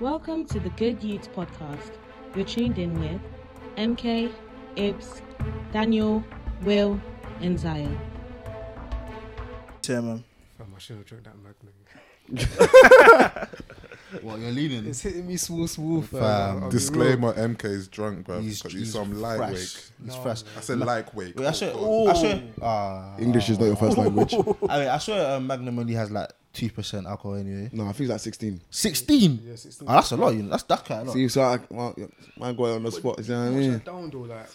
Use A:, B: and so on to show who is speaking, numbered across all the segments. A: Welcome to the Good Youth Podcast. You're tuned in with MK, Ibs, Daniel, Will, and Zion.
B: um,
C: Chairman.
D: Fam, I should have drunk that Magnum.
B: What you're leaning?
D: It's hitting me smooth, smooth. fam.
E: Um,
F: uh,
D: I'll- I'll
G: Fam,
D: be
G: disclaimer: MK's drunk, bruv.
B: He's-
G: He's,
B: he's
G: some light
B: fresh.
G: wake.
B: He's fresh.
G: I said light wake.
B: Wait, I
G: of
B: swear.
F: Oh.
G: course.
B: I swear. Ah.
E: English is not your first language.
B: I mean, I swear um, Magnum only has like two percent alcohol anyway.
E: no, I think it's like 16.
B: Sixteen.
D: Yeah, 16.
E: Ah,
B: Oh, that's a lot. You know, that's that's quite a lot.
E: See, so I, well, man got it on the spot. You know what I
D: real. Shut
E: mean?
D: down though, like.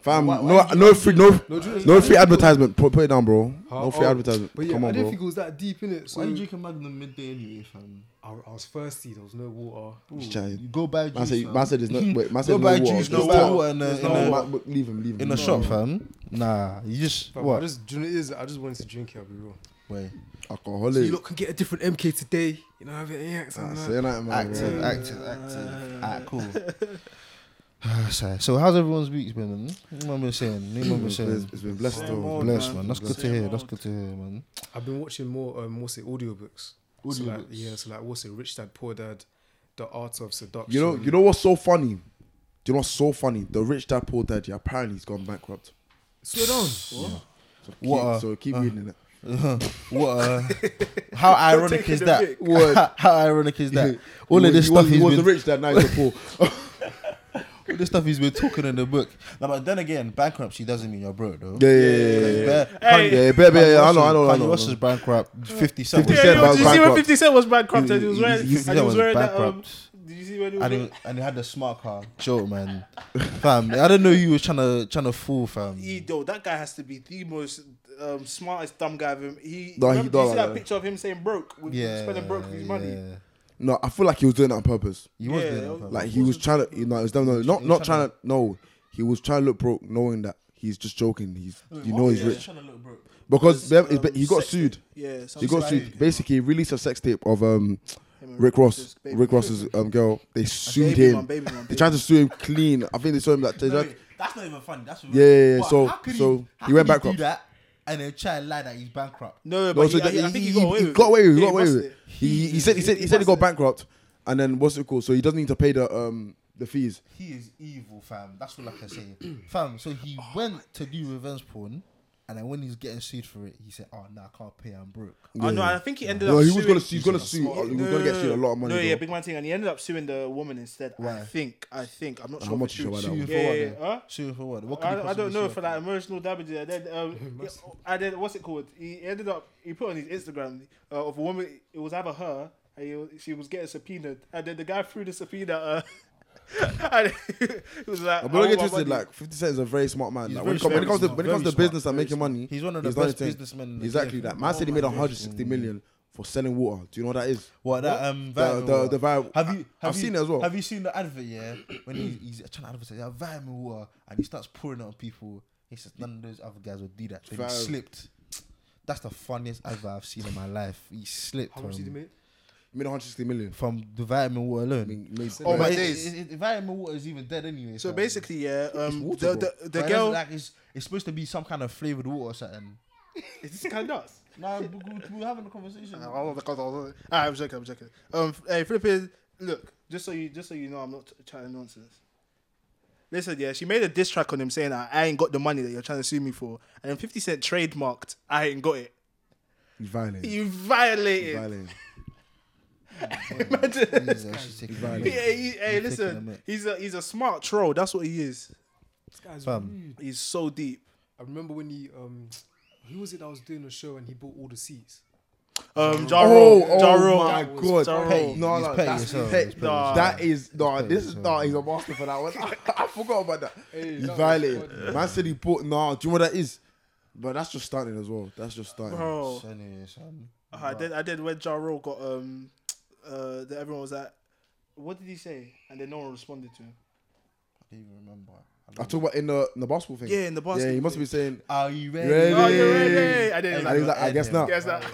E: Fam,
B: Why- why
E: no,
B: did you
E: no free, no,
D: No, do you know-
E: no free advertisement. Put, put it down, bro.
D: Huh?
E: No free
D: Oh,
E: advertisement.
D: But yeah,
E: Come
D: I
E: on,
D: didn't
E: bro.
D: think it was that deep in it. So
B: Why did you drink a Magnum midday anyway, fam?
D: I, I was thirsty. There was no water.
E: He's trying.
B: You go buy juice.
E: Man said,
B: fam.
E: man said there's no, wait, man said
B: go
E: no
B: buy
E: water.
B: juice, no
E: Just
B: buy
E: tell-
B: water in a, in
D: no
B: a,
D: water.
E: Man, leave him, leave him.
B: in a shop, fam. Nah, you just
D: Fam, I
B: what?
D: just, do you know what it is? I just wanted to drink it. I'll be real.
B: Wait,
D: So
E: Alcoholic.
D: you lot can get a different MK today. You know, have it in Yax
E: Ah,
D: and
E: Say
D: that.
E: that, man.
B: active,
E: bro.
B: active, active. Alright, cool. Sorry. So how's everyone's week been? Man? New man been saying. New man been
E: It's been-
B: saying.
E: It's been blessed,
G: Same
E: though.
G: old.
B: Bless
G: man.
B: man. That's good to
G: Same
B: hear. That's
G: old.
B: good to hear, man.
D: I've been watching more, um, what's it, audiobooks. So like,
B: Audiobooks.
D: yeah, so like, what's it, Rich Dad, Poor Dad, The Art of Seduction.
E: You know, you know what's so funny? Do you know what's so funny? The rich dad, poor dad. Yeah, apparently he's gone bankrupt.
D: Slow down.
E: So keep,
B: What a-
E: so keep reading it.
B: What? Uh, how ironic
D: taking
B: is
D: the
B: that?
D: mic.
B: What? how ironic is that? All
E: He
B: of this
E: was- he
B: stuff
E: was, he
B: he's
E: was
B: been,
E: the rich dad, now he's the poor.
B: all this stuff he's been talking in the book. Now, but then again, bankruptcy doesn't mean you're broke though.
E: Yeah, yeah, yeah, yeah, yeah.
B: Bear- Kanye-
E: Yeah, baby,
B: Kanye
E: yeah, I know,
B: West-
E: I know, I
B: Kanye
E: know. I
B: West
E: know.
B: is bankrupt. Fifty cent.
E: He
F: Yeah,
E: said
F: you know,
E: about
F: did you see when
E: bankrupt.
F: 50 Cent was bankrupt and he was wearing,
B: He- he-
F: and he was wearing that? Um,
B: bankrupt.
F: did you see when he was
B: and,
F: wearing,
B: he, and he had the smart car. Joke, man. fam, I don't know who you was trying to trying to fool, fam.
F: he, though, that guy has to be the most um, smartest dumb guy of him. He,
E: No, he
F: remember- did you
E: don't
F: see
E: like
F: that
E: that.
F: picture of him saying broke, with,
B: yeah,
F: spelling broke with his money.
B: Yeah.
E: No, I feel like he was doing it on purpose.
B: He was
F: Yeah,
B: doing that, fam.
E: Like he was trying to, you know, it was definitely not not trying to. No, he was trying to look broke, knowing that he's just joking. He's you know he's rich Oh, because um,
F: Because,
E: they- he got
F: sex tape.
E: sued.
F: Yeah,
E: He
F: something
E: got
F: like
E: sued.
F: that.
E: Basically, he released a sex tape of
F: Him
E: um
F: and
E: Rick Ross,
F: baby.
E: Rick Ross's um girl. They sued
F: Baby one,
E: him.
F: baby one,
E: They
F: baby
E: tried to sue him clean. I think they saw him like. they
B: No,
E: tried-
B: wait, that's not even funny. That's
E: Yeah, yeah, yeah.
B: But
E: So-
B: how could he,
E: so he
B: how
E: went
B: could
E: bankrupt.
B: He do that and then try and lie that he's bankrupt.
F: No,
E: No,
F: but
E: so
F: he,
E: that-
F: I, I think he, got away with it.
E: got away with it.
F: Yeah,
E: Got away
F: must
E: with it.
F: have.
E: He, he, he said he said he said he got
F: must
E: bankrupt, and then what's it called? So he doesn't need to pay the um the fees.
B: He is evil, fam. That's all I can say, fam. So he
F: Oh
B: went to do revenge porn, and then when he's getting sued for it, he said, "Oh no, I can't pay. I'm broke."
F: have. Oh, no, I think he ended
E: No,
F: up
E: he was gonna
F: suing-
E: sue. He's gonna sue. He was gonna get sued a lot of money.
F: No,
E: though.
F: yeah, big man thing, and he ended up suing the woman instead. I
B: Why?
F: think, I think, I'm not sure.
E: How
F: if
E: much
F: it's
E: you
F: true.
E: should buy that
B: Sue
E: one?
B: for
F: Yeah,
B: what?
F: yeah,
B: then?
F: huh?
B: Sue him for what? What could he
F: I, I don't
B: possibly
F: know
B: sue
F: for
B: him
F: that emotional damage. And then, um, I did, what's it called? He ended up, he put on his Instagram uh, of a woman, it was either her, and he, was- she was getting subpoenaed. And then the guy threw the subpoena. Uh, and it was like,
B: Uh,
E: I'm
F: I
E: gonna get
F: want my
E: twisted.
F: money.
E: Like 50 Cent is a very smart man.
B: He's
E: Like,
B: very
E: when, it come- when it
B: smart,
E: comes to
B: he's
E: when it comes
B: very
E: to business and making money,
B: He's one of the
E: done
B: best
E: his thing.
B: businessmen in the
E: Exactly
B: game.
E: that. Man said he
B: Oh
E: made
B: my
E: 160
B: days.
E: million for selling water. Do you know what that is?
B: What that um
E: The-
B: vitamin
E: the-
B: water.
E: the vi-
B: have you
E: I-
B: have
E: I've
B: you,
E: seen it as well.
B: Have you seen the advert? Yeah, when he, he's trying to advertise yeah, vitamin water, and he starts pouring it on people. He says none of those other guys would do that. Then he
E: Fam.
B: slipped. That's the funniest advert I've seen in my life. He slipped
D: How much did he
B: from,
D: make?
E: He made 160 million.
B: from the vitamin water alone.
E: I mean, he made-
F: Oh,
B: but
F: my
B: it-
F: days.
B: it- it- vitamin water is even dead anyway.
F: so
B: fam.
F: basically, yeah, um,
E: water, bro.
F: the, the, the
B: But it
F: girl,
B: doesn't- like it's, it's supposed to be some kind of flavored water or something.
F: is this kind of nuts?
B: No, we- we- we're having a conversation.
F: I don't know the cause of Uh, all that. Ah, I'm joking. I'm joking. Um, hey, flipping. Look, just so you, just so you know, I'm not t- chatting nonsense. Listen, yeah, she made a diss track on him saying that I ain't got the money that you're trying to sue me for, and then 50 Cent trademarked I ain't got it.
E: He's violent.
F: You
E: He's
F: violated.
E: violent.
F: Imagine.
B: Jesus, she's taking
E: He's violent.
B: it.
F: Yeah, he, hey,
B: taking a
F: listen,
B: minute.
F: he's a he's a smart troll. That's what he is.
D: This guy's
B: Fam.
D: rude.
F: He's so deep.
D: Hmm. I remember when he um, who was it that was doing a show and he bought all the seats?
F: Um,
E: Oh,
F: Jaro,
E: oh
F: Jaro,
E: my god!
F: Jaro.
E: No,
B: He's
E: no,
B: petty
E: that's
B: as hell.
E: pet-
B: He's petty
F: as
E: That is no. This is
B: as
E: no. He's a master for that one. I, forgot about that.
D: Hey,
E: he's
D: that was
E: violated. Man said he bought. No, do you know what that is? But that's just starting as well. That's just starting.
F: Bro,
B: Anyway, son.
F: I did. I did when Ja Rule got um, uh, that everyone was at. What did he say? And then no one responded to him.
B: I don't even remember. I
E: I
B: don't
E: talk about in the in the basketball thing.
F: Yeah, in the basketball
E: Yeah, he must
F: thing.
E: be saying.
B: Are you ready?
E: Ready?
F: Oh, you're ready. I
E: And
F: didn't
E: he's like, I guess not.
F: Guess that.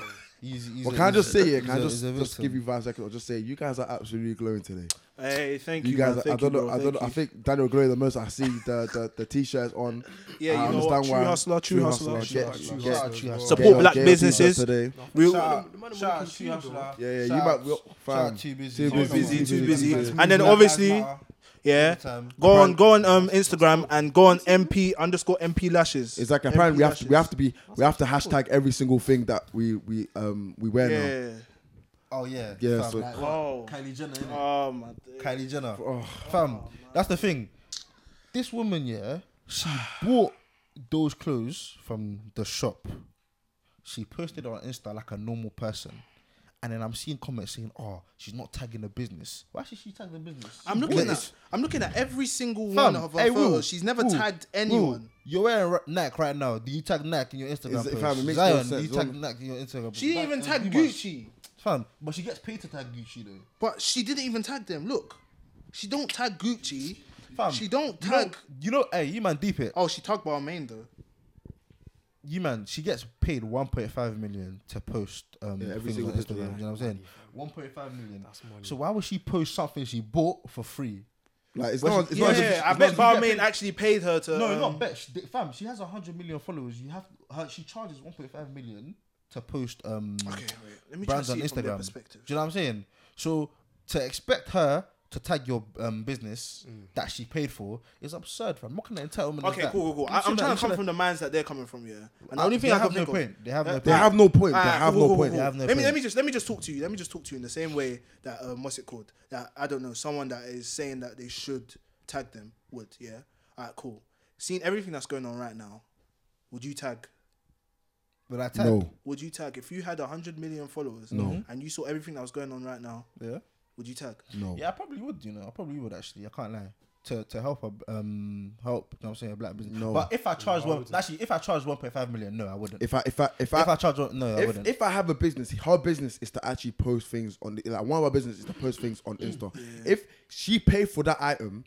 B: He's, he's
E: Well,
B: a-
E: can I
B: he's
E: just
B: a-
E: say it?
B: he's
E: Can I
B: a-
E: just,
B: he's a
E: just
B: victim.
E: give you five seconds? I'll just say you guys are absolutely glowing today.
F: Hey, thank you,
E: You guys,
F: man.
E: are, I
F: Thank
E: don't
F: you,
E: know.
F: bro.
E: I don't.
F: Thank
E: Know, I
F: you.
E: think Daniel glowing the most. I see the the, the t-shirts on.
F: Yeah,
E: I
F: you know what?
E: understand
F: True
E: why.
F: hustler, true hustler,
D: true
E: Get-
D: hustler,
E: get-
D: true
E: get
D: hustler.
E: your-
F: Support
E: get your
F: black
E: t-shirirts
F: businesses.
E: today.
F: We-
D: Ah,
B: Shout out, shout out,
E: Yeah, yeah, you
B: shout
E: might-
B: out,
E: we-
B: shout
E: fam,
B: out, too busy,
E: too
B: Shout out,
E: busy, too busy.
F: And then
B: Black Lives
F: obviously-
B: Matter.
F: Yeah.
B: Time.
F: Go on, go on um, Instagram and go on MP underscore MP lashes.
E: It's like
F: MP
E: apparently we have to, we have
F: lashes.
E: to be we have to hashtag every single thing that we we um we wear now.
F: Yeah.
B: Oh yeah,
E: Yeah,
B: fam,
E: so-
B: like,
F: Wow.
B: Kylie Jenner, innit?
F: Oh my.
B: Kylie Jenner,
E: Oh.
B: fam. That's the thing. This woman, yeah, she bought those clothes from the shop. She posted on Insta like a normal person, and then I'm seeing comments saying, "Oh, she's not tagging the business. Why should she tag the business?"
F: I'm
B: She
F: looking
B: bought
F: at.
B: it.
F: I'm looking at every single
B: Fam,
F: one of her
B: hey,
F: photos.
B: Will,
F: She's never
B: Will,
F: tagged
B: Will,
F: anyone.
B: you're wearing Ra- Nike right now. Do you tag Nike in your Instagram
E: Is it-
B: post?
E: fam, it makes
B: Zion,
E: no
B: do you
E: sense.
B: tag
E: Don't-
B: Nike in your Instagram post?
F: She didn't
B: Like,
F: even
B: uh,
F: tag
B: Pumas.
F: Gucci,
B: Fam, but she gets paid to tag Gucci though.
F: but she didn't even tag them. Look, she don't tag Gucci.
B: Fam,
F: she don't
B: you know-
F: tag.
B: You know, hey, you man, deep it.
F: Oh, she tagged Balmain though.
B: you man, she gets paid 1.5 million to post um
E: Yeah, every
B: things
E: single
B: on
E: picture,
B: Instagram.
E: yeah.
B: You know what I'm saying? 1.5 million.
D: That's money.
B: So why would she post something she bought for free?
E: Like it's
B: Well,
E: not. It's
F: Yeah,
E: not. as if-
F: I
B: it's
F: bet
B: not as if you get
F: Balmain
B: paid-
F: actually paid her to.
B: no,
F: um,
B: not bet. She, fam, she has 100 million followers. You have her. She charges 1.5 million to post um
F: Okay, wait. Let me try
B: brands
F: to
B: on
F: see it from their
B: Instagram.
F: perspective.
B: Do you know what I'm saying? So to expect her. To tag your um, business
D: Mm.
B: that she paid for is absurd, fam. What kind of entitlement is
F: Okay,
B: that?
F: cool, cool, cool.
B: You
F: I, I'm
B: should-
F: trying
B: you
F: to
B: should-
F: come from the minds that they're coming from, yeah. And the
B: Uh,
F: only thing
B: they
F: I can
B: have no
F: think
B: point.
F: of,
B: They have no
F: That-
B: point.
E: They have no point. They
F: Alright,
E: have
F: cool,
E: no
F: cool,
E: point.
F: cool.
B: They have no
F: let me let
B: point.
F: me just let me just talk to you. Let me just talk to you in the same way that um, what's it called? That I don't know someone that is saying that they should tag them would yeah. Alright, cool. Seeing everything that's going on right now, would you tag?
B: But I tag.
E: No,
F: Would you tag if you had hundred million followers and you saw everything that was going on right now?
B: Yeah.
F: Would you tag?
E: no.
B: Yeah, I probably would, you know. I probably would actually. I can't lie. To to help a um help, you know what I'm saying, a black business.
E: No.
B: But if I charge one actually if I charge one point five million, no, I wouldn't. If,
E: If I if I if
B: I,
E: I
B: charge one no, I
E: if,
B: wouldn't.
E: if I have a business, her business is to actually post things on the like one of our business is to post things on Insta. If she paid for that item,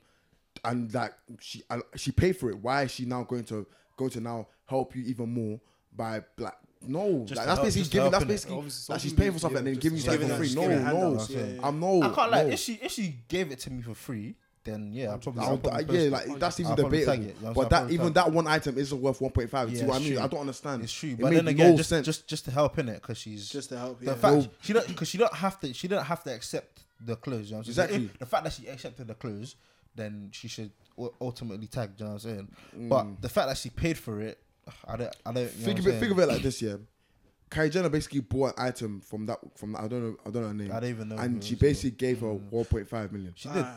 E: and like she and she paid for it, why is she now going to going to now help you even more by like no
B: Just
E: like,
B: to
E: that's
B: help-
E: basically
B: just to
E: giving
B: help,
E: that's
B: innit?
E: basically
D: Obviously, some
E: like she's
D: people
E: paying for
D: do-
E: something
D: yeah,
E: and then
D: just
E: giving you
F: giving
E: something for
F: her-
E: free.
F: just
E: No,
F: giving her
E: no,
F: handouts, yeah, yeah.
E: I'm no.
B: I can't
E: no.
B: lie, if she if she gave it to me for free, then yeah, I probably,
E: I'll-
B: I'll probably
E: yeah,
B: post it.
E: like that's even
B: I'll probably
E: debatable.
B: tag it, you know what I'm saying?
E: but
B: I'll
E: that
B: probably
E: even
B: tag it.
E: that one item isn't worth 1.5. See
B: Yeah,
E: what I
B: it's
E: mean?
B: true.
E: I don't understand.
B: It's true,
E: It
B: but
E: made
B: then again,
E: no
B: just,
E: sense.
B: just just to help in it, because she's
F: Just to help,
B: The
F: yeah.
B: fact
E: No.
B: she don't because she don't have to. She don't have to accept the clothes. You know what I'm saying?
E: Exactly.
B: If- the fact that she accepted the clothes, then she should u- ultimately tag. You know what I'm saying?
F: Mm.
B: But the fact that she paid for it, I don't. I don't. You
E: think
B: know what
E: of it.
B: I'm
E: Think of
B: saying?
E: it like this. Yeah, Kylie Jenner basically bought an item from that. From that, I don't know. I don't know her name.
B: I don't even know who
E: And
B: it
E: she
B: is, bro.
E: basically gave her 1.5 million.
B: She did
F: Ah.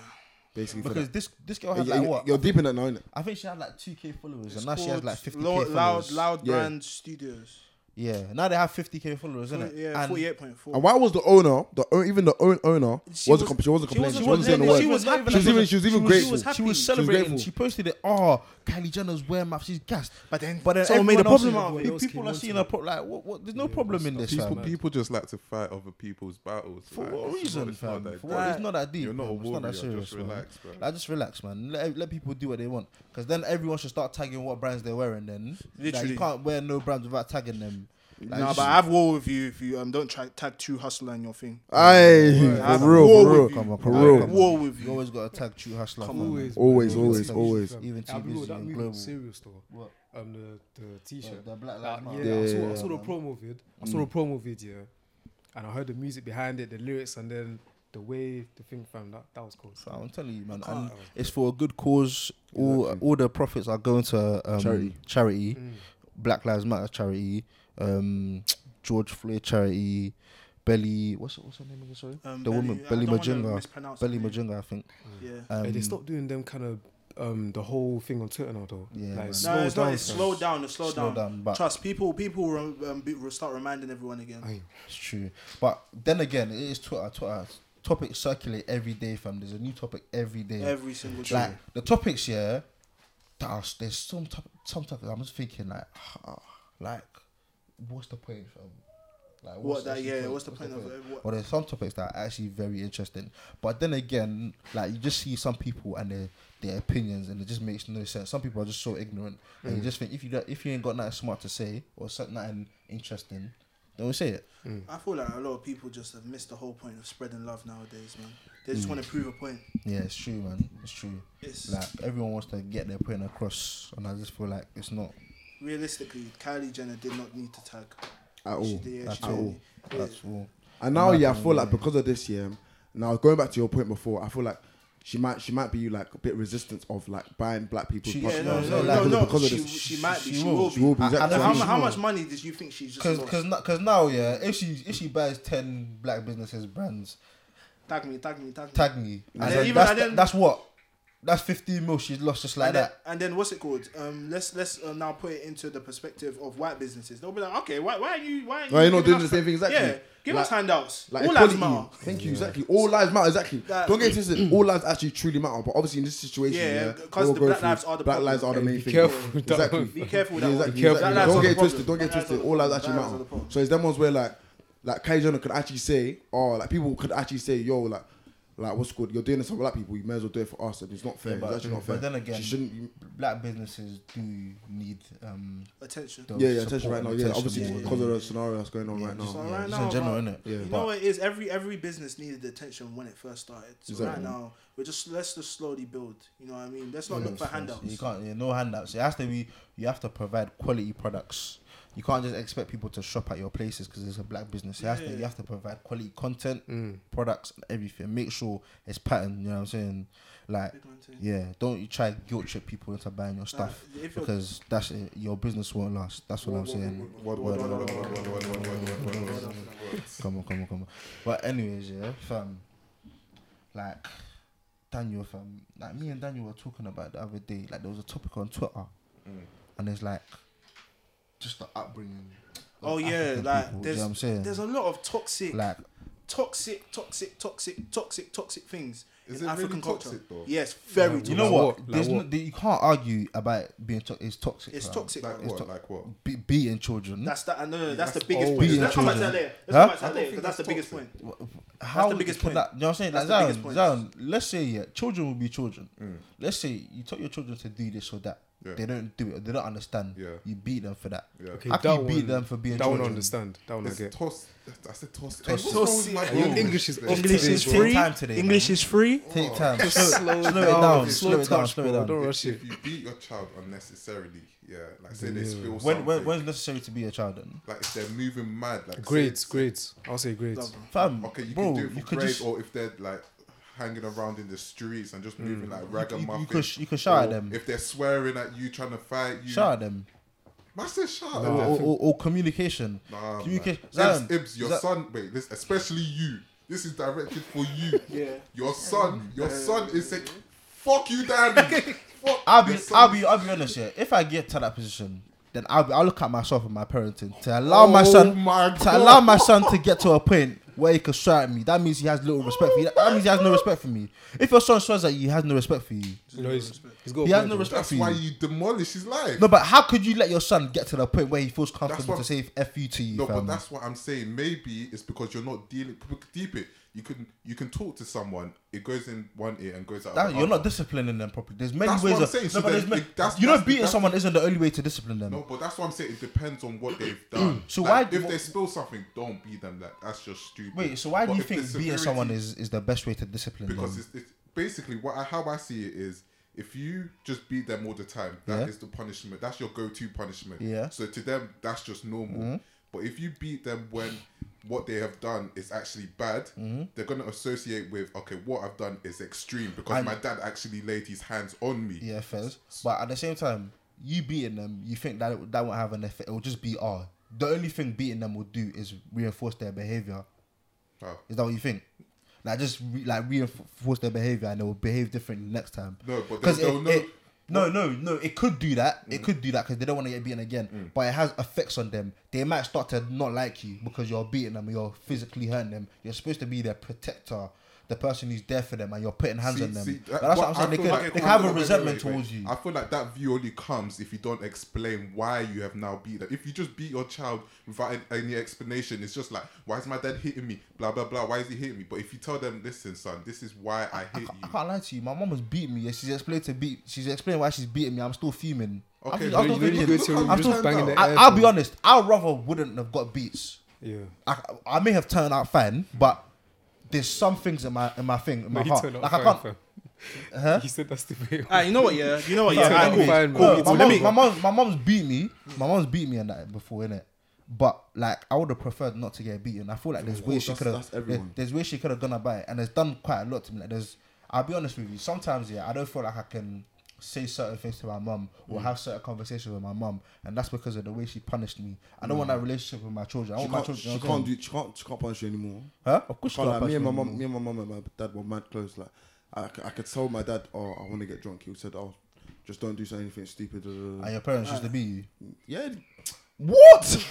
E: Basically, for
B: because
E: that.
B: this this girl had
E: You-
B: like
E: you-
B: what?
E: You're deep in that now, innit?
B: I think she had like 2k followers,
F: It's
B: and now she has
F: called
B: like 50k
F: Lo-
B: followers.
F: Loud, loud
E: Yeah.
F: brand studios.
B: Yeah, now they have 50k followers, isn't it?
F: Yeah, forty-eight point four.
E: And why was the owner, the own, even the own owner,
F: She
E: wasn't
F: was-
E: compl- she wasn't
F: she
E: complaining.
F: wasn't-
E: She wasn't saying a
F: she
E: word.
F: was happy.
E: She was even, she was even
F: She was- she
E: grateful.
F: was
B: She was
F: Happy.
B: celebrating. She,
E: grateful.
B: posted it. Oh, Kylie Jenner's wear map. She's gassed.
F: But then
B: But then
F: someone made a
B: everyone else
F: problem
B: is-
F: out of it.
D: Everyone else
B: People
D: came
B: are
D: onto
B: seeing
D: it.
B: a problem. Like, what? what there's no problem in this.
H: people,
B: fam.
H: people just like to fight other people's battles.
B: For
H: like,
B: what
H: it's
B: reason,
H: not- it's not
B: fam?
H: that
B: For
H: deep.
B: what? It's not that deep.
H: You're not a
B: fam. It's not
H: warrior.
B: that serious,
H: Just relax,
B: man.
H: bro.
B: Like, just relax, man. Let, let people do what they want. Because then everyone should start tagging what brands they're wearing. Then Like,
F: Literally.
B: you can't wear no brands without tagging them. Like,
F: Nah,
B: just-
F: but I have war with you if you um don't try tag True Hustler in your thing.
E: Aye,
F: Have
E: for real,
F: war
E: for real.
F: with you.
B: Come on,
E: For
B: come on,
E: real.
B: come on.
F: War with
B: you
F: you. Um,
B: always got to tag true hustler. fam.
D: Always,
E: Always,
D: man.
E: always, always.
B: Even
D: I'll be
B: TVs
D: real, that
B: and
D: movie
B: global.
D: was serious though.
B: What?
D: Um, the the t-shirt.
B: the Black
D: Like,
B: Lives
D: yeah,
B: Matter.
D: I
E: Yeah,
D: saw,
E: yeah,
D: I saw the
B: man. Mm.
D: promo vid. I saw the promo vid, yeah, and I heard the music behind it, the lyrics, and then the way the thing from that that was cool.
B: So I'm telling you, man, and it's for a good cause. All all the profits are going to um,
E: Charity.
B: charity,
D: Mm.
B: Black Lives Matter charity, um, George Floyd charity, Belly. What's what's her name again? Sorry,
F: Um,
B: the woman
F: I
B: Belly
F: don't wanna
B: Majunga.
F: mispronounce her
B: Belly
F: name.
B: Majunga, I think.
F: Yeah.
B: Um,
D: Hey, they stopped doing them kind of um the whole thing on Twitter now though.
B: Yeah,
D: Like,
B: man.
D: it
F: No,
D: slows
F: it's not.
D: down,
F: It's
D: fam.
F: slowed down. It's slowed
B: Slow
F: down.
B: down, but-
F: Trust people. People will, um, be, will start reminding everyone again.
D: Aye.
B: It's true. But then again, it is Twitter. Twitter topics circulate every day, fam. There's a new topic every day.
F: Every single
B: like
F: day.
B: the topics here. Gosh, there's some top, some topics. I'm just thinking like, ah, like, what's the point? Fam? Like,
F: What
B: the
F: that?
B: actual
F: Yeah. What's the point of it? What-
B: Well, there's some topics that are actually very interesting, but then again, like you just see some people and their their opinions, and it just makes no sense. Some people are
F: Mm.
B: just so ignorant, and you just think if you don't, if you ain't got nothing smart to say or something nothing interesting, Don't say it.
F: I feel like a lot of people just have missed the whole point of spreading love nowadays, man. They just want to prove a point.
B: Yeah, it's true, man. It's true.
F: It's
B: Like everyone wants to get their point across, and I just feel like it's not.
F: realistically, Kylie Jenner did not need to tag.
I: at all.
F: She did, yeah,
B: At
F: she
B: all.
F: did.
B: That's all.
I: And now, yeah, I
B: Nothing,
I: feel like
B: yeah.
I: because of this year, now going back to your point before, I feel like she might she might be like a bit resistant of like buying black people.
B: She-
F: Yeah, no,
B: no,
F: no,
B: like-
F: no, no.
I: because of
F: she,
I: this.
F: she might be.
B: She
F: She,
B: will.
F: will,
I: She
F: be.
I: will be,
B: I- I
I: exactly.
B: don't-
F: How,
B: She
F: mu- how
B: will.
F: much money did you think she's just
B: Cause,
F: lost?
B: cause, not, cause now, yeah, if she if she buys ten black businesses brands,
F: tag me, tag me, tag me.
B: tag me. And
F: then
B: then
F: even-
B: that's,
F: and then-
B: that's what. That's fifteen mil she's lost just like
F: and then,
B: that.
F: and then what's it called? Um, let's let's uh, now put it into the perspective of white businesses. They'll be like, okay, why, why are you why are you,
I: Why you not
F: giving
I: doing
F: us-
I: the same thing exactly?
F: Yeah, give us
I: Like-
F: handouts.
I: like
F: All lives
I: equality.
F: matter.
I: Thank you, exactly. All lives matter, exactly.
F: That-
I: Don't get it twisted. All lives actually truly matter, but obviously in this situation,
F: Yeah,
I: yeah,
F: 'cause
I: what
F: the
I: we're going
F: black lives are the
I: black
F: problem.
I: lives are the
D: Hey,
I: main
D: be
I: thing.
D: careful with that
I: exactly.
D: one.
F: Be careful with that.
I: Yeah,
F: one.
I: exactly.
D: careful.
I: exactly.
D: Black
F: lives
I: Don't
F: are
I: get
F: the
I: it twisted. Don't
F: problem.
I: get it
F: Black lives
I: twisted.
F: are the
I: All lives
F: problem.
I: actually
F: Black lives are
I: matter.
F: the problem.
I: So it's them ones where like, like Kylie Jenner could actually say, oh, like people could actually say, yo, like, like what's good? You're doing this for black people. You may as well do it for us, and it's not fair.
B: Yeah, but-
I: it's actually
B: but
I: not fair.
B: then again-
I: she shouldn't. You,
B: Black businesses do need um.
F: Attention.
B: the
I: yeah, yeah, attention
B: support
I: right now.
B: and
I: Yeah,
B: attention,
I: obviously
B: yeah,
I: because
B: yeah.
I: of the scenario that's going on
B: Yeah,
I: right
B: just-
I: now.
F: So
B: yeah,
F: right
B: just
F: now,
B: in general,
F: like,
B: innit?
I: Yeah.
F: You
I: But-
F: know what it is? Every every business needed attention when it first started. So right
I: Exactly.
F: now, we're just let's just slowly build. You know what I mean? Let's not
B: Yeah,
F: look for
B: it's- it's-
F: handouts.
B: You can't. Yeah, no handouts. It has to be. You have to provide quality products. You can't just expect people to shop at your places because it's a black business. It has to,
F: Yeah.
B: you have to provide quality content,
D: Mm.
B: products, and everything. Make sure it's patterned. You know what I'm saying? Like,
F: Big man thing.
B: yeah, don't you try guilt trip people into buying your
F: Nah,
B: stuff
F: if you're-
B: because that's it. Your business won't last. That's what I'm saying.
I: Word, word, word, word, word, word, word, word, word, word, word.
B: Come on, come on, come on. But anyways, yeah, fam. Like Daniel, fam. Like me and Daniel were talking about the other day. Like there was a topic on Twitter,
F: Mm.
B: and it's like just the upbringing. of
F: Oh yeah,
B: African
F: like
B: people, do you
F: there's
B: know what I'm saying,
F: there's a lot of toxic,
B: like
F: toxic, toxic, toxic, toxic, toxic things
E: Is
F: in
E: it really
F: African culture.
E: toxic, though?
F: Yes, very.
B: you
F: toxic.
B: know
D: Like
B: what?
D: what? Like
B: There's
D: what?
B: No, you can't argue about it being to- it's toxic.
F: It's
B: fam.
F: toxic.
E: Like
F: man.
E: what?
B: toxic.
E: Like what?
B: Be- beating children.
F: That's that. I know that's, the
E: that's
F: biggest
E: always
F: point.
B: been
F: Let's come back to
B: chosen.
F: that later. Let's
B: Huh?
F: come back to
E: I
F: that
E: don't
F: later
E: think
F: 'cause that's, the
E: that's
F: biggest point.
E: toxic.
B: How
F: the biggest
B: put
F: point.
B: That, you know what I'm saying?
F: That's the
B: like,
F: biggest
B: Zion,
F: point.
B: Zion, let's say, yeah, children will be children. Let's say you tell your children to do this or that.
E: Mm. Yeah.
B: They don't do it. or They don't understand.
E: Yeah.
B: You beat them for that.
E: Yeah.
D: Okay,
B: How
D: that
B: can you beat
D: one-
B: them for being
D: That one I
B: children?
D: understand. That one I
E: It's
D: get.
E: toss. I said toss. Hey, what's
F: Toss.
E: wrong with my
F: Toss.
D: Your
E: English?
D: English is
F: English
D: today,
F: is
D: bro.
F: free.
B: time today,
F: English is free.
E: Oh.
B: Take time. Slow, slow it
D: down,
B: down.
D: slow
B: Slow it down.
D: touch,
B: Slow it
D: bro.
B: down.
D: Don't
E: If,
D: rush it.
E: if you beat your child unnecessarily, yeah, like say they spill
B: When, when,
E: something,
B: when's necessary to be a child then?
E: like if they're moving mad, like say
D: Grades,
E: it's-
D: grades. I'll say grades.
F: Love.
B: Fam,
E: Okay, you
B: bro,
E: can do it for
B: you could
E: grade,
B: just Mm.
E: or if they're like hanging around in the streets and just moving like
B: you,
E: ragamuffin.
B: you could sh- you could shout at
E: or
B: them.
E: If they're swearing at you, trying to fight you.
B: Shout at them.
E: Man said shout.
B: Or, or, or, or communication.
E: Nah, man.
B: communication.
E: Ibs, Ibs, your
B: Zion-
E: son. Wait, this especially you. This is directed for you.
F: Yeah.
E: Your son. Your son is saying, "Fuck you, daddy." Fuck
B: I'll be,
E: your son
B: I'll
E: is
B: be, I'll be honest here. If I get to that position, then I'll, be, I'll look at myself and my parenting to allow my
E: Oh
B: son
E: my
B: to
E: God.
B: allow my son to get to a point where he can shout at me. That means he has little respect for you. That means he has no respect for me. If your son shouts at you, he has no respect for you.
D: No, he's, he's got.
B: He has no respect
D: respect.
E: That's
B: for
E: why
B: you.
E: you demolish his life.
B: No, but how could you let your son get to the point where he feels comfortable to
E: what-
B: say "f you" to you?
E: No, but
B: fam?
E: that's what I'm saying. Maybe it's because you're not dealing deep it. You can you can talk to someone. It goes in one ear and goes out.
B: That-
E: the
B: you're
E: other.
B: not disciplining them properly. There's many
E: That's
B: ways.
E: what I'm
B: Of,
E: saying.
B: no,
E: So
B: but
E: then
B: there's ma-
E: it- that's-
B: you know,
E: that's-
B: beating
E: that's-
B: someone isn't the only way to discipline them.
E: No, but that's what I'm saying. It depends on what they've done.
B: So
E: Like,
B: why-
E: if they spill something, don't beat them. Like that's just stupid.
B: Wait, so why
E: But
B: do you
E: if the
B: think beating
E: severity-
B: someone is, is the best way to discipline
E: because
B: them?
E: it's, it's basically what I, how I see it is if you just beat them all the time, that is
B: Yeah.
E: the punishment. That's your go-to punishment.
B: Yeah. Mm-hmm.
E: So to them, that's just normal. But if you beat them when what they have done is actually bad,
B: Mm-hmm.
E: they're gonna associate with okay, what I've done is extreme because
B: And-
E: my dad actually laid his hands on me.
B: Yeah, fairs. But at the same time, you beating them, you think that that won't have an effect. It will just be R. The only thing beating them will do is reinforce their behavior.
E: Oh.
B: Is that what you think? Like just re- like reinforce their behavior and they will behave differently next time.
E: No, but
B: because
E: they'll-
B: it,
E: Mm. they'll
B: it- no, no, no. It could do that. It could do that because they don't want to get beaten again.
E: Mm.
B: But it has effects on them. They might start to not like you because you're beating them. You're physically hurting them. You're supposed to be their protector, the person who's there for them, and you're putting hands
E: See-
B: on them.
E: see,
B: But
E: that-
B: that's what
E: what
B: I'm saying.
E: I
B: They
E: feel
B: could,
E: like-
B: they could
E: I
B: have a
E: feel like-
B: resentment
E: wait, wait, wait.
B: towards you.
E: I feel like that view only comes if you don't explain why you have now beat them. If you just beat your child without an- any explanation, it's just like, why is my dad hitting me? Blah blah blah. Why is he hitting me? But if you tell them, listen, son, this is why I
B: I
E: hit
B: can't, I
E: you.
B: can't lie to you. My mom was beating me. yeah, She's explained to beat. She's explained why she's beating me. I'm still fuming. I'm
E: Okay,
B: still-
E: but
B: I'm
D: You
B: still
D: really
B: thinking-
D: go to your
E: I'm
D: room, you
B: still-
D: just banging the
B: I,
D: air.
B: I'll
D: bro.
B: be honest. I rather wouldn't have got beats
D: Yeah.
B: I, I may have turned out fine, but there's some things in my in my thing in my
D: But he
B: heart.
D: turned out
B: Like I
D: fine,
B: can't.
D: fam.
B: Huh?
D: He said that's the way.
F: Ah, you know what? Yeah, you know what?
D: He
F: Yeah,
D: turned
F: ah,
D: out
F: cool,
D: fine,
F: cool,
D: bro.
F: cool.
D: He
B: No, my,
D: turned out
F: Let me-
B: mom, my mom, my mom's beat me. My mom's beat me and that before, innit? But like, I would have preferred not to get beaten. I feel like there's ways
I: course,
B: she
I: that's-
B: could have.
I: that's everyone.
B: There's ways she could have gone about it, and it's done quite a lot to me. Like, there's. I'll be honest with you. Sometimes, yeah, I don't feel like I can say certain things to my mum
I: Mm.
B: or have certain conversations with my mum, and that's because of the way she punished me. I don't want that relationship with my children. I
I: Mm.
B: want
I: She
B: my
I: can't,
B: children.
I: she
B: you know what I'm
I: can't do. She can't. She can't punish you anymore.
B: saying? Huh? Of course, she
I: Can't,
B: can't
I: like, me
B: punish
I: and my
B: me
I: mom,
B: anymore.
I: me and my mom and my dad were mad close. Like, I, c- I could tell my dad, oh, I want to get drunk. He would said, oh, just don't do anything stupid. da, da, da, da."
B: And your parents used to beat you.
I: Yeah. What?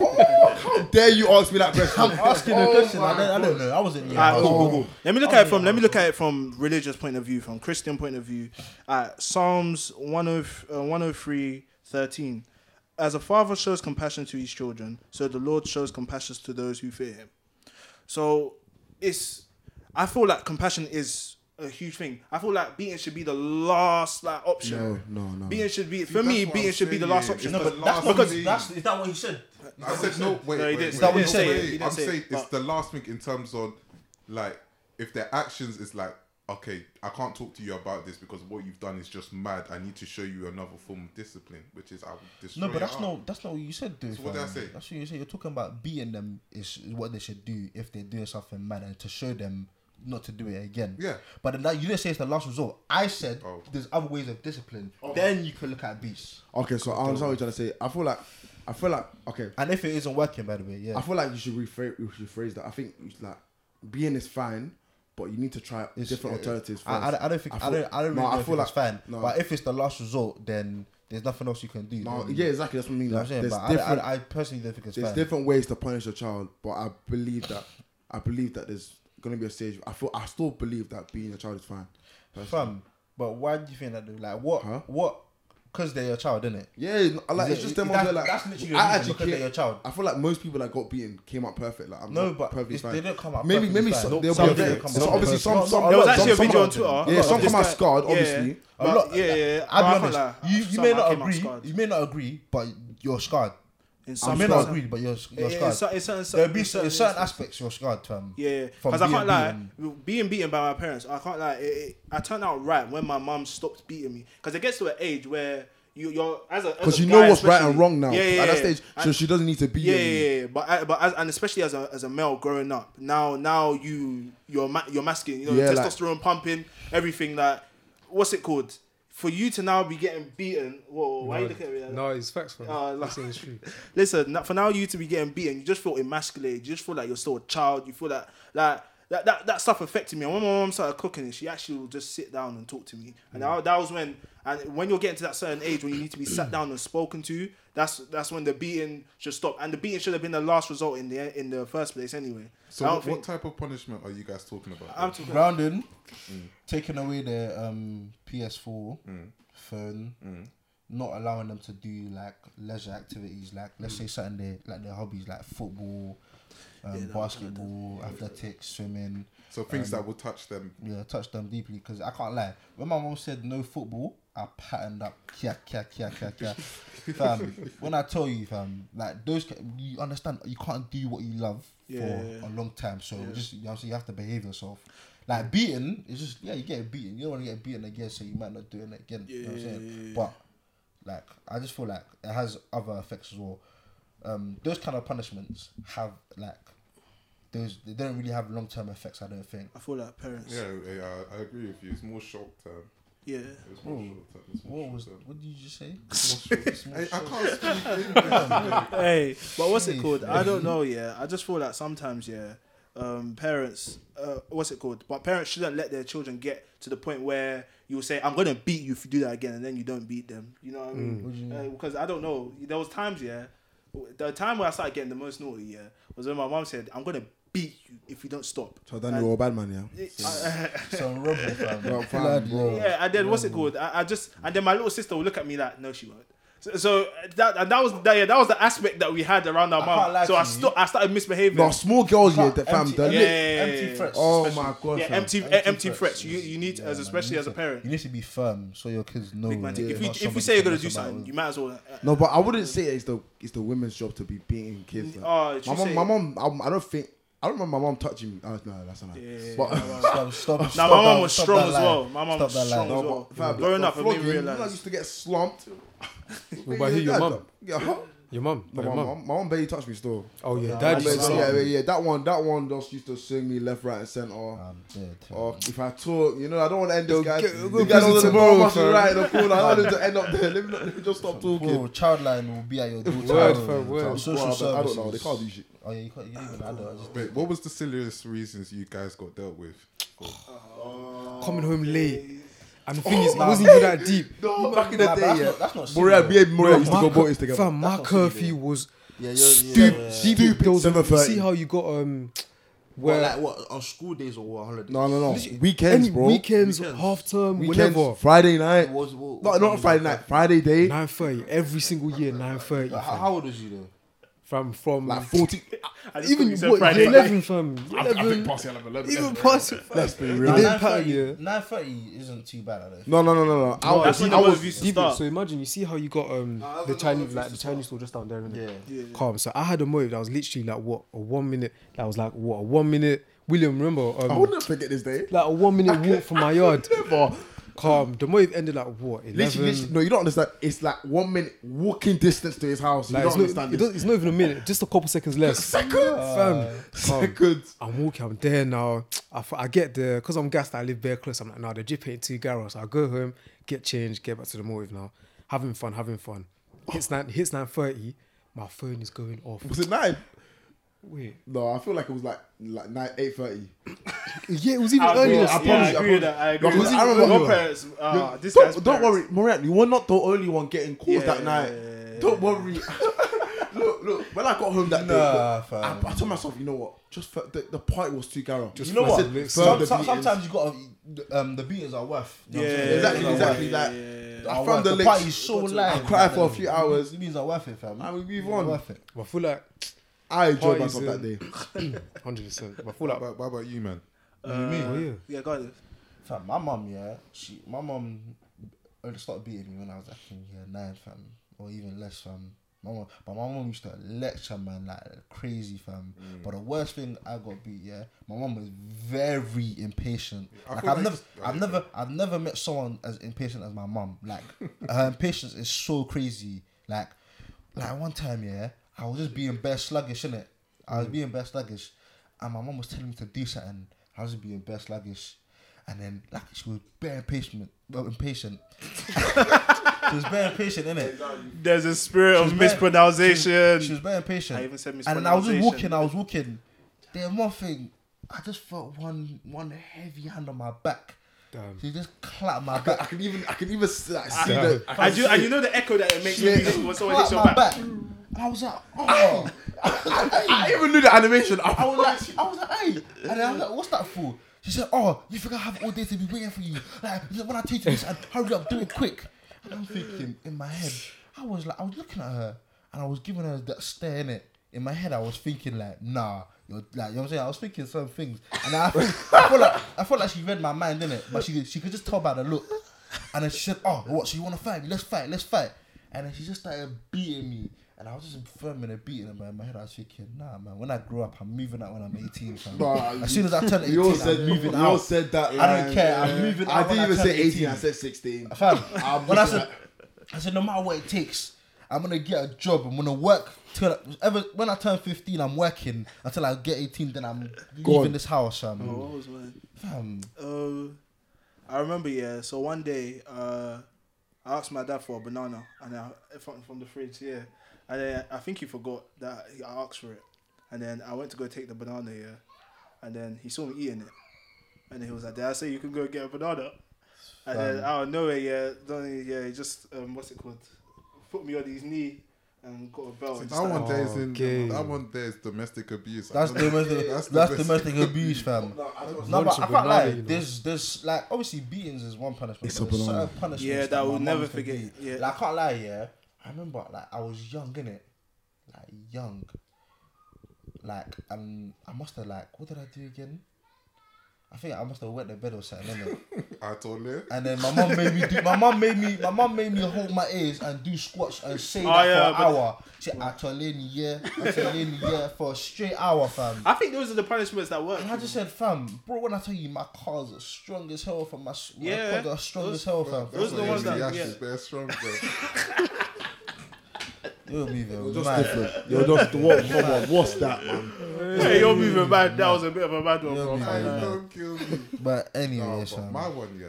I: Oh, how dare you ask me that question? Oh
B: I'm asking a question. I don't, I don't know. I wasn't. in your
F: Alright,
B: house.
F: cool, cool, cool. Let me look at it from let me look at it from religious point of view, from Christian point of view. Uh, Psalms 103, uh, 103 13. As a father shows compassion to his children, so the Lord shows compassion to those who fear him. So it's I feel like compassion is a huge thing. I feel like beating should be the last like option.
I: No, no, no.
F: Beating should be
E: See,
F: for me.
E: that's what
F: Beating
E: I'm
F: should be the
E: saying,
F: last
E: yeah.
F: option.
E: It's
F: No,
E: the
F: but
E: last
F: that's because
E: thing.
C: That's is that what you said?
E: I said no. Wait,
F: No, he
E: wait,
F: didn't
E: wait.
F: say it. He didn't say it.
E: wait, wait.
F: He didn't
E: I'm
F: say it,
E: saying it's
F: but-
E: the last thing in terms of like if their actions is like okay, I can't talk to you about this because what you've done is just mad. I need to show you another form of discipline, which is I will destroy.
B: No, but
E: your
B: that's
E: arm.
B: not that's not what you said, dude.
E: So what did I
B: fam.
E: say?
B: That's what you said. You're talking about beating them is what they should do if they do something mad and to show them not to do it again.
E: Yeah.
B: But then that, you didn't say it's the last resort. I said
E: Oh.
B: there's other ways of discipline. Then you can look at beats.
I: Okay, so I understand what you're trying to say. I feel like, I feel like, okay,
B: And if it isn't working, by the way, yeah.
I: I feel like you should rephrase, you should phrase that. I think it's like being is fine, but you need to try
B: It's-
I: different
B: yeah, yeah.
I: alternatives. First.
B: I, I, I don't think I,
I: feel-
B: don't I don't really
I: no,
B: know
I: I feel like
B: it's fine.
I: No,
B: But if it's the last resort, then there's nothing else you can do.
I: no,
B: then-
I: yeah, exactly. That's what I mean.
B: You know what
I: Like,
B: I'm saying,
I: there's
B: but I,
I: different,
B: I, I personally don't think it's
I: there's
B: fine.
I: different ways to punish a child, but I believe that, I believe that there's gonna be a stage. I feel, I still believe that being a child is fine.
B: Fam, but why do you think that? Though? Like what?
I: Huh?
B: What? Because they're your child, innit?
I: Yeah, no, I like
B: Is
I: it's
B: it-
I: just them.
B: that's-
I: That, like,
B: that's literally the
I: I
B: reason,
I: actually
B: because they're
I: can't-
B: your child.
I: I feel like most people that got beaten came out perfect. Like I'm
B: No,
I: not
B: but
I: perfectly
B: it's-
I: fine.
B: they don't come out
I: Maybe,
B: perfectly
I: maybe
B: fine.
I: some,
B: Nope.
I: they'll
B: Some
I: be
B: do
I: okay.
B: come
I: So
B: out
I: obviously,
B: perfect.
I: some,
B: Not-
I: some,
B: not-
F: there was
I: some-
F: actually a
I: some
F: video on
I: come out-
F: Twitter.
I: Yeah, some
F: This
I: come out
F: guy-
I: scarred,
F: yeah,
I: obviously.
B: A
F: But
B: lot,
F: yeah, yeah, yeah.
B: I'll
F: But I
B: be
F: feel
B: honest.
F: like
B: you you
F: some
B: may
F: I
B: not
F: came out
B: agree.
F: scarred.
B: You may not agree, but you're scarred.
F: in
B: You
F: some
B: may not
F: certain-
B: agree, but you're you're
F: in- in
B: scarred.
F: cer- in certain-
B: There'll be
F: in
B: certain,
F: certain
B: certain aspects you're scarred from.
F: Yeah,
B: from
F: because I can't
B: being
F: lie,
B: beaten.
F: being beaten by my parents, I can't lie. It, it, I turned out right when my mum stopped beating me because it gets to an age where you, you're as a
I: Because
F: as a
I: you
F: guy
I: know what's right and
F: especially-
I: wrong now.
F: Yeah, yeah,
I: At that
F: yeah.
I: stage, so
F: And-
I: she doesn't need to be.
F: yeah,
I: in you.
F: yeah, yeah, But I, but as, and especially as a as a male growing up, now now you you're ma- you're masculine. You know,
I: Yeah, like-
F: testosterone pumping, everything that. What's it called? For you to now be getting beaten. Whoa, why are you looking at me? Like that?
D: No, it's facts, fam.
F: Oh, no.
D: That's in the street.
F: Listen, n- for now you to be getting beaten, you just feel emasculated. You just feel like you're still a child. You feel that like that that, that stuff affected me. And when my mom started cooking, it, she actually will just sit down and talk to me. And
E: Mm.
F: I, that was when and when you're getting to that certain age when you need to be sat down and spoken to, that's that's when the beating should stop. And the beating should have been the last result in the in the first place anyway.
E: So
F: I don't
E: what,
F: think-
E: what type of punishment are you guys talking about?
F: I'm
E: though?
F: talking
B: Grounding,
F: Mm.
B: taking away their um, PS4,
I: Mm.
B: phone, not allowing them to do like leisure activities, like let's say certain their like their hobbies, like football, um, basketball, athletics, swimming.
E: so things
B: Um,
E: that will touch them.
B: Yeah, touch them deeply because I can't lie. When my mom said no football, I patterned up. Kia, kia, kia, kia, kia. fam, when I tell you, fam, like those, ca- you understand, you can't do what you love for
F: Yeah.
B: a long time. So just, you know, so you have to behave yourself. Like beaten, it's just, yeah, you get beaten. You don't want to get beaten again, so you might not do it again. You know what I'm saying? But, like, I just feel like it has other effects as well. Um, those kind of punishments have, like, those, they don't really have long term effects, I don't think.
F: I feel like parents.
E: Yeah, yeah, I I agree with you. It's more short term.
F: Yeah.
E: It's more short term. It's
B: What
E: more
B: was?
E: short term.
B: What did you just say?
E: Hey, I can't speak English.
F: Hey, but what's it
B: Jeez,
F: called?
B: man.
F: I don't know. Yeah, I just feel like sometimes, yeah, um, parents, uh, what's it called? But parents shouldn't let their children get to the point where you say, "I'm gonna beat you if you do that again," and then you don't beat them. You know what I
B: What do you
F: mean?
B: mean?
F: Uh, Because I don't know. There was times, yeah, w- the time where I started getting the most naughty, yeah, was when my mom said, "I'm gonna beat you if you don't stop."
I: So then you're a bad man, yeah.
F: It- I-
B: Some rubbish, fam.
I: Well, fam,
B: Bloody
I: bro.
B: hell.
F: yeah, and then what's it called? I, I just and then my little sister will look at me like, no, she won't. So, so that and that was that, yeah, that was the aspect that we had around our
B: I can't lie
F: mom. So
B: to
F: I
B: you.
F: sto- I started misbehaving.
I: No, small girls, yeah, the fam,
B: Empty-
I: the
B: empty-
F: yeah,
I: lip.
F: yeah, yeah,
B: empty
F: yeah.
B: threats.
I: Oh
B: especially.
I: my god,
F: Yeah,
I: fam.
F: empty, empty, empty threats. You you need as
B: man,
F: especially
B: you
F: as a
B: need to-
F: parent.
B: You need to be firm so your kids know.
F: Big man,
B: that
F: if
B: you're
F: you
B: not
F: if you
B: somebody
F: say you're
B: to mess
F: gonna do
B: about
F: something,
B: with.
F: you might as well. uh,
I: No, but I wouldn't say it's the it's the women's job to be beating kids. Like.
F: Oh, did
I: my
F: you
I: mom,
F: say-
I: my mom, I, I don't think I don't remember my mom touching me. Oh, no, that's not.
F: Yeah,
I: but
B: Stop, stop, stop
F: Nah, my
B: that-
F: mom was
B: stop
F: strong
B: that
F: as
B: lie.
F: well. My mom
B: Stop
F: was
B: that lie.
F: strong as
I: but-
F: well.
I: fam,
F: Growing
I: the
F: up, it made me
I: flogging, You know, I
F: realise.
I: used to get slumped.
D: What about you, your
I: Dad,
D: mum?
I: Yeah, huh?
D: Your mum.
I: No,
D: your
I: my
D: mum.
I: mom, my mom barely touched me still.
D: Oh yeah,
I: Yeah,
D: daddy.
I: yeah, yeah, yeah, that one, that one just used to swing me left, right, and center.
B: Um, yeah, tell
I: Or
B: me.
I: if I talk, you know, I don't want to end this
D: Ah, Yo,
I: guy.
D: get-
I: The
D: go
I: guy
D: visit
I: doesn't
D: tomorrow,
I: know what's
D: fam.
I: right in the corner. I don't want him to end up there. Let me, let me just stop
B: Bro,
I: talking.
B: childline will be at your door.
D: Word
B: child,
D: for
B: man.
D: word.
B: Social
I: Well,
B: services.
I: I don't know. They can't do shit.
B: Oh yeah, you can't. You even adult. I just
E: Wait, what was the silliest reasons you guys got dealt with?
D: Coming home late. And the thing is, it wasn't even that deep.
I: No, back in
B: Nah, but
I: the day,
B: that's
I: yeah.
B: not- that's not
I: Moria, me
B: serious.
I: and Moria used to
D: My
I: go
D: cur-
I: boys together.
D: Fam, my curfew was
C: Yeah, you're,
D: stupid.
C: yeah.
D: Stupid. There was- you
I: 7:30.
D: See how you got um.
C: What,
D: Where
C: like what on school days or what holidays?
I: No, no, no.
D: Literally,
I: Weekends,
D: any
I: bro.
D: Weekends,
C: Weekends.
D: half term,
I: Weekends,
D: whenever.
I: Friday night.
C: What was- what-
I: No,
C: what
I: not
C: time
I: Friday
C: was
I: night.
C: that?
I: Friday day.
D: Nine thirty every single year. Nine thirty.
C: Like, how, how old was you then?
D: From from
I: Like 40.
F: I just
D: even
F: thought you said
D: what,
F: Friday night.
D: eleven fam.
E: I think
D: Eleven.
E: past 11.
D: Even past.
I: Let's be
D: It
I: real.
D: didn't pattern you.
B: Nine thirty isn't too bad. I don't.
I: No, no, no, no, no. I
F: That's
I: was,
F: when
I: I
F: the
I: was
F: boys used to
D: Even-
F: start.
D: so imagine you see how you got um the Chinese like the Chinese store just down there in
C: Yeah.
D: calm. So I had a motive that was literally like what a one minute that was like what a one minute William remember
I: I
D: um,
I: will never forget this day.
D: like a one minute walk from my yard.
I: Never.
D: Calm. The motive ended like what
I: Literally,
D: eleven.
I: literally, no, you don't understand. It's like one minute walking distance to his house.
D: Like,
I: you
D: it's, not,
I: don't understand Uh,
D: it
I: this.
D: doesn't- it's not even a minute, just a couple seconds less. Fam, calm.
I: Seconds.
D: I'm walking, I'm there now. I, f- I get there because I'm gassed. I live very close. I'm like, nah, the jeep ain't too garage. So I go home, get changed, get back to the motive now. Having fun, having fun. Hits nine, hits nine thirty. My phone is going off.
I: Was it nine?
D: Wait,
I: No, I feel like it was like like nine eight thirty.
D: yeah, it was even
F: I agree,
D: earlier.
F: yeah,
I: I
D: still.
F: I
I: promise you, I
F: agree with
I: promise
F: that. I
I: you.
F: agree.
I: No,
F: with
I: I
F: that.
I: remember
F: My
I: you.
F: parents, ah, this guy's
I: don't don't
F: parents.
I: worry, Morian. You were not the only one getting calls
F: Yeah,
I: that night. Don't worry. look, look. When I got home that
B: Nah,
I: day, I,
B: fam.
I: I told myself, you know what? Just for, the, the party was too garage.
B: You know
D: for
B: what?
D: the mix.
B: Some-
I: For the
B: some-
I: beatings.
B: Sometimes you got um the beaters are worth. you know what I'm
F: Yeah,
B: saying?
I: exactly,
B: The beaters are
I: exactly.
B: worth.
I: Like,
B: Are
I: I
B: worth.
I: found the,
B: the
I: links.
B: party's so live.
I: I cried for a few hours.
B: It means are worth it, fam.
I: And we move
B: They're
I: on.
B: Worth it.
D: But I feel like
I: I enjoyed
D: Parties,
I: myself that
D: um,
I: day.
D: hundred percent. But I feel
E: What
D: like
E: about, what about you, man?
D: oh, yeah.
F: Yeah, got it.
B: Fam, my mum, yeah, she, my mum only started beating me when I was like in year nine, fam, or even less, fam. My mum, but my mum used to lecture, man, like crazy, fam.
E: Mm.
B: But the worst thing I got beat, yeah, my mum was very impatient.
E: I
B: like
E: feel
B: I've
E: like-
B: never, I've never, I've never met someone as impatient as my mum. Like her impatience is so crazy. Like, like one time, yeah, I was just being bare sluggish, innit? I
E: Mm.
B: was being bare sluggish, and my mum was telling me to do something. I was just being bare sluggish, and then like she was bare impatient, well, impatient. she was bare impatient, innit?
F: There's a spirit
B: She
F: of
B: was very-
F: mispronunciation.
B: She was very impatient.
F: I even said
B: And then I was just
F: mispronunciation.
B: walking, I was walking. Then one thing, I just felt one one heavy hand on my back.
D: Damn.
B: She just clapped my
I: I
B: back.
I: can even I can even see that. See
D: Yeah.
I: that
F: I do, and you know the echo that it makes when
B: She
F: people- when someone hits
B: clapped my
F: your back.
B: back. And I was like, oh.
I: I even knew the animation.
B: I was like, I was like, hey. And then I was like, what's that for? She said, oh, you think I have all day to be waiting for you? Like, when I teach you this, and hurry up, do it quick. And I'm thinking in my head, I was like, I was looking at her and I was giving her that stare in it. In my head, I was thinking like, nah, you're like, you know what I'm saying? I was thinking some things, and I, feel- I felt like I felt like she read my mind, didn't it? But she she could just tell by the look. And then she said, oh, what? So you want to fight me? Let's fight, let's fight. And then she just started beating me. And I was just firm in the beating her, man. In my head, I was thinking, nah, man, when I grow up, I'm moving out when I'm 18, fam.
I: Nah,
B: as soon as I turn 18,
I: You all
B: I'm
I: said
B: moving
I: you
B: out.
I: all said that.
B: I don't
I: line,
B: care, I'm moving
I: I
B: out when
I: didn't
B: I
I: even
B: turn
I: say 18,
B: 18.
I: I said 16.
B: Fam,
I: I'm
B: when I
I: just
B: said, I said, no matter what it takes, I'm gonna get a job. I'm gonna work till ever when I turn 15. I'm working until I get 18. Then I'm leaving
I: on.
B: this house, fam.
F: Oh, what was mine?
B: Fam,
F: Uh, I remember, yeah. So one day, uh, I asked my dad for a banana, and I from, from the fridge, yeah. And then I think he forgot that I asked for it, and then I went to go take the banana, yeah. And then he saw me eating it, and then he was like, "Dad, I say you can go get a banana." And then out of nowhere, yeah, Donnie, yeah, he just um, what's it called? Put me on his knee and got a belt. and
E: That
F: just like-
E: one, there is in,
D: Okay.
E: that one there is domestic abuse. I
B: oh, that's
E: don't know.
B: domestic.
E: That's
B: that's
E: the best.
B: domestic abuse, fam. No,
D: Once
B: but
D: a
B: I can't
D: banana,
B: lie.
D: you know.
B: There's, there's like obviously beatings is one punishment.
I: It's
B: but
I: a
B: there's
I: banana.
B: certain punishments
F: Yeah, that
B: my
F: we'll
B: mum
F: never
B: can
F: forget.
B: do.
F: Yeah.
B: like, I can't lie. Yeah, I remember like I was young in it, like young. Like um, I must have like what did I do again? I think I must have wet the bed or something. Innit?
E: I told her.
B: And then my mum made me do. My mum made me. My mum made me hold my ears and do squats and say that
F: Oh, yeah,
B: for
F: but-
B: an hour. She atolini yeah, atolini yeah for a straight hour, fam.
F: I think those are the punishments that work.
B: And I just said, fam, bro, when I tell you my cars are strong as hell, fam, my, s- my
F: Yeah.
B: yeah, are strong as hell, fam.
F: those are the ones that- yeah.
E: They're strong, bro.
B: You and me, though,
I: Just
B: mad.
I: different. Yo, just what? Come on, what's that, man?
F: hey, you're moving bad. That was a bit of a bad one.
B: You're
F: bro.
B: moving
E: Hey,
B: Yeah.
E: Don't kill me.
B: But
E: No,
B: anyways,
E: but
B: fam.
E: my one, yeah.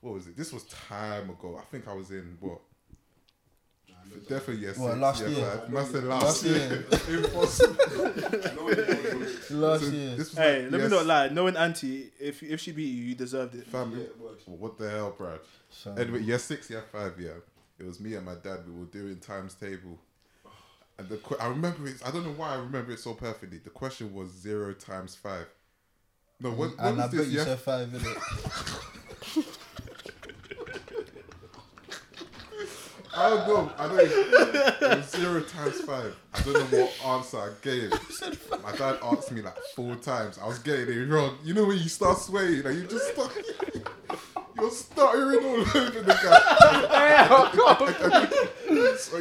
E: What was it? This was time ago. I think I was in what? Definitely yes.
B: What, last year?
E: Must have last,
B: Last
E: year. Impossible.
B: Last
E: So
B: year.
E: This was
F: Hey,
E: like,
F: let me
E: yes,
F: not lie. Knowing Auntie, if if she beat you, you deserved it.
E: Fam, what the hell, Brad?
B: So-
E: Anyway, year six, year five, yeah. It was me and my dad. We were doing times table. And the que- I remember it. I don't know why I remember it so perfectly. The question was zero times five. No, what, what
B: and I bet
E: was this?
B: you
E: Yeah,
B: said five minutes.
E: I don't know. I don't. It was zero times five. I don't know what answer I gave. My dad asked me like four times. I was getting it wrong. You know when you start swaying, like you just start. You're stuttering all over the guy. so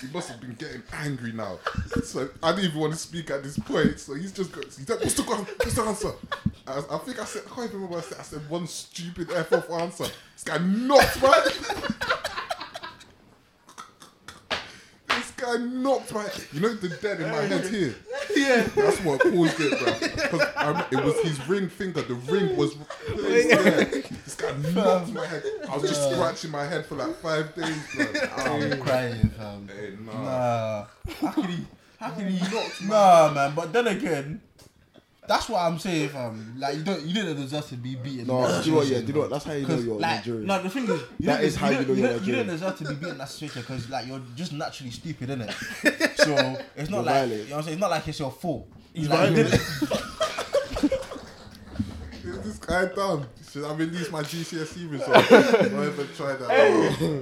E: he must have been getting angry now. So I didn't even want to speak at this point. So he's just got. He's like, what's the, gra- what's the answer? I, I think I said. I can't even remember. What I said I said one stupid f off answer. This guy knocked my. This guy knocked my. You know the dent in my head here. Yeah, that's what caused it, bro. 'Cause I rem- it was his ring finger. The ring was placed there. This guy knocked my head. I was just scratching my head for like five days, bro.
B: I'm crying, fam.
E: Hey, nah.
B: Nah. How can he? How can he not? Nah, man. But then again, that's what I'm saying, fam. Like you don't, you didn't deserve to be beaten. in
I: No,
B: that
I: do you know what? Yeah,
B: situation,
I: do you know what?
B: man.
I: That's how you know
B: 'Cause,
I: you're
B: like,
I: Nigerian.
B: no, the thing is, you
I: That
B: don't-
I: is how you
B: don't-
I: know you're
B: don't- You
I: Nigerian.
B: don't deserve to be beaten in that situation because, like, you're just naturally stupid, innit? So it's not
I: You're
B: like you know
I: violent.
B: what I'm saying. It's not like it's your fault. Like, you didn't-
E: Is this guy dumb? Should I release my GCSE E results? Don't ever try that.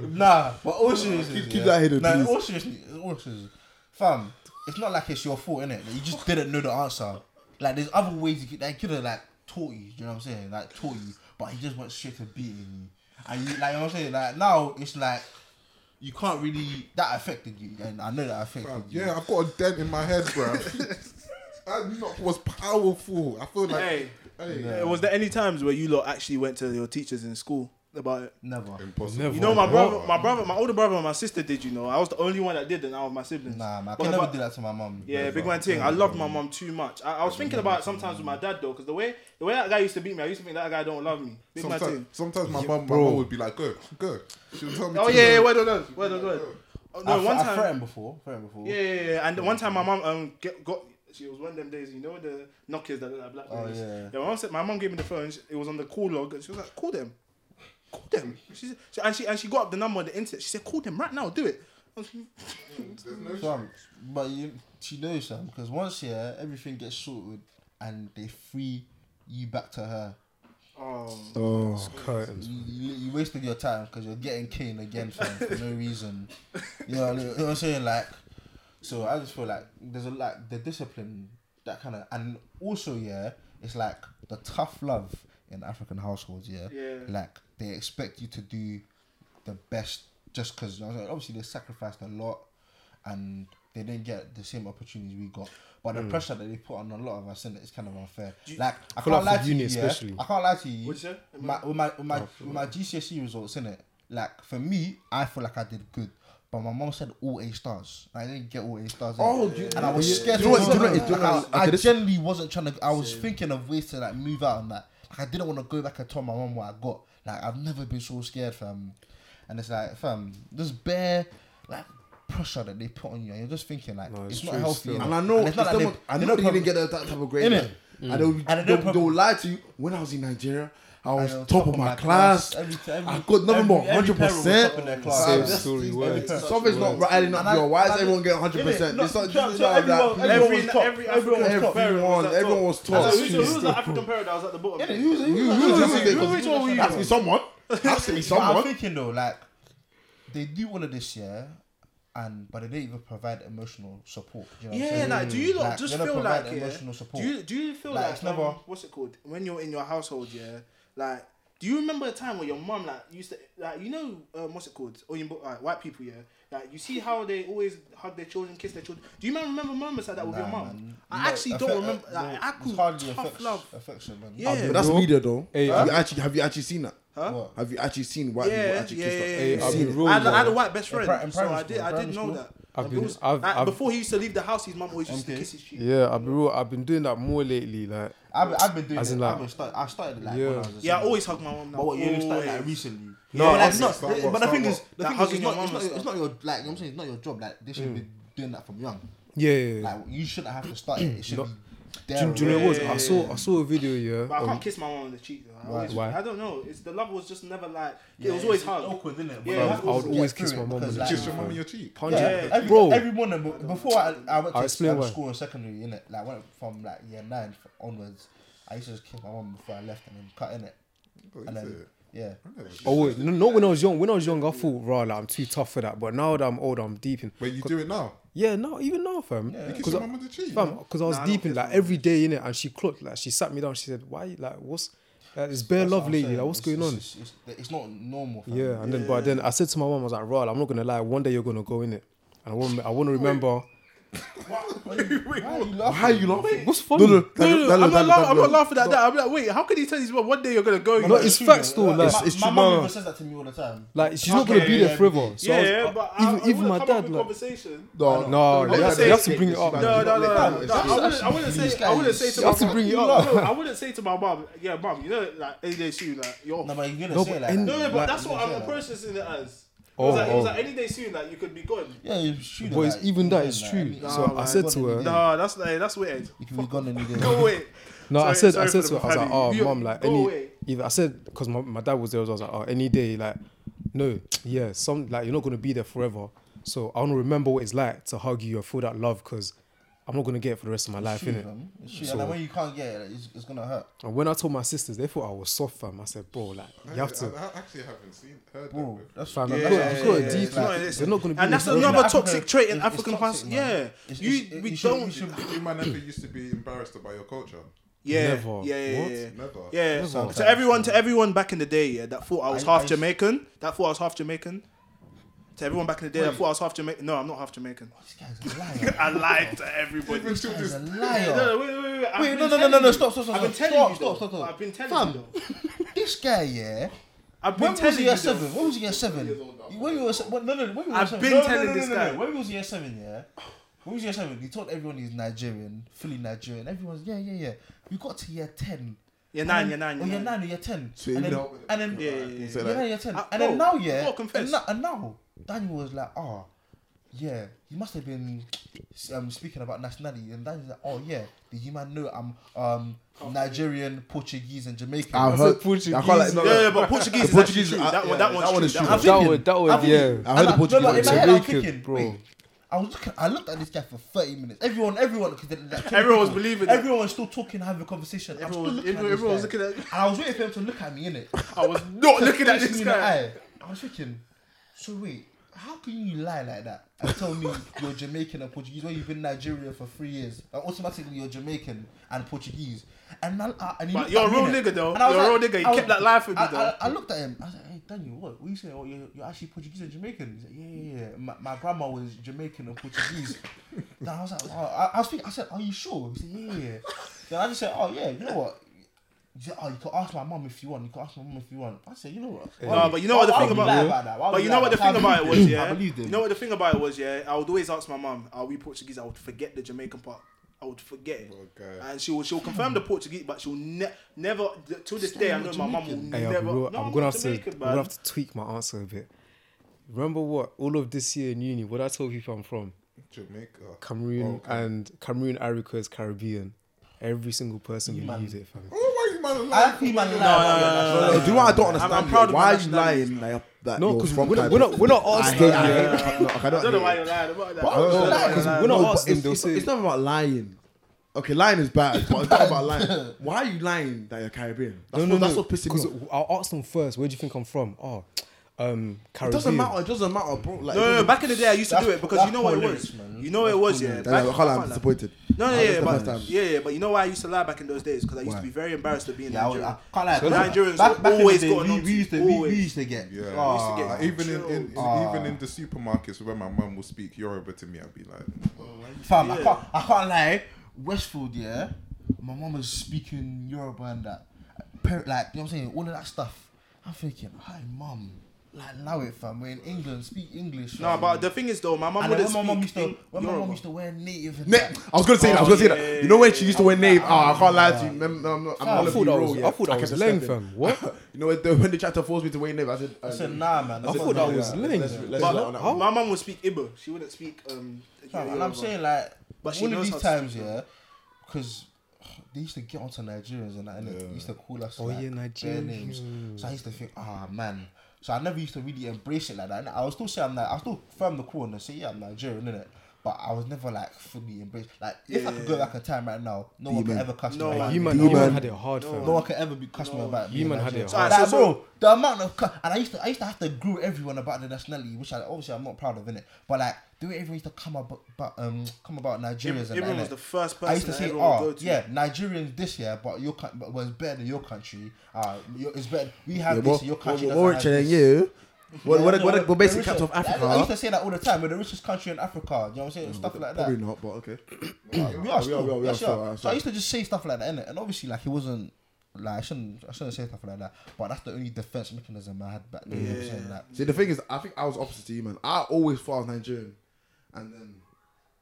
B: Nah, but all seriously,
I: Keep- keep that hidden,
B: Nah,
I: please.
B: all seriously, all seriously, fam. It's not like it's your fault, innit? Like, you just didn't know the answer. Like there's other ways you could, like could have like taught you. Do you know what I'm saying? Like taught you, but he just went straight to beating you. And you, like you know what I'm saying, like now it's like you can't really that affected you, and I know that affected you.
E: Yeah, I've got a dent in my head, bro. that knock was powerful. I feel like.
F: Hey.
E: hey.
F: Uh, Was there any times where you lot actually went to your teachers in school about it?
B: Never.
E: Impossible.
D: Never.
F: You know, my
D: What?
F: brother, my brother, my older brother, and my sister did. You know, I was the only one that did, and I was my siblings.
B: Nah, man. I
F: But-
B: can never
F: but-
B: do that to my mum.
F: Yeah,
B: Never.
F: big man thing. I love my mom too much. I, I was thinking about it sometimes with my dad though, because the way the way that guy used to beat me, I used to think that guy don't love me. Big man
E: Sometimes,
F: thing.
E: sometimes my mum, my mum would be like, "Go, go." She would tell me.
F: Oh
E: to
F: yeah, yeah,
E: go.
F: word on word, word on word. Oh,
B: I,
F: No, one
B: I
F: time.
B: threatened before. Threatened before.
F: Yeah, yeah, yeah. And one time my mom um get, got she was one of them days. You know the Nokia's that look like blackberries.
B: Oh, yeah.
F: my mom said my mom gave me the phone. She, it was on the call log, and she was like, "Call them, call them." She, said- she and she and she got up the number on the internet. She said, "Call them right now, do it." I was-
B: Fam, um, but you, she knows Sam because once yeah, everything gets sorted and they free you back to her.
F: Oh,
D: Oh, curtains.
B: You, you, you wasted your time because you're getting caned again fam, for no reason. You know, you know what I'm saying? Like, so I just feel like there's a like the discipline that kind of and also yeah, it's like the tough love in African households. Yeah,
F: Yeah.
B: like they expect you to do the best just because obviously they sacrificed a lot and they didn't get the same opportunities we got. But
D: Hmm.
B: the pressure that they put on a lot of us in it is kind of unfair. Like I
D: feel
B: can't
D: like
B: lie
D: for
B: to
D: uni
B: you,
D: especially.
B: especially. I can't lie to you.
F: What'd you say?
B: My, with my with
D: Oh,
B: my with my GCSE E results in it. Like for me, I feel like I did good, but my mom said all A stars. I didn't get all A stars. innit?
I: Oh, do you-
B: and I was
I: yeah.
B: scared.
I: Do you know
B: to
I: what- do you know
B: go
I: what- do you know
B: back.
I: what-
B: I,
I: okay,
B: I
I: this-
B: generally wasn't trying to. I was thinking of ways to like move out on that. Like I didn't want to go back and tell my mom what I got. Like I've never been so scared, fam. And it's like, fam, this bare like pressure that they put on you, and you're just thinking like
D: No,
B: it's,
D: it's
B: not
D: true
B: healthy.
D: still.
B: innit?
I: And I know,
B: And
I: it's not
B: like they-
I: I
B: they
I: know
B: don't
I: they
B: prob-
I: didn't get that type of grade.
B: Innit?
I: man. And they'll,
B: And they
I: they'll,
B: don't prob-
I: they'll lie to you. When I was in Nigeria, I was
B: I was
I: top, of my class.
B: Every- every-
I: I got nothing more,
B: every- every
I: hundred
B: parent was top in
I: percent.
B: their class.
D: Same
B: That's-
D: story,
B: that's-
D: word.
B: that's-
I: Something's not right adding
B: And
I: up
B: I-
I: here. Why
B: and
I: is
B: I-
I: everyone getting hundred percent?
B: Innit?
I: It's not
B: Look,
I: just
B: so
I: like
B: everyone-
I: that.
B: everyone
F: every,
B: was top.
F: every
B: Everyone
F: African
B: was
F: top parent
I: Everyone,
F: was at
I: everyone
F: top.
I: was
F: And
I: top.
F: So, who, so who was the African parent that was at the bottom?
B: Yeah, who's- who's-
I: You-
B: who's-
I: you-
B: who's-
I: you-
B: who's-
I: you-
B: who's-
F: you-
B: who's-
F: you-
I: Ask me someone. Ask me
B: But I'm
I: someone.
B: thinking though, like they do all of this, yeah, and but they didn't even provide emotional support. do You know what I'm
F: Yeah,
B: saying?
F: like, do you lot
B: Like,
F: just
B: they don't
F: feel
B: provide
F: like
B: the
F: yeah,
B: emotional support?
F: Do you do you feel
B: Like,
F: like,
B: it's never-
F: um, what's it called when you're in your household? Yeah, like do you remember a time where your mum like used to like you know um, what's it called? Or you, like, white people, yeah. Like you see how they always hug their children, kiss their children. Do you man remember moments like that with your
B: Nah,
F: mum?
B: man.
F: I
B: No,
F: actually
B: affe-
F: don't
B: uh,
F: remember. Like,
B: no,
F: I
B: it's
F: could
B: hardly
F: tough
B: affection-
F: love.
B: affection, man.
F: Yeah.
I: But that's
D: No.
I: media though.
D: Hey,
I: have
D: I-
I: you actually have you actually seen that?
F: Huh?
B: What?
I: Have you actually seen white
F: Yeah,
I: people actually
F: yeah,
I: kiss
F: yeah,
I: that?
F: yeah.
D: Hey, I'll be
I: seen it.
D: real.
F: I had, I had a
D: yeah.
F: white best friend,
B: pri- in
F: so I
B: primary
F: did.
B: school,
F: I
B: in
F: did know
B: primary
F: that.
D: I've
F: Like,
D: been-
F: because-
D: I've-
F: like,
D: I've-
F: before he used to leave the house, his mum always used to
B: Okay.
F: kiss his cheek.
D: Yeah, I've been real, I've been doing that more lately. Like,
B: I've been, I've been doing
D: As in,
B: it.
D: like-
B: I've been start, I started like
D: Yeah.
B: when I was a
F: Yeah, oh, I
B: senior.
F: always hug my mum now.
B: But what, you only started like
F: Always.
B: recently.
D: No,
B: but,
D: I-
B: like, not,
E: Start what,
B: but the
E: start
B: thing
E: what?
B: is, the
F: Like
B: thing is, it's not,
F: hugging your
B: it's,
F: mum
B: not,
F: and
B: it's not your like. I'm saying it's not your job. Like they
D: Mm.
B: should be doing that from young.
D: yeah, yeah, yeah.
B: Like you should have to start it. It should be there.
D: do, do you know what? it
F: Yeah,
D: was? I
F: yeah,
D: saw
F: yeah.
D: I saw a video. Yeah, um,
F: But I
D: of-
F: can't kiss my mum on the cheek though. I
B: Why?
F: always,
D: Why?
F: I don't know. It's the love was just never like it was always hard.
B: Awkward, isn't it?
F: Yeah,
B: But
F: I
B: you have to
F: would
B: also
D: always
B: get
D: kiss
B: through
D: my
B: it
D: mum
B: because,
D: on the
B: like,
E: Kiss your mum in your cheek.
D: Hundred-
B: Yeah, every,
D: bro.
B: every morning b- before I, I went to
D: I'll explain
B: um,
D: why.
B: school in secondary, innit? Like went from like year nine f- onwards, I used to just kiss my mum before I left and then cut in it. And then yeah.
D: Oh, wait, no, not when I was young. When I was young, I thought, rah, like, I'm too tough for that. But now that I'm older, I'm deep in.
E: But you do it now.
D: Yeah, no, even now, fam.
E: You kiss
D: Cause
E: your
D: I-
E: mum on the cheek.
D: Fam, because I was
F: Nah, I
D: deep
F: don't
D: in like
F: kiss
D: every day in it, and she clocked like she sat me down. She said, "Why? you- Like, what's like, it's bare
B: That's what
D: love
B: I'm
D: lately?
B: saying.
D: Like, what's
B: It's-
D: going
B: it's-
D: on?"
B: It's, it's, it's not normal. Fam.
D: yeah, and then but then I said to my mom, I was like, "Rod, I'm not gonna lie. One day you're gonna go in it, and I want I want to remember."
B: Why are you laughing?
I: How you not?
D: What's funny?
I: No, no,
F: No, no, no, I'm, not
I: that-
F: laugh- I'm not
I: that-
F: laughing at that. I'm like, wait, how can he tell his mum one day you're gonna go?
D: No, it's facts though. Like,
B: my,
I: it's
B: my
I: true,
B: mum
I: man.
B: even says that to me all the time.
D: like she's not gonna
F: Okay,
D: be
F: yeah,
D: there forever. So I was-
F: yeah,
D: I-
F: but
D: even
F: I, I
D: even my
F: come up
D: dad
F: with
D: like.
F: conversation.
I: No,
D: No,
F: let
D: you
F: me
D: have,
F: say
D: you have to
F: it.
D: bring it up.
F: No,
I: No,
F: no, no, no,
I: It's
F: no. I
I: just-
F: wouldn't, I wouldn't
B: this
F: say.
B: guy
F: I wouldn't
B: is-
F: say to
D: You
F: my
D: have to
F: mum.
D: bring it
F: no,
D: up.
F: no, I wouldn't say to my mum. Yeah, mum, you know, like any day soon, like you're.
B: No,
F: No,
B: but you're gonna
D: No,
B: say
D: but
B: it like
D: any-
B: that.
F: no,
D: like-
F: but that's what I'm
B: Yeah.
F: processing it as. It
D: Oh,
F: was like, it
D: oh.
F: was like any day soon, like you could be gone.
B: Yeah, you shoot
D: Boys, even that is true.
F: So I
D: said to her-
F: Nah, that's like, that's weird.
B: You can be gone any day.
F: Go away.
D: No, I
F: Sorry-
D: said, I said
F: sorry for
D: to
F: the
D: her, I was like, oh,
F: profanity. You-
D: mom, like,
F: go
D: any,
F: away.
D: either, I said, because my, my dad was there, I was like, oh, any day, like, no, yeah, some, like, you're not going to be there forever. So I want to remember what it's like to hug you and feel that love because I'm not going to get it for the rest of my life,
B: Shoot,
D: innit?
B: fam. Shoot, and then when you can't get it, like, it's, it's gonna hurt.
D: And when I told my sisters, they thought I was soft, fam. I said, bro, like, you have to,
E: I, I actually haven't seen heard
B: Bro,
E: that.
B: that's
D: fam,
B: yeah,
D: I've
B: that's-
D: got,
B: that's-
D: I've got
F: yeah,
D: a
F: it's
D: deep,
F: not-
D: like,
F: it's-
D: they're not going to be
F: and that's
D: there
B: it's
D: forever.
F: another
B: not
F: toxic
B: Africa,
F: trait in
B: it's- it's
F: African
B: toxic,
F: fans.
B: man.
F: Yeah,
B: It's-
F: you
B: it's-
F: we
B: you should-
F: don't.
B: you should-
E: before. You man never used to be embarrassed about your culture.
F: yeah,
D: Never.
F: yeah, yeah,
D: What?
F: yeah.
E: Never.
F: Yeah,
B: Never.
F: to everyone, to everyone back in the day, yeah, that thought I was
B: I-
F: half
B: I-
F: Jamaican. That thought I was half Jamaican. To everyone back in the day, that
B: Wait.
F: thought I was half Jamaican. No, I'm not half Jamaican.
B: This guy's a liar.
F: I lied to everybody.
E: Even till
B: He's
E: this
B: a
F: No, no,
B: liar.
F: wait, wait, wait. I've
B: Wait,
F: been
B: no, no, no,
F: telling
B: no, no,
F: you.
B: stop, stop, stop.
F: I've been
B: stop,
F: telling you.
B: Stop,
F: though.
B: stop, stop.
F: I've been telling
B: Fam,
F: you. though.
B: This guy, yeah.
F: I've been
B: When
F: telling
B: was
F: you.
B: he year
F: though.
B: seven? When was he year seven? When you were se- when- no no when you were
F: I've
B: seven.
F: been
B: no, no,
F: telling
B: no, no,
F: this
B: no,
F: guy.
B: No. When he was year seven, yeah. When he was year seven, he told everyone he's Nigerian, fully Nigerian. Everyone's yeah yeah yeah. We got to year ten.
F: You're
B: and then-
F: nine. You're nine.
B: Oh,
F: You're
B: year
F: nine.
B: nine or year ten.
I: So
B: And
I: you
B: then
I: know-
B: and then
F: Yeah, yeah, yeah.
I: Say
B: yeah,
I: that.
B: yeah, ten.
F: Uh,
B: and then
F: bro,
B: now,
F: you
B: yeah,
F: gotta confess.
B: And, now, and now, Daniel was like, oh, yeah, you must have been um, speaking about nationality. And Daniel's like, oh, yeah, did you man know I'm um, Nigerian, Portuguese, and Jamaican?
I: I
B: And
I: heard.
D: Portuguese.
I: I can't like. no,
F: Yeah, yeah,
I: no.
F: but Portuguese is
I: Portuguese,
F: actually true.
I: I-
F: That one,
I: yeah,
F: that one's
I: that one
F: true.
I: is
F: That
I: true.
F: one's
B: That
F: true.
D: would- that would-
B: I'm thinking-
D: yeah.
I: I heard
B: and
I: the Portuguese
B: no, no, in
I: one.
B: my head, I'm
D: Jamaican,
B: thinking,
D: bro.
B: wait, I was looking, I looked at this guy for 30 minutes. Everyone, everyone, because
F: Everyone was believing it.
B: Everyone was still talking, having a conversation. I'm still
F: Everyone-
B: looking at
F: everyone-
B: this
F: everyone was
B: guy.
F: looking at-
B: And I was waiting for him to look at me, innit?
F: I was not looking
B: Looked
F: at this
B: me in the
F: guy.
B: eye. I was thinking, so wait, how can you lie like that and tell me you're Jamaican and Portuguese when you've been in Nigeria for three years? Like, automatically you're Jamaican and Portuguese. And, I, I, and he
F: But
B: looked
F: you're a
B: at me,
F: real
B: innit?
F: nigga, though.
B: And I was
F: You're a real
B: like-
F: nigga. You
B: I was-
F: kept that lie for me,
B: I- I-
F: though.
B: I, looked at him. I was like, hey, Daniel, what? What you saying? Oh, you're, you're actually Portuguese and Jamaican. He's like, yeah, yeah, yeah. My, my grandma was Jamaican and Portuguese. then I was like, oh, I, I was thinking, I said, are you sure? He said, yeah, yeah, yeah. Then I just said, oh, yeah, you know what? He said, oh, you can ask my mum if you want. You can ask my mum if you want. I said, you know what? Why
F: No,
B: would-
F: but you know what the
B: why
F: thing
B: would you
F: about,
B: lie that? Why would
F: but you
B: lie
F: know what the
B: about
F: thing
B: that?
F: about it was, yeah.
B: I believed him.
F: You know what the thing about it was, yeah. I would always ask my mum, "Are we Portuguese?" I would forget the Jamaican part. I would forget it,
E: Okay.
F: and she will she'll confirm the Portuguese, but she'll ne- never to this day. I know my mum will
D: Hey, I'll be
F: never.
D: real,
F: No,
D: I'm
F: I'm
D: gonna
F: not
D: have to,
F: Jamaican,
D: I'm
F: man.
D: gonna have to tweak my answer a bit. Remember what? All of this year in uni, what I told people I'm from.
E: Jamaica.
D: Cameroon
E: Okay.
D: and Cameroon Ivory Coast Caribbean. Every single person believes it, fam.
E: Oh, why you man
B: I
E: alive?
B: think man lied.
I: No, no, do you know what I don't
F: I'm
I: understand?
F: proud of
I: why
F: my
I: are you lying? Like, that
D: No,
I: you're
D: because
I: from
D: we're, not-
I: Cardiff?
D: we're not we're not
I: I
D: asked
I: hate-
D: them.
I: I
D: yeah.
I: hate- no, I
F: I don't know why
I: cannot
F: you're lying about that.
I: I
F: I don't
I: don't know why,
F: know
I: 'cause
F: why you're
D: we're not
F: lying.
I: but
D: asking,
I: it's-
D: they'll
I: it's,
D: say-
I: it's not about lying. Okay, lying is bad, but it's not about lying. Why are you lying that you're Caribbean? That's,
D: No, no,
I: what, that's
D: no.
I: what pissing me
D: Because
I: off.
D: I'll ask them first. Where do you think I'm from? Oh, um
I: It
D: Caribbean.
I: doesn't matter. It doesn't matter, bro. Like,
F: No, no, no, back in the day I used to
B: That's-
F: do it because
B: that's
F: you know what it
B: poor
F: was.
B: lyrics, man.
F: You know what it was, yeah.
I: Damn, I
F: Back-
I: can't lie,
F: I
I: I'm
F: can't lie.
I: disappointed.
F: No, no,
I: That's
F: yeah,
I: the first
F: but
I: time.
F: yeah, yeah, but you know why I used to lie back in those days because I used to be very embarrassed of being
B: Yeah, I, was- I
F: Nigerian.
B: can't lie.
F: Nigerians were
B: back, back in the
F: always
B: day,
F: going
B: we,
F: on
B: we used to,
F: to-
B: we, we
F: always.
B: used to get.
E: Yeah,
B: Ah,
E: I
F: used to
E: Like,
F: get
E: even in, in, in
B: Ah.
E: even in the supermarkets where my mum will speak Yoruba to me, I'd be like,
B: Fam, I,
F: Yeah.
B: can't, I can't lie. Westfield, yeah. My mom was speaking Yoruba and that. Per- like, you know what I'm saying? All of that stuff. I'm thinking, hi, mum. Like, allow it, fam. We're in England. Speak English.
F: No,
B: fam."
F: but the thing is though, my mom
B: And then
F: wouldn't
B: when my mom
F: speak
B: used to,
F: in
B: when my mom
F: Yoruba.
B: used to wear native. and
I: Ne-
B: that,
I: I was gonna say that. I was gonna say that. You know when she used to wear name? Oh, I can't lie to you. Mem- no, I'm not. I'm
D: I
I: not
D: thought that was,
I: yeah.
D: I thought that was
I: kept
D: leng,
I: stepping.
D: fam. What?
I: You know when they, when they tried to force me to wear name? I said.
B: I said, nah, man.
D: I
B: that's
D: thought
B: not
D: that
B: good."
D: was
B: Yeah.
D: leng.
I: let's- let's
F: But
I: let on that
D: How?
I: one.
F: my mum would speak Igbo. She wouldn't speak. Um,
B: Fam, and
F: Yoruba.
B: I'm saying like,
F: But she
B: all of
F: knows
B: these
F: how to
B: times,
F: speak.
B: yeah, because they used to get onto Nigerians and that, and they used to call us
D: Oh,
B: like,
D: yeah,
B: bare names. So I used to think, ah man. So I never used to really embrace it like that. And I was still say I'm like, I was still firm the core and say yeah I'm Nigerian innit? But I was never like fully embraced. Like if I could go back in time right now, no one could ever cuss
F: No
B: me.
F: one.
B: about
D: You
B: being
D: man,
I: You
D: you man
I: man.
D: had it hard, fam.
B: no one could ever be cussed me about.
D: You
B: being
D: man had
B: Nigerian.
D: it
B: Like,
D: hard.
F: Alright, so-
B: bro, the amount of cu- and I used to, I used to have to grill everyone about the nationality, which I obviously I'm not proud of in it. But like, the way everyone used to come about, about um, come about Nigerians and that,
F: Everyone was
B: innit?
F: the first
B: I used
F: person
B: to
F: that
B: say,
F: everyone would
B: oh
F: go to.
B: yeah, Nigerians this year, but your coun- but was better than your country. Uh, your, it's better. We
I: Yeah,
B: have
I: well,
B: this, your country
I: well,
B: doesn't
I: well,
B: have
I: richer than
B: this.
I: you. What,
B: Yeah,
I: what,
B: no,
I: what,
B: we're
I: what basically
B: richer.
I: capped off
B: I- I used to
I: Africa?
B: say that all the time. We're the richest country in Africa. You know what I'm saying? Stuff like that.
I: Probably not, but okay.
B: We are still.
I: we are, we are
B: yes,
I: still,
B: yeah.
I: uh,
B: So I
I: so-
B: used to just say stuff like that, innit? And obviously, like, it wasn't. Like, I shouldn't, I shouldn't say stuff like that. But that's the only defense mechanism I had back then. You know what I'm saying? Like,
I: See, the thing is, I think I was opposite to you, man. I always thought I was Nigerian, and then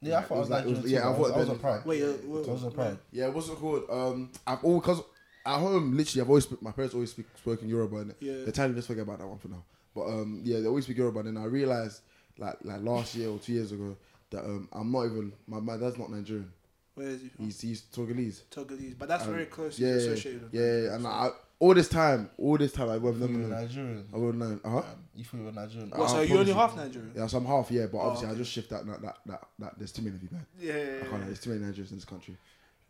B: yeah, I thought
I: it
B: I
I: was
B: was
I: like- it was-
B: Nigerian. too,
I: yeah, I
B: but I
I: thought
B: was- I
I: then-
B: wasn't proud.
F: Wait, uh,
B: I wasn't proud.
I: yeah, what's it called? Um, I've always because at home, literally, I've always sp- my parents always speak spoken Yoruba, and
F: Yeah.
I: the time let's forget about that one for now. But um, yeah, they always speak Yoruba, and then I realized like like last year or two years ago that um, I'm not even my my dad's not Nigerian.
F: Where is he from?
I: He's he's Togolese.
F: Togolese, but that's
I: Um,
F: very close.
I: Yeah,
F: Yeah,
I: yeah,
F: associated with
I: yeah, yeah, and I, all this time, all this time, I would have
B: You
I: never
F: Mm.
B: were
I: known.
B: Nigerian.
I: I would have known. Uh huh.
B: You thought you were Nigerian.
F: What, so
I: I
F: you only
I: apologize.
F: half Nigerian?
I: Yeah, so I'm half, yeah, but obviously
F: Oh, okay.
I: I just shift that, that, that, that, that. There's too many of you, man.
F: Yeah.
I: I can't. There's too many Nigerians in this country.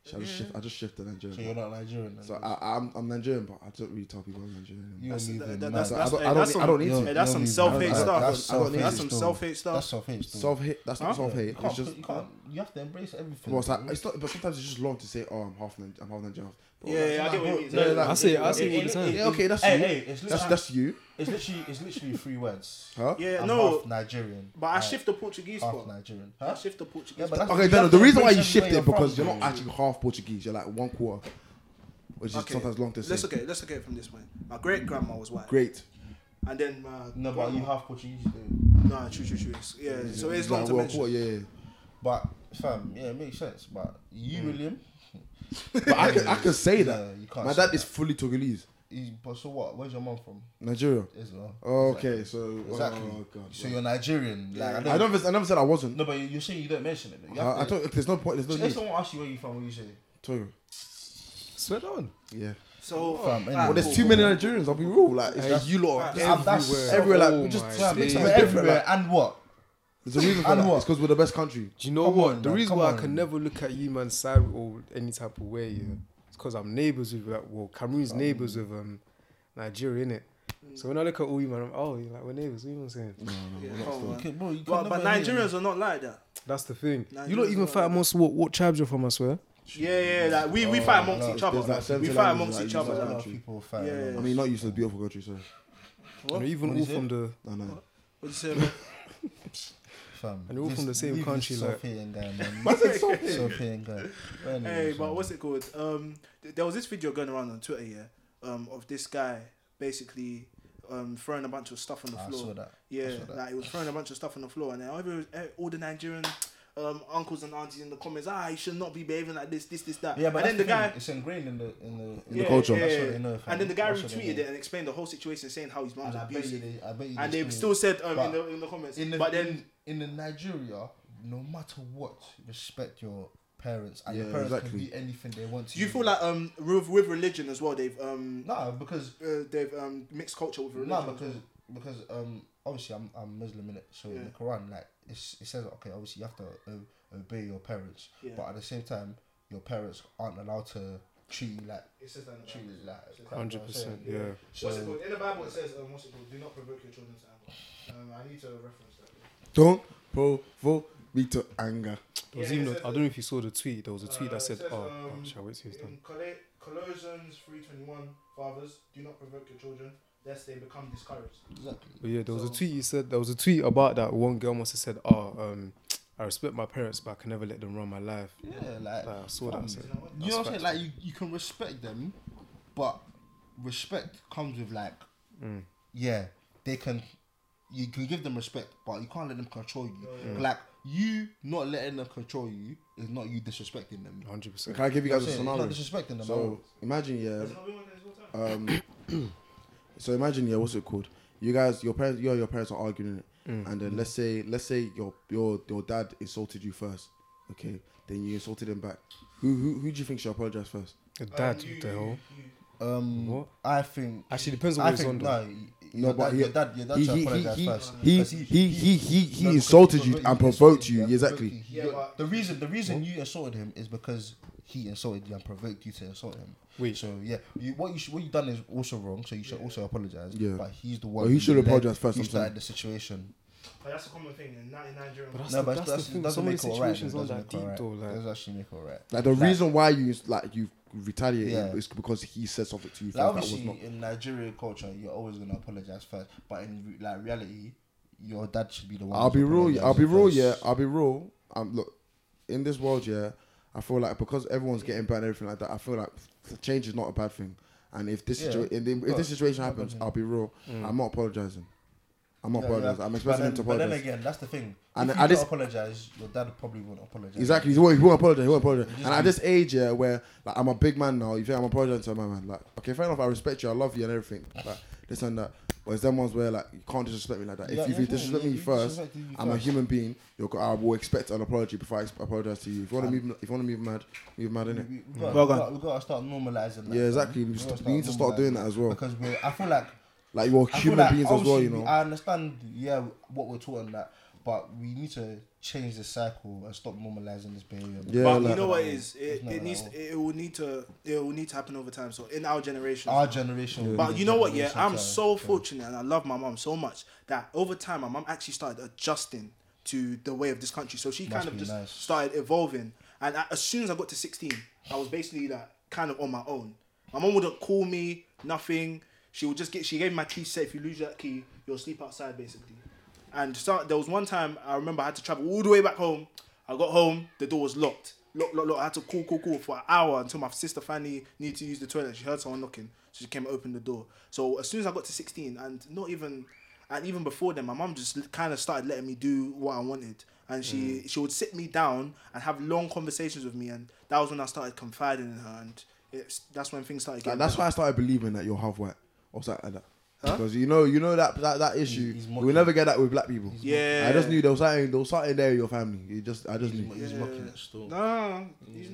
I: So I just shift. I just shift to
B: So you're
I: Nigerian.
B: not Nigerian. then?
I: So I, I'm, I'm Nigerian, but I don't really tell people I'm Nigerian. anymore.
B: you
F: That's-
B: and me
F: that-
B: then,
F: that-
B: man.
F: that's-
I: So I
F: eh,
I: don't, I don't,
F: that's
I: need-
F: some-
I: I don't need
B: Yo,
I: to.
F: eh, that's
B: yo,
F: some
B: me, man.
F: self-hate
B: That's-
F: stuff.
B: That's self-hate.
F: That's some
B: still.
F: self-hate stuff.
B: That's self-hate. still.
I: Self hate. That's not
F: Huh?
I: self
B: Yeah, you
I: hate.
B: can't
I: It's
B: put-
I: just.
B: you can't. You have to embrace everything.
I: Well, it's like
B: bro.
I: it's not. But sometimes it's just long to say, oh, I'm half Nigerian. I'm half Nigerian. But
F: Yeah, yeah, I get what you mean.
I: Yeah, like-
D: I see, I see
F: Yeah,
D: all the time.
I: yeah, okay, that's
B: Hey,
I: you.
B: hey, it's
I: that's
B: literally-
I: that's you,
B: It's literally, it's literally three words.
I: huh?
F: Yeah,
B: I'm
F: no,
B: half Nigerian.
F: but I
B: Like,
F: shift the Portuguese
B: half
F: part.
B: Nigerian.
F: I
B: Huh?
F: shift the Portuguese
B: Yeah, but
F: part.
B: that's-
I: Okay,
B: You have
I: no, no.
B: to
I: The reason why you
B: embrace
I: shift
B: where
I: it
B: you're
I: because
B: from,
I: you're not
B: bro.
I: actually half Portuguese. You're like one quarter, which is
F: Okay,
I: sometimes long to say.
F: Let's look at it. Let's look at it from this way. My great grandma was white,
I: Great.
F: and then uh, my
B: No, but you half Portuguese, dude.
F: no, true, true, true. It's- Yeah, so it's
I: like
F: long to
I: one
F: mention.
I: quarter, Yeah, yeah.
B: But fam, yeah, it makes sense. But you,
F: Hmm.
B: William,
I: But I can, I can say
B: Yeah,
I: that.
B: you can't
I: My
B: say
I: dad is fully Togolese,
B: you, but so what? Where's your mom from?
I: Nigeria.
B: Israel.
I: Oh, Okay, so
B: Exactly.
I: Oh, God.
B: so you're Nigerian. Like, I, don't,
I: I never, I never said I wasn't.
B: No, but you- you're saying you don't mention it. Though. You
I: I, I
B: have to,
I: don't. There's no point. There's no
B: if
I: need.
B: someone asks you where you from, what you say?
I: Togo.
D: Sweat on.
I: Yeah.
F: So
B: Fam,
F: ah,
B: anyway. Well,
I: But there's
F: cool.
I: too many Nigerians. I'll be real. Like it's
D: Hey,
I: just you lot.
F: Facts.
I: are
B: I'm- that's-
I: everywhere. Everywhere, like,
D: Oh
I: just-
D: my
B: Fam,
I: mix
B: it's
I: up
D: days.
I: every-
B: everywhere. and what?
I: There's a reason for
B: And
I: that.
B: what?
I: It's because we're the best country.
D: Do you know
B: Come
D: what?
B: on,
D: the
B: man,
D: reason
B: come
D: why I
B: on.
D: can never look at you man side or any type of way, yeah, it's because I'm neighbours with like well, Cameroon's neighbours with um Nigeria, innit? So when I look at all you man, I'm, oh, you're like we're neighbours. What you man saying?
F: Yeah, come on, man.
B: Okay, bro, you
F: But,
B: can
F: but
B: never hear me.
F: Nigerians are not like that.
D: That's the thing. you
F: Nigerians
D: don't even
F: are-
D: fight amongst what what tribes you're from, I swear.
F: Yeah, yeah, like we,
B: Oh,
F: we fight amongst
B: no,
F: each other.
I: there's like
F: we
I: seventy
F: fight
I: languages,
F: amongst
I: like,
F: each
I: you
B: A
F: other.
I: know,
B: lot
F: like,
B: of people fight.
F: Yeah,
B: man.
F: yeah.
I: I mean, not used to a beautiful country. So
D: You know, even
B: What
D: all
B: is it?
D: from the
I: no, no.
F: What you say, man?
B: Fam,
D: And they're all
B: this-
D: from the same
B: leave this
D: country, like-
B: Sofian guy, man. Sofian guy. But
F: Hey,
B: anyway,
F: but
B: fam.
F: what's it called? Um, th- there was this video going around on Twitter, yeah, um, of this guy basically um throwing a bunch of stuff on the
B: Ah, I
F: floor.
B: saw that.
F: Yeah,
B: saw that.
F: like he was throwing a bunch of stuff on the floor, and then every, eh, all the Nigerian um uncles and aunties in the comments, ah, you should not be behaving like this, this, this, that.
B: Yeah, but
F: and then the guy.
B: it's ingrained in the in the
F: yeah,
I: culture.
F: yeah,
B: That's what
F: yeah.
B: they know, fam.
F: and then the guy
B: That's what they
F: retweeted
B: know.
F: it and explained the whole situation, saying how his mum was
B: And I bet you
F: abusing.
B: they, I bet you
F: And
B: they
F: they've still said um,
B: But
F: in, the, in the comments,
B: in the,
F: but then
B: in, the Nigeria, no matter what, respect your parents, and your
I: Yeah,
B: parents
I: exactly.
B: can be anything they want to.
F: do you feel like um with, with religion as well? They've um
B: nah, because
F: uh, they've um mixed culture with religion.
B: nah,
F: as
B: because
F: well.
B: because um obviously I'm I'm Muslim in it, so in
F: Yeah.
B: the Quran like it's, it says okay obviously you have to o- obey your parents,
F: Yeah.
B: but at the same time your parents aren't allowed to treat you like
F: It says that in the
B: treat you like a crap,
D: hundred
B: you know what I'm saying?
D: percent. Yeah.
F: What's it called? In the Bible it says, um, what's it called? Do not provoke your children to anger. Um, I need to reference that.
I: Don't provoke me to anger.
D: There was
F: Yeah,
D: even
F: it
D: a, I
F: says
D: don't know if you saw the tweet. There was a tweet
F: Uh,
D: that said,
F: it says,
D: "Oh,
F: um,
D: oh shall I wait till he's done."
F: In Col- Colossians 3.21, fathers, do not provoke your children, lest they become discouraged.
D: But yeah, there was a
F: so-
D: tweet. He said there was a tweet about that. One girl must have said, "Oh, um, I respect my parents, but I can never let them run my life."
B: Yeah, like
D: Like, I saw that. I
B: fam,
D: said,
B: You know what I'm saying?
D: That's
B: Like you, you can respect them, but respect comes with like,
D: Mm.
B: yeah, they can. You can give them respect, but you can't let them control you.
D: Mm.
B: Like you not letting them control you is not you disrespecting them.
D: hundred percent.
I: Can I give you
B: You know
I: guys a
B: what I'm saying?
I: scenario?
B: It's not disrespecting them.
I: So imagine, yeah,
F: There's another one there's another time.
I: um, so imagine yeah, what's it called? You guys, your parents, you and your parents are arguing,
B: Mm.
I: innit? and then let's say, let's say your your your dad insulted you first, okay? Then you insulted him back. Who who who do you think should apologize first?
D: Your dad,
F: Um, you-
D: what the hell?
F: you-
B: um,
D: What?
B: I think
D: Actually, depends on
B: I
D: what he's
B: think
D: on. though.
B: no, no, but
I: he-
B: your dad, your dad
I: he-
B: should
I: he-
B: apologize
I: he-
B: first.
I: he-
B: Because
I: he- he- he- he
B: because
I: insulted you
B: provoked
I: and
B: insulted
I: provoked you,
B: and
I: exactly.
B: provoked you.
F: Yeah,
B: Your-
F: but-
B: the reason the reason you assaulted him is because he insulted you and provoked you to insult him.
D: Wait.
B: So yeah, you, what you should, what you done is also wrong. So you should also apologize.
I: Yeah.
B: But he's the one.
I: Well, he
B: who
I: should
B: led-
I: apologize first,
B: Who
I: I'm
B: started the situation?
F: But that's a common thing in 99 German.
D: But that's,
B: No,
D: the,
B: but
D: that's,
B: that's
D: the thing.
B: doesn't
D: Some of the
B: make it alright,
D: situations
B: it
D: aren't
B: doesn't
D: that
B: make
D: deep
B: it alright.
D: though. Like,
B: It doesn't actually make it alright.
I: Like the reason why you like you retaliated
B: Yeah.
I: is because he said something to you
B: Like
I: first that was
B: obviously,
I: not.
B: in Nigerian culture, you're always gonna apologize first, but in re- like reality, your dad should be the one.
I: I'll
B: who's
I: be real. yeah, I'll be real.
B: apologizing
I: Yeah,
B: first.
I: I'll be real. Um, look, in this world, yeah, I feel like because everyone's getting bad and everything like that, I feel like the change is not a bad thing. And if this
B: Yeah,
I: situa- if,
B: of
I: the- if
B: course.
I: this situation
B: Not a bad
I: happens,
B: thing.
I: I'll be real. I'm not apologizing. I'm
B: Mm.
I: not
B: Yeah,
I: apologizing.
B: yeah.
I: I'm expecting
B: but
I: him to
B: then, But
I: apologize.
B: then again, that's the thing. And
I: And
B: if
I: I
B: you
I: just-
B: don't apologize, your dad probably won't apologize.
I: Exactly. He won't, he won't apologize. He won't apologize.
B: Just
I: And at
B: be-
I: this age, yeah, where like I'm a big man now, you think I'm apologizing to my man? Like, okay, fair enough. I respect you. I love you and everything. Like this and that. But it's them ones where like you can't disrespect me like that. If,
B: Yeah,
I: if
B: yeah,
I: you
B: yeah,
I: disrespect
B: yeah,
I: me
B: you
I: first,
B: disrespect me
I: I'm a
B: first.
I: human being. You're, go- I will expect an apology before I ex- apologize to you. If you want to move, if you want to move mad, move mad in it.
B: We, we, got,
F: Well
B: we,
F: done.
B: got, we got to start normalizing. That,
I: Mm. Yeah,
B: fam.
I: exactly. We
B: gotta
I: st- we need to start
B: normalizing
I: doing that as well.
B: Because we're, I feel like
I: Like you're
B: I feel
I: human
B: like
I: beings as well,
B: obviously
I: you
B: we-
I: know.
B: I understand, yeah, what we're taught and that, but we need to change the cycle and stop normalizing this behavior.
I: Yeah,
F: but you
I: like-
F: know what it is? It,
B: It's not
F: it
B: at
F: needs
B: all.
F: it will need to it will need to happen over time. So in our generation,
B: Our generation.
F: But you know what? Yeah, I'm
B: generation
F: so
B: to-
F: fortunate, and I love my mom so much that over time, my mom actually started adjusting to the way of this country. So she kind of
B: be
F: just
B: nice.
F: started evolving. And I, as soon as I got to 16, I was basically like kind of on my own. My mom wouldn't call me, nothing. She would just get. She gave me my key. Said if you lose that key, you'll sleep outside, basically. And so, there was one time I remember I had to travel all the way back home. I got home, the door was locked. Lock, lock, lock. I had to call, call, call for an hour until my sister finally needed to use the toilet. She heard someone knocking, so she came and opened the door. So as soon as I got to 16, and not even, and even before then, my mum just kind of started letting me do what I wanted. And she she would sit me down and have long conversations with me, and that was when I started confiding in her, and it's, that's when things started
I: Like,
F: getting.
I: that's why I started believing that you're half white or something like that. Because you know, you know that that, that issue,
B: he's
I: we
B: mocking.
I: never get that with black people.
F: Yeah.
I: I just knew there was something, there was something there in your family. You just, I just knew.
B: He's mocking it still.
F: no, he's,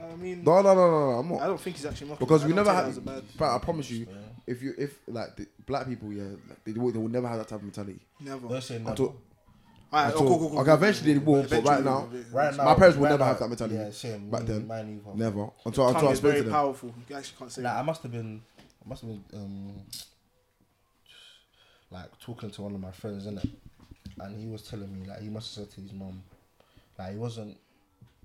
F: I mean,
I: No, no, no, no, no. I'm
F: I
I: not
F: don't think he's actually mocking.
I: because
F: I
I: we
F: don't
I: never
F: take that
I: had.
F: as a bad-
I: But I promise you, if you if like the black people, yeah, like, they, will- they will never have that type of mentality.
F: never.
B: Don't say no.
I: Until,
F: Alright,
I: until,
F: cool, cool, cool,
I: okay,
F: cool.
I: eventually they will, but
F: Eventually
I: right now,
F: they will.
B: Right now,
I: my parents will
B: right
I: never
B: now-
I: have that mentality.
B: Yeah, same.
I: Back
B: Me-
I: then,
B: mine either.
I: never. Until until
F: Tongue
I: I
F: is
I: spoke
F: very
I: to them.
F: powerful. You actually can't say.
B: Like
F: that.
B: I must have been, I must have been, um, like talking to one of my friends, innit? And he was telling me like he must have said to his mum, like he wasn't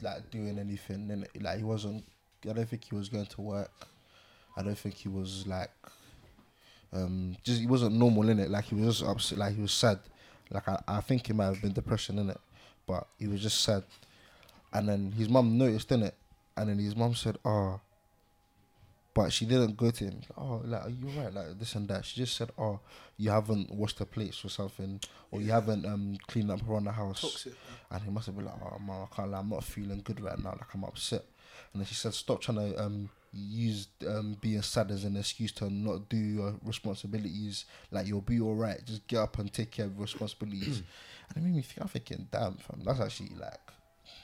B: like doing anything, and like he wasn't. I don't think he was going to work. I don't think he was like, um, just he wasn't normal in it. Like he was just upset. Like he was sad. Like I, I think it might have been depression in it, but he was just sad. And then his mum noticed in it, and then his mum said, "Oh, but she didn't go to him. Oh, like are you right? Like this and that. She just said, "Oh, you haven't washed the plates or something, or you haven't um cleaned up around the house."
F: Toxic.
B: And he must have been like, "Oh, man, I can't. Lie. I'm not feeling good right now. Like I'm upset." And then she said, "Stop trying to um use um being sad as an excuse to not do your responsibilities. Like you'll be all right. Just get up and take care of your responsibilities." and it made me think. I'm thinking, "Damn, fam, that's actually like."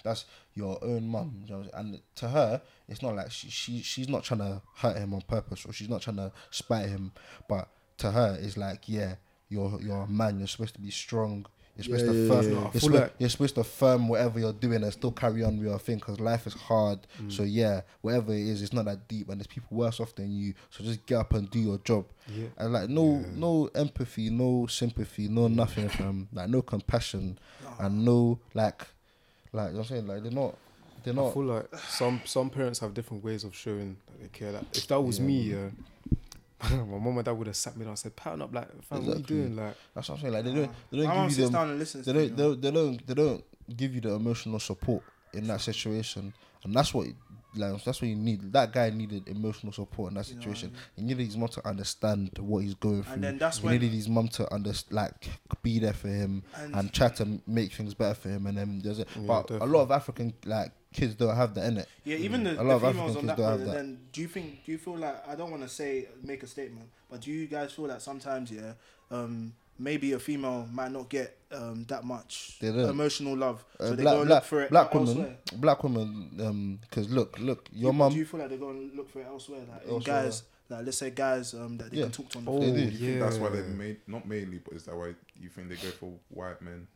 B: That's your own mum. You know? And to her, it's not like she, she she's not trying to hurt him on purpose or she's not trying to spite him. But to her, it's like, yeah, you're you're a man. You're supposed to be strong. You're supposed
I: Yeah,
B: to
I: yeah,
B: firm.
I: yeah, yeah.
B: You're,
D: Full
B: supposed,
D: work.
B: you're supposed to firm whatever you're doing and still carry on with your thing because life is hard.
D: Mm.
B: So yeah, whatever it is, it's not that deep, and there's people worse off than you. So just get up and do your job.
D: Yeah.
B: And like no no empathy, no sympathy, no nothing from like no compassion, and no like like you know what I'm saying like they're not they're
D: I
B: not.
D: feel like some some parents have different ways of showing that they care. Like if that was me, yeah, my mom and dad would have sat me down and said, "Pattern up, like, fam, what are you
B: Exactly.
D: doing?" Like,
B: That's what I'm saying. Like they don't they
F: My
B: don't
F: mom
B: give you
F: sits
B: them.
F: down and listens.
B: they
F: to
B: don't,
F: me,
B: they
F: man.
B: don't they don't they don't give you the emotional support in that situation, and that's what like that's what you need. That guy needed emotional support in that
F: You know what I
B: situation. He needed his mom to understand what he's going through.
F: And then that's
B: he
F: when-
B: needed his mom to under like be there for him
F: And-
B: and, try to make things better for him. And then there's a,
D: Yeah,
B: but a
D: definitely.
B: lot of African like kids don't have that in it.
F: Yeah, even the,
B: Mm. A lot
F: the
B: of
F: females
B: African
F: on
B: kids
F: that,
B: don't have
F: brother,
B: that.
F: Then do you think? Do you feel like I don't want to say make a statement, but do you guys feel that sometimes, yeah, um, maybe a female might not get um that much
B: They don't.
F: emotional love, so
B: Uh,
F: they
B: black
F: go and
B: black,
F: look for it
B: black women,
F: elsewhere.
B: black women, um, because look, look, your
F: Do-
B: mum.
F: Do you feel like they go and look for it elsewhere? Like in
B: Elsewhere.
F: guys, like let's say guys, um, that they
B: Yeah.
F: can talk to on the
D: oh
B: They
F: phone.
B: do.
E: You think that's why they
D: yeah.
E: main not mainly, but is that why you think they go for white men?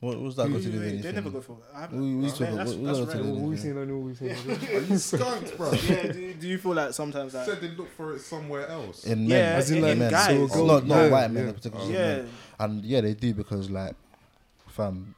B: what was that
F: Wait,
B: got to do
F: wait,
B: with
F: wait,
B: anything?
F: They never go for. I haven't-
B: We- we
F: Yeah,
B: talk about-
F: that's-
B: we
F: that's
B: don't talk
F: right.
B: about
D: what we seen, I know what we seen.
E: Are you skunked, bro?
F: Yeah, do, do you feel like sometimes that?
E: Said they look for it somewhere else.
B: in
F: Yeah,
B: men,
F: As in, in like,
B: men.
F: guys. so
B: Oh,
D: girls-
B: not, not
D: yeah,
B: white men
D: yeah.
B: in particular, just
F: yeah,
B: men. and yeah, they do because like, fam,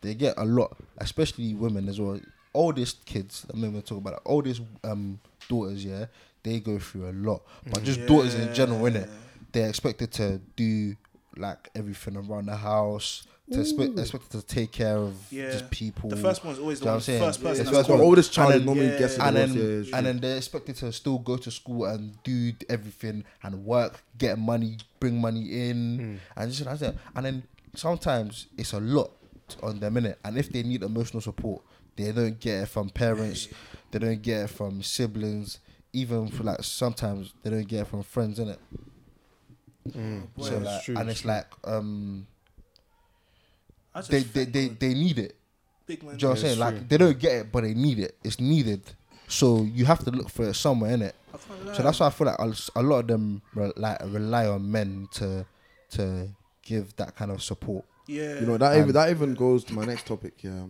B: they get a lot, especially women as well. Oldest kids, I mean, we talk about it, oldest um daughters, yeah, they go through a lot, but just
F: Mm.
B: daughters in general, innit? They're expected to do like everything around the house, to expect, expected to take care of
F: Yeah.
B: just people.
F: The first one's always
B: Do you
F: the
B: know
F: one,
B: what I'm saying?
F: first person.
B: Yeah.
F: that's
B: First one.
I: the oldest child
B: And then-
I: normally
F: yeah,
I: gets it. the
B: and
I: worst,
B: then
I: yeah, it's
B: and
I: true.
B: then they're expected to still go to school and do everything and work, get money, bring money in,
D: Hmm.
B: and just that's it. And then sometimes it's a lot on them minute, and if they need emotional support, they don't get it from parents, they don't get it from siblings, even for like sometimes they don't get it from friends, innit?
F: Boy,
B: so
D: it's
B: like,
D: true,
B: and
D: it's
B: it's like um,
F: I just
B: they they,
F: think,
B: they
F: man,
B: they need it.
F: big man.
B: Do you know what I'm
D: Yeah,
B: saying?
D: it's
B: Like
D: true.
B: they don't get it, but they need it. It's needed, so you have to look for it somewhere, innit?
F: I can't lie.
B: So that's why I feel like a s- a lot of them re- like rely on men to to give that kind of support.
F: Yeah.
I: You know that even
B: And-
I: that even goes to my next topic. Yeah,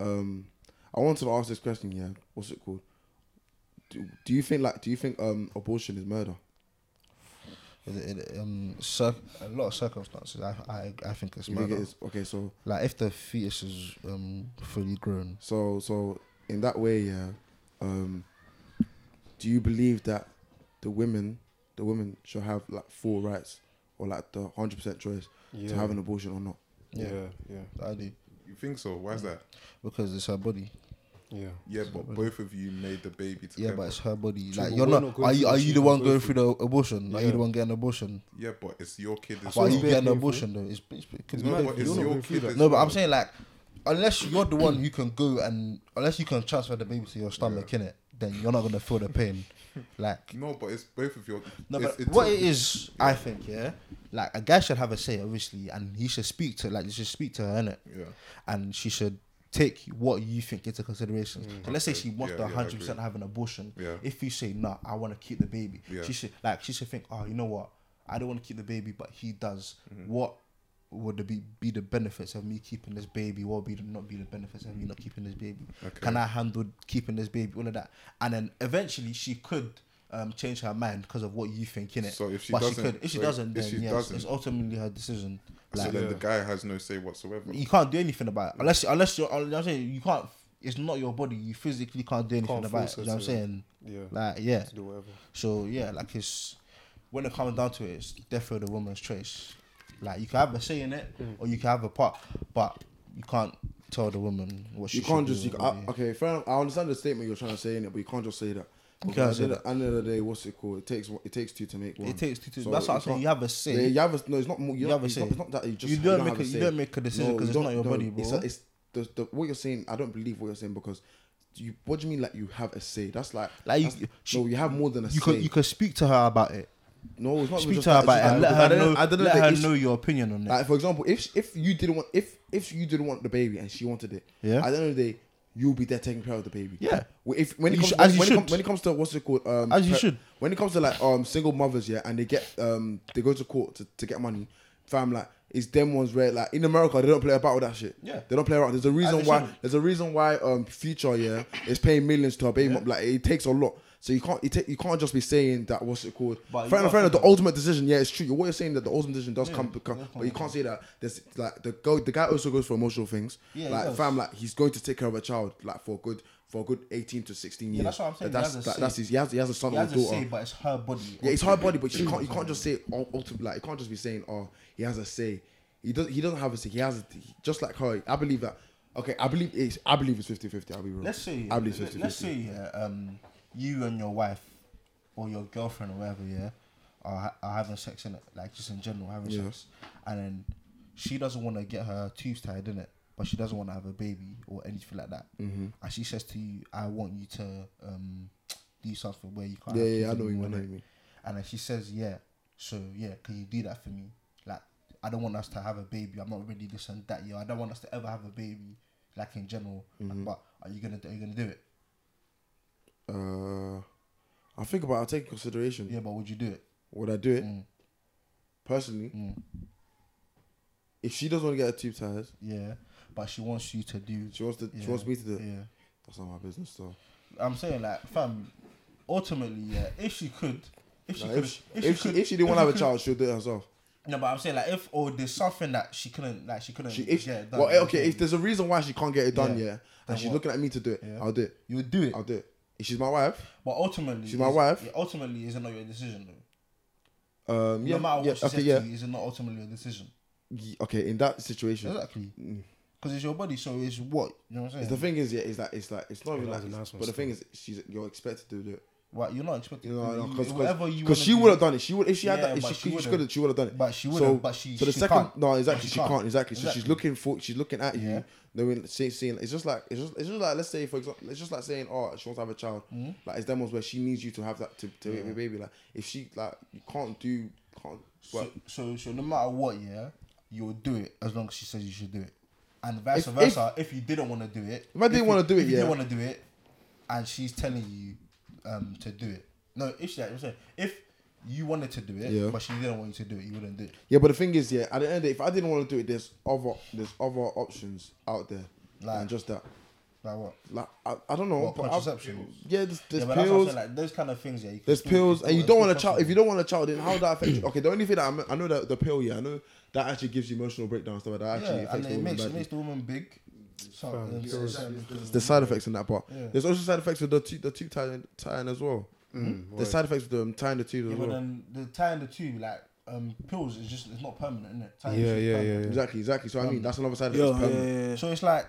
I: um, I wanted to ask this question. Yeah, what's it called? Do, do you think like do you think um abortion is murder?
B: It- it- um, cir- a lot of circumstances, I I, I think it's
I: You think it
B: murder.
I: is? Okay, so
B: Like if the fetus is um fully grown,
I: so so in that way, yeah. Um, do you believe that the women the women should have like full rights or like the hundred percent choice to have an abortion or not?
D: yeah, yeah, yeah,
B: I do
E: You think so? Why is that?
B: because it's her body.
D: yeah.
E: Yeah, but both of you made the baby
B: Yeah,
E: together.
B: but it's her body.
D: True,
B: like
D: but
B: you're
D: we're
B: not.
D: not going
B: are
D: through
B: you
D: what
B: are
D: she
B: you the
D: can
B: one
D: go
B: going
D: through.
B: through the abortion? Are you
D: Yeah.
B: the one getting abortion?
E: Yeah, but it's your kid. As
B: But are
E: well.
B: you
D: very
B: getting an
D: painful.
B: abortion though? It's, it's, it could be
E: No,
D: mad
E: but
D: if
E: it's
D: you're not
E: your
D: going through
E: kid.
D: that.
E: as
B: No, but
E: well.
B: I'm saying like, unless you're the one who can go and unless you can transfer the baby to your stomach, innit, then you're not gonna feel the pain. Like,
E: No, but it's both of your.
B: no,
E: it's-
B: but
E: it's-
B: what it is, I think, yeah, like a guy should have a say, obviously, and he should speak to like you should speak to her, innit,
E: Yeah.
B: and she should take what you think into consideration. so let's say
E: Mm, okay.
B: she wants
E: Yeah,
B: to
E: yeah, I
B: 100 percent have an abortion.
E: Yeah.
B: If you say no, I want to keep the baby,
E: Yeah.
B: she should like she should think, oh, you know what, I don't want to keep the baby, but he does.
E: Mm-hmm.
B: What would be be the benefits of me keeping this baby? What would be the, not be the benefits of me not keeping this baby? Can I handle keeping this baby? All of that, and then eventually she could. Um, change her mind because of what you think in it.
E: So if she
B: but
E: doesn't-
B: she could, if she
E: so if-
B: doesn't,
E: if
B: then
E: she
B: yes,
E: doesn't-
B: it's ultimately her decision.
E: So
B: Like,
E: then the guy has no say whatsoever.
B: you can't do anything about it unless unless you're. I'm I'm saying you can't. It's not your body. You physically can't do anything
D: Can't
B: about
D: force
B: it.
D: her
B: You know what I'm
D: to-
B: saying?
D: yeah.
B: Like yeah.
D: To do whatever.
B: So yeah, like it's when it comes down to it, it's definitely the woman's choice. Like you can have a say in it,
I: Mm.
B: or you can have a part, but you can't tell the woman what she
I: you can't
B: should
I: just
B: do
I: you,
B: with her
I: I,
B: body.
I: okay fair enough. i understand the statement you're trying to say in it but you can't just say that because
B: say
I: at the end of the day what's it called it takes one- it takes two to make one
B: It takes two. to
I: So
B: that's what I'm saying.
I: can't-
B: You have a say.
I: yeah, you have a no it's not more you,
B: You have a
I: it's
B: say.
I: not, it's not that you just
B: You don't
I: have
B: make a- you don't make a decision 'cause
I: you
B: it's
I: don't-
B: not your body,
I: it's,
B: bro.
I: a- it's the, the, what you're saying i don't believe what you're saying because you what do you mean like you have a say that's like
B: Like, you-
I: that's-
B: she-
I: no you have more than a
B: you
I: say
B: could you could speak to her about it.
I: no it's not
B: Speak
I: just
B: to her
I: that,
B: about it.
I: it's
B: and
I: just
B: Let
I: like-
B: her
I: I don't-
B: know.
I: I don't
B: let
I: the
B: her
I: issue-
B: know your opinion on it.
I: like for example, if if you didn't want if if you didn't want the baby and she wanted it,
B: Yeah.
I: At the end of the day, you'll be there taking care of the baby.
B: Yeah.
I: Well, If when it
B: You
I: comes
B: should-
I: when,
B: as you
I: when it com-
B: should.
I: when it comes to what's it called um
B: As you
I: pre-
B: should.
I: when it comes to like um single mothers yeah and they get um they go to court to, to get money, fam like is them ones where like in America they don't play about with that shit.
B: Yeah.
I: They don't play around. There's a reason
B: they
I: why
B: shouldn't.
I: there's a reason why um Future yeah is paying millions to a baby mom. like it takes a lot. So you can't you, ta- you can't just be saying that what's it called?
B: But you
I: Fair
B: gotta
I: enough, fair enough.
B: think
I: The ultimate decision, yeah, it's true. What you're saying that the ultimate decision does come, come but you can't say that. There's like the girl, the guy also goes for emotional things.
B: Yeah, he
I: like
B: does.
I: fam, like he's going to take care of a child like for a good for a good 18 to 16 years.
B: that's what I'm saying. He
I: That's
B: has a
I: that,
B: say.
I: that's his. He has he has a son
B: He
I: or a
B: has a
I: daughter.
B: say, but it's her body.
I: Yeah, it's hard body, but you can't you can't just say oh, ultimately like you can't just be saying oh he has a say. He does he doesn't have a say. He has a, just like her. I believe that. Okay, I believe it's I believe it's 50-50. I'll be real.
B: Let's say.
I: I believe it's 50-50.
B: Let's say yeah, um, you and your wife, or your girlfriend, or whatever, yeah, are, ha- are having sex in it, like just in general having
I: Yeah.
B: sex, and then she doesn't want to get her tubes tied in it, but she doesn't want to have a baby or anything like that, mm-hmm. and she says to you, "I want you to um, do something where you can't."
I: Yeah,
B: have
I: yeah,
B: kids
I: I know what you
B: anymore,
I: mean, I know
B: innit?"
I: what you mean.
B: And then she says, "Yeah, so yeah, can you do that for me? Like, I don't want us to have a baby. I'm not really this and that. Yo, I don't want us to ever have a baby, like in general.
I: Mm-hmm.
B: But are you gonna are you gonna do it?
I: Uh, I think about. it, I'll take into consideration.
B: Yeah, but would you do it?
I: Would I do it?
B: Mm.
I: Personally, if she doesn't want to get her tube tied,
B: Yeah, but she wants you to do.
I: she wants to.
B: yeah,
I: She wants me to do. it.
B: Yeah,
I: That's not my business, though.
B: I'm saying like, fam. Ultimately, yeah, if she could, if she
I: Like,
B: could,
I: if, she, if, she, if she didn't want to have a child, she'll do it herself.
B: no, but I'm saying like, if or there's something that she couldn't, like, she couldn't
I: She, if,
B: get it done.
I: well,
B: you know
I: okay,
B: what I'm
I: if there's a reason why she can't get it done,
B: Yeah.
I: yeah,
B: Then
I: and she's
B: what?
I: looking at me to do it,
B: Yeah.
I: I'll do it.
B: saying? you would do it.
I: I'll do it. If she's my wife,
B: But ultimately,
I: She's my
B: is-
I: wife.
B: yeah, ultimately, is it not your decision though?
I: um, yeah,
B: no matter what
I: yeah,
B: she
I: okay,
B: says
I: yeah,
B: to you, is it not ultimately your decision?
I: Ye- okay. In that situation,
B: Exactly. Because it's your body, so it's what you know. What I'm saying.
I: Mm. the thing is, yeah, is that it's like it's not even
D: that
I: like,
D: was a nice
I: it's-
D: one,
I: but the
D: Steph.
I: thing is, she's you're expected to do it.
B: Right, you're not expected.
I: You know,
B: to do it. You- whatever
I: because
B: you
I: because
B: wanna
I: she
B: do,
I: would have done it. She would if she had
B: Yeah,
I: that. If
B: but
I: she,
B: she
I: could- she
B: wouldn't.
I: could have. She would have done it.
B: But she
I: So-
B: wouldn't, but she-
I: So the
B: she
I: 2nd
B: can't.
I: no,
B: But
I: exactly.
B: she
I: She can't.
B: can't.
I: Exactly. So she's
B: Exactly.
I: looking for. She's looking at
B: Yeah.
I: you. Knowing, seeing, seeing. It's just like it's just it's just like let's say for example, it's just like saying oh she wants to have a child.
B: Mm-hmm.
I: Like it's them ones where she needs you to have that to to have a baby. Like if she like you can't do can't.
B: So,
I: Well,
B: so, so no matter what, yeah, you'll do it as long as she says you should do it, and vice
I: If- if-
B: versa. If, you didn't want to do it,
I: If I didn't
B: you-
I: wanna do it,
B: if you
I: yeah.
B: didn't want to do it, and she's telling you, um, to do it. No, if she, I'm saying, if you wanted to do it,
I: Yeah.
B: but she didn't want you to do it, you wouldn't do it.
I: yeah, but the thing is, yeah, at the end of the day, if I didn't want to do it, there's other there's other options out there
B: Like-
I: than just that.
B: Like what?
I: Like I, I don't know.
B: What,
I: but I've-
B: contraception?
I: Yeah, there's, there's
B: yeah, but that's what I'm
I: pills.
B: saying, like those kind of things. Yeah, you can
I: There's
B: do it,
I: pills,
B: it's
I: and you
B: all-
I: don't
B: it's
I: want a
B: all
I: child. If you
B: possible.
I: don't want a child, then how would that affect you? Okay, the only thing that I'm, I know that the pill, yeah, I know that actually gives you emotional breakdown and stuff like that. Actually,
B: yeah, and
I: affects the
B: it
I: woman
B: makes, it
I: badly.
B: makes the woman big. So,
D: Fam,
B: um,
D: pills.
B: so-
I: There's side effects in that part.
B: Yeah.
I: There's also side effects with the tu- the tube tying, tying as well. There's side effects with them tying the tube
B: Mm, Yeah,
I: as
B: but
I: well.
B: then the tying the tube, like um, pills, is just it's not permanent, isn't it? Tying the
D: Yeah,
B: tube's
D: yeah, yeah.
B: permanent.
D: yeah.
I: Exactly, exactly. So I
B: Um,
I: mean, that's another side effect.
F: Yo,
I: it's
F: yeah,
I: permanent.
F: yeah, yeah.
B: So it's like,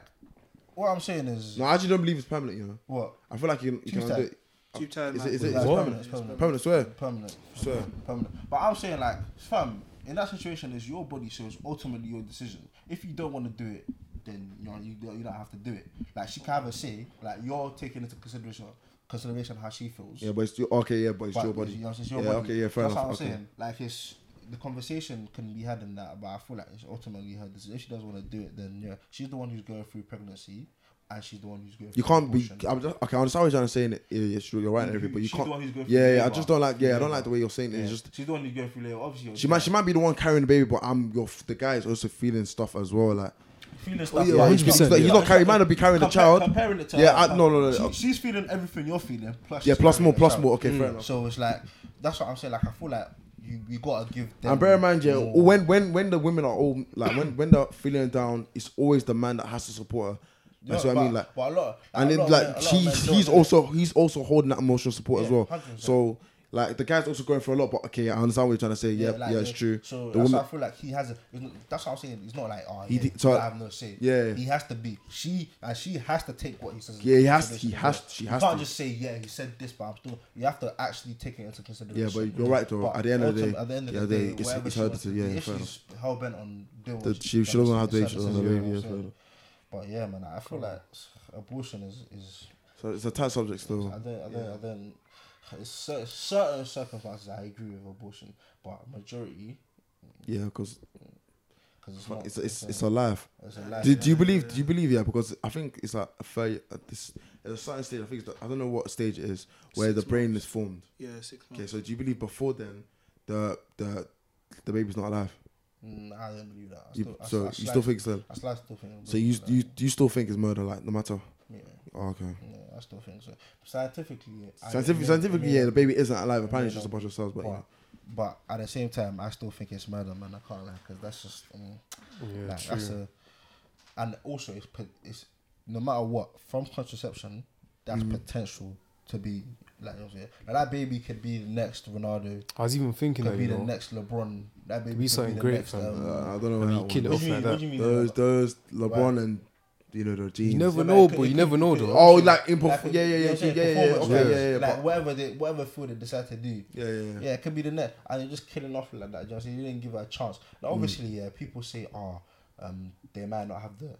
B: what I'm saying is,
I: No, I actually don't believe it's permanent. You know,
B: what
I: I feel like you, you
B: Tube
I: can
B: tie.
I: do it.
F: Tube tie,
I: Is
F: man.
I: it, is
B: Like,
I: it, it's
B: it's
I: permanent?
B: Permanent, it's permanent,
I: Permanent, swear.
B: permanent,
I: Swear.
B: permanent. But I'm saying like, fam, in that situation, is your body, so it's ultimately your decision. If you don't want to do it, then you know you, don't- you don't have to do it. Like she can have a say. Like you're taking into consideration consideration how she feels.
I: Yeah, but it's your, okay, yeah, but it's
B: But
I: your body.
B: You know, it's your
I: yeah,
B: body.
I: okay, yeah, fair
B: That's
I: enough.
B: what I'm
I: okay.
B: saying. Like it's the conversation can be had in that, but I feel like it's ultimately her decision. If she doesn't want to do it, then yeah, she's the one who's going through pregnancy, and she's the one who's going.
I: You
B: through
I: can't be.
B: abortion.
I: I'm just, okay, I understand what you're trying to say. innit? Yeah, yeah, sure, you're right and
B: You-
I: everything, but you
B: she's the
I: can't.
B: one who's going through
I: Yeah, yeah, I
B: labour.
I: just don't like. Yeah, I don't
B: Labour.
I: like the way you're saying it.
B: Yeah.
I: It's just
B: she's the one who's going through labour. Obviously,
I: she might she might be the one carrying the baby, but I'm your f- the guy is also feeling stuff as well. Like
B: feeling stuff.
I: Oh, yeah,
B: like-
D: 100%,
I: like, he's
D: yeah.
I: not carrying. Might not be carrying the
B: Compare-
I: child.
B: Comparing it to
I: Yeah,
B: her,
I: I- no, no, no,
B: she-
I: no.
B: she's feeling everything you're feeling. Plus,
I: Yeah,
B: she's
I: plus
B: carrying
I: more,
B: the
I: plus
B: child. Mm.
I: more, okay, fair enough.
B: So it's like that's what I'm saying. Like I feel like you we gotta give. Them
I: And bear in mind, yeah,
B: more.
I: when when when the women are all like when when they're feeling down, it's always the man that has to support her. That's
B: Yeah,
I: what I mean.
B: but-
I: Like,
B: but a lot of- a
I: and then
B: lot of men-
I: like
B: a lot of men
I: he's
B: don't,
I: he's
B: innit?
I: also he's also holding that emotional support as
B: Yeah,
I: well.
B: 100%.
I: So like the guy's also going for a lot, but okay, I understand what you're trying to say. Yeah, yeah,
B: like,
I: it's
B: the-
I: true.
B: So
I: the
B: that's
I: woman,
B: why I feel like he has. A, it's not- that's what I'm saying. It's not like oh,
I: He
B: yeah,
I: did- so-
B: I have no say.
I: yeah.
B: he has to be. She and she has to take what he says. into
I: Yeah, he has to-
B: consideration.
I: he has- she has
B: You can't
I: to.
B: just say yeah, he said this, but I'm still. You have to actually take it into consideration.
I: Yeah, but you're right, though. At the end of the
B: ultim-
I: day-
B: at the end of
I: yeah,
B: the
I: they-
B: day,
I: it's-
B: whatever
I: it's
B: she
I: her
B: wants to
I: decision,
B: do,
I: yeah,
B: if
I: fair
B: she's hell bent on doing what
I: That she- she
B: then
I: doesn't have
B: it's her
I: to- she doesn't
B: decision,
I: have
B: you know
I: baby,
B: what I'm
I: yeah, fair
B: saying? But yeah, man, I feel like abortion is is.
I: so it's a tight subject still.
B: I don't, I don't, I don't. It's cer- certain circumstances I agree with abortion, but majority
I: Yeah, because
B: because it's, not-
I: it's it's it's a life.
B: it's a lie.
I: Do, do you believe? Do you believe? Yeah, because I think it's like a fair at this at a certain stage. I think it's the, I don't know what stage it is where the brain is formed.
F: Yeah, six
I: Okay,
F: months.
I: so do you believe before then the the the baby's not alive?
B: Mm, I don't believe that. I
I: You-
B: still, I,
I: so
B: I, I
I: you still think so?
B: I still still think.
I: So you
B: that.
I: you you still think it's murder, like no matter?
B: Yeah,
I: Oh, okay.
B: yeah, I still think so. Scientifically, I-
I: Scientific,
B: yeah,
I: scientifically, yeah, the baby isn't alive. Apparently, it's
B: Yeah,
I: just a
B: no.
I: bunch of cells. But yeah.
B: But, but at the same time, I still think it's murder, man. I can't lie because that's just mm, like, that's a, and also it's po- it's no matter what from contraception, that's
I: Mm-hmm.
B: potential to be like you know what I'm saying? Like, that baby could be the next Ronaldo,
D: I was even thinking
B: could
D: that
B: be
D: you
B: the
D: know,
B: next LeBron. That baby
D: be
B: could
D: something
B: be the
D: great,
B: next.
D: fam.
B: Um,
I: Uh, I don't know
D: when
I: about
D: you
I: that
D: kill it
B: what
I: one.
D: off
B: do you mean?
D: like
B: What
D: that.
B: do you mean?
I: Those
B: about-
I: those LeBron and you know the
D: You
I: genes.
D: never
B: Yeah,
D: know,
B: like, it
D: but you
B: could-
D: never
B: it
D: know
B: could-
D: though.
I: Oh, like in
B: like,
I: perf- yeah, yeah, yeah,
B: you know what I'm
I: yeah,
B: saying?
I: yeah, yeah,
B: Performance,
I: okay,
B: like,
I: yeah, yeah,
B: like
I: but-
B: whatever they, whatever field they decide to do,
I: yeah, yeah, yeah.
B: Yeah, it could be the net, and you're just killing off like that. You know what I'm saying? You didn't give her a chance. Now,
I: Mm.
B: obviously, yeah, people say, oh, um, they might not have the,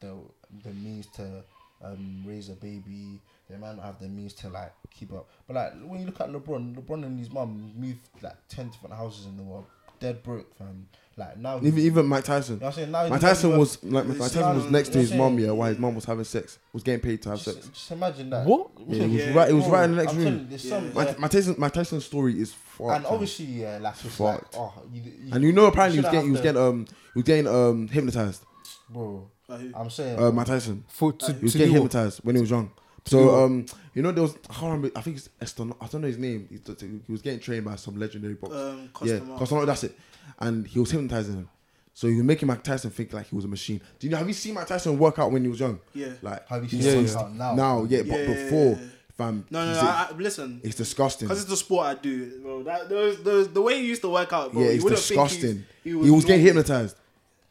B: the, the means to, um, raise a baby. They might not have the means to like keep up. But like when you look at LeBron, LeBron and his mum moved like ten different houses in the world, dead broke, fam. Like now,
I: Even
B: you know
I: even Mike Tyson.
B: what I'm saying? Now he's
I: Mike
B: not
I: Tyson
B: even-
I: was like Mike
B: It's
I: Tyson was
B: not-
I: next to
B: you know
I: his
B: what I'm
I: mom,
B: saying?
I: yeah, while his mom was having sex, was getting paid to have sex.
B: Just, just imagine that.
D: What?
I: Yeah, he was
F: Yeah.
I: right. It was right in the
B: Bro,
I: next
B: I'm
I: room.
B: telling you, there's some-
I: My,
B: yeah.
I: my Tyson, my Tyson's story is fucked.
B: And
I: man.
B: obviously, yeah, like it's like,
I: Fucked.
B: oh, you, you,
I: and you know, apparently he was
B: shouldn't
I: getting, he was
B: have
I: getting, um, he was getting, um, hypnotized.
B: to- bro.
F: Like who?
B: I'm saying,
I: Uh, my Tyson,
D: For to,
I: he was
D: to
I: getting
D: do what?
I: hypnotized when he was young. So, um, you know, there was I can't remember. I think it's Eston. I don't know his name. He, he was getting trained by some legendary boxer.
F: Um,
I: yeah,
F: customer.
I: Costanzo, that's it. And he was hypnotizing him. So he was making Mike Tyson think like he was a machine. Do you know? Have you seen Mike Tyson work out when he was young?
F: Yeah.
I: Like
B: Have you
I: he's
B: seen him
I: just-
B: work out now?
I: Now, yeah, but
F: Yeah.
I: before, fam,
F: No, no,
I: he's
F: no.
I: a-
F: I, I, listen.
I: it's disgusting.
F: Because it's the sport I do, bro. That, those, those, the way he used to work out, bro.
I: yeah,
F: you
I: it's
F: wouldn't think he's-
I: disgusting.
F: he
I: he was getting
F: normal.
I: hypnotized.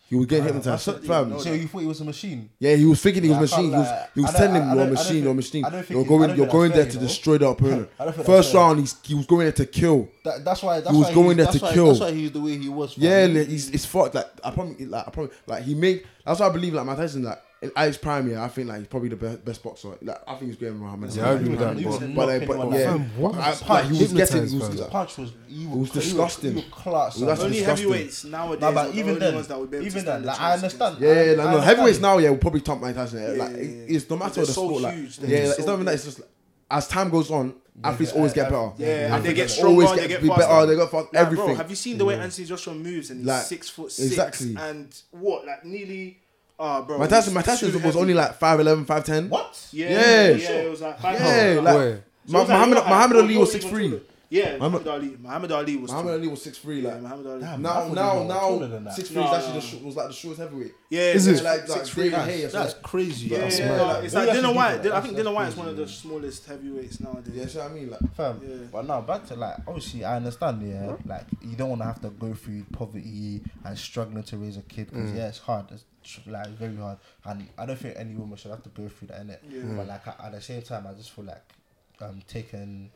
I: He was getting hypnotized,
B: that's
I: So-
B: what-
I: fam.
B: So you thought he was a machine?
I: Yeah, he was thinking he was
B: I can't
I: machine. He was,
B: lie.
I: he was
B: I don't-
I: telling
B: I
I: him you're a
B: don't- I don't
I: machine,
B: think-
I: you're a machine.
B: I don't think
I: You're
B: it- I
I: going,
B: don't
I: you're
B: think
I: going
B: that's
I: there
B: fair,
I: to
B: you know.
I: destroy the opponent.
B: I don't think that's
I: First
B: fair.
I: round, he's, he was going there to kill.
B: That, that's why. That's
I: was
B: why
I: going there
B: that's
I: to
B: why,
I: kill.
B: That's why he's the way he was. fam.
I: Yeah, like, he's, it's fucked. Like I probably, like I probably, like he made. That's why I believe like my Tyson. Like in- at his prime, yeah, I think like he's probably the best, best boxer. Like I think he's great, Muhammad.
D: Yeah, I agree with that,
I: But,
D: bro.
I: but, like, but
B: Fam,
I: yeah,
D: what?
I: I, like, he was getting. He was,
D: Hypnotised,
B: His
I: like,
B: punch was evil.
I: It was disgusting.
B: He was class.
I: Well, that's
B: son.
F: Only
I: disgusting.
F: heavyweights nowadays.
B: Nah,
F: are
B: but
F: the
B: even
F: only
B: then,
F: ones that would be able to
B: even
F: stand
B: then,
F: the
B: like, I
F: chance
B: understand.
I: yeah, yeah,
B: I
I: no, no,
B: understand.
I: heavyweights now, yeah, will probably top Mike Tyson. Yeah, like
F: yeah,
I: it-
F: yeah.
I: it's no matter
F: They're
I: the
F: so
I: sport. Like
F: huge,
I: yeah,
F: they're
I: like, it's
F: so
I: not even that. It's just like, as time goes on, athletes
B: yeah,
I: always
B: I-
I: get
B: I-
I: better.
B: yeah,
F: Yeah, and they get
I: Athletes
F: stronger,
I: always
F: they
I: get
F: get
I: be better.
F: faster.
I: They got fast.
F: Like, Bro,
I: Everything.
F: have you seen the way Anthony Joshua moves and he's
I: Like,
F: six foot six?
I: exactly.
F: And what, like nearly? Ah, bro.
I: My Tyson,
F: he's
I: my Tyson
F: too
I: was
F: heavy.
I: only like 5'11", 5'10".
B: What?
F: Yeah,
I: Yeah.
F: yeah, yeah, It was like five
I: Yeah,
F: pounds.
I: like
D: Where?
F: So it
I: Ma-
F: was like,
I: Muhammad,
F: you're like,
I: Muhammad
F: oh,
I: Ali
F: you're
I: was
F: even
I: 6'3".
F: taller. Yeah,
I: Muhammad-
F: Muhammad Ali. Muhammad Ali was.
I: Muhammad
F: taller.
I: Ali was 6'3".
F: Yeah,
I: Like
F: Muhammad Ali.
I: now,
B: Muhammad
I: now,
B: Ali was taller
I: now,
B: than that.
I: six three
F: No,
I: is actually
F: no.
I: the sh- was like the shortest heavyweight.
F: Yeah,
D: Is
F: yeah,
D: it?
F: like, six
I: Like, like David Hay or
B: That's
I: something.
B: crazy.
F: yeah,
D: That's
F: yeah,
D: mad.
F: like, it's
B: Who
F: like
B: actually
F: Dana
B: did
F: White.
B: that?
F: I
B: That's-
F: think
B: that's
F: Dana White is
B: crazy,
F: one of
B: man.
F: the smallest heavyweights nowadays.
I: Yeah, see what I mean? Like,
B: Fam,
F: Yeah.
B: but no, back to like obviously I understand, yeah. Like you don't want to have to go through poverty and struggling to raise a kid because
I: Mm.
B: yeah, it's hard. It's tr- like it's very hard, and I don't think any woman should have to go through that, innit?
F: Yeah. Mm.
B: But like at, at the same time, I just feel like um taking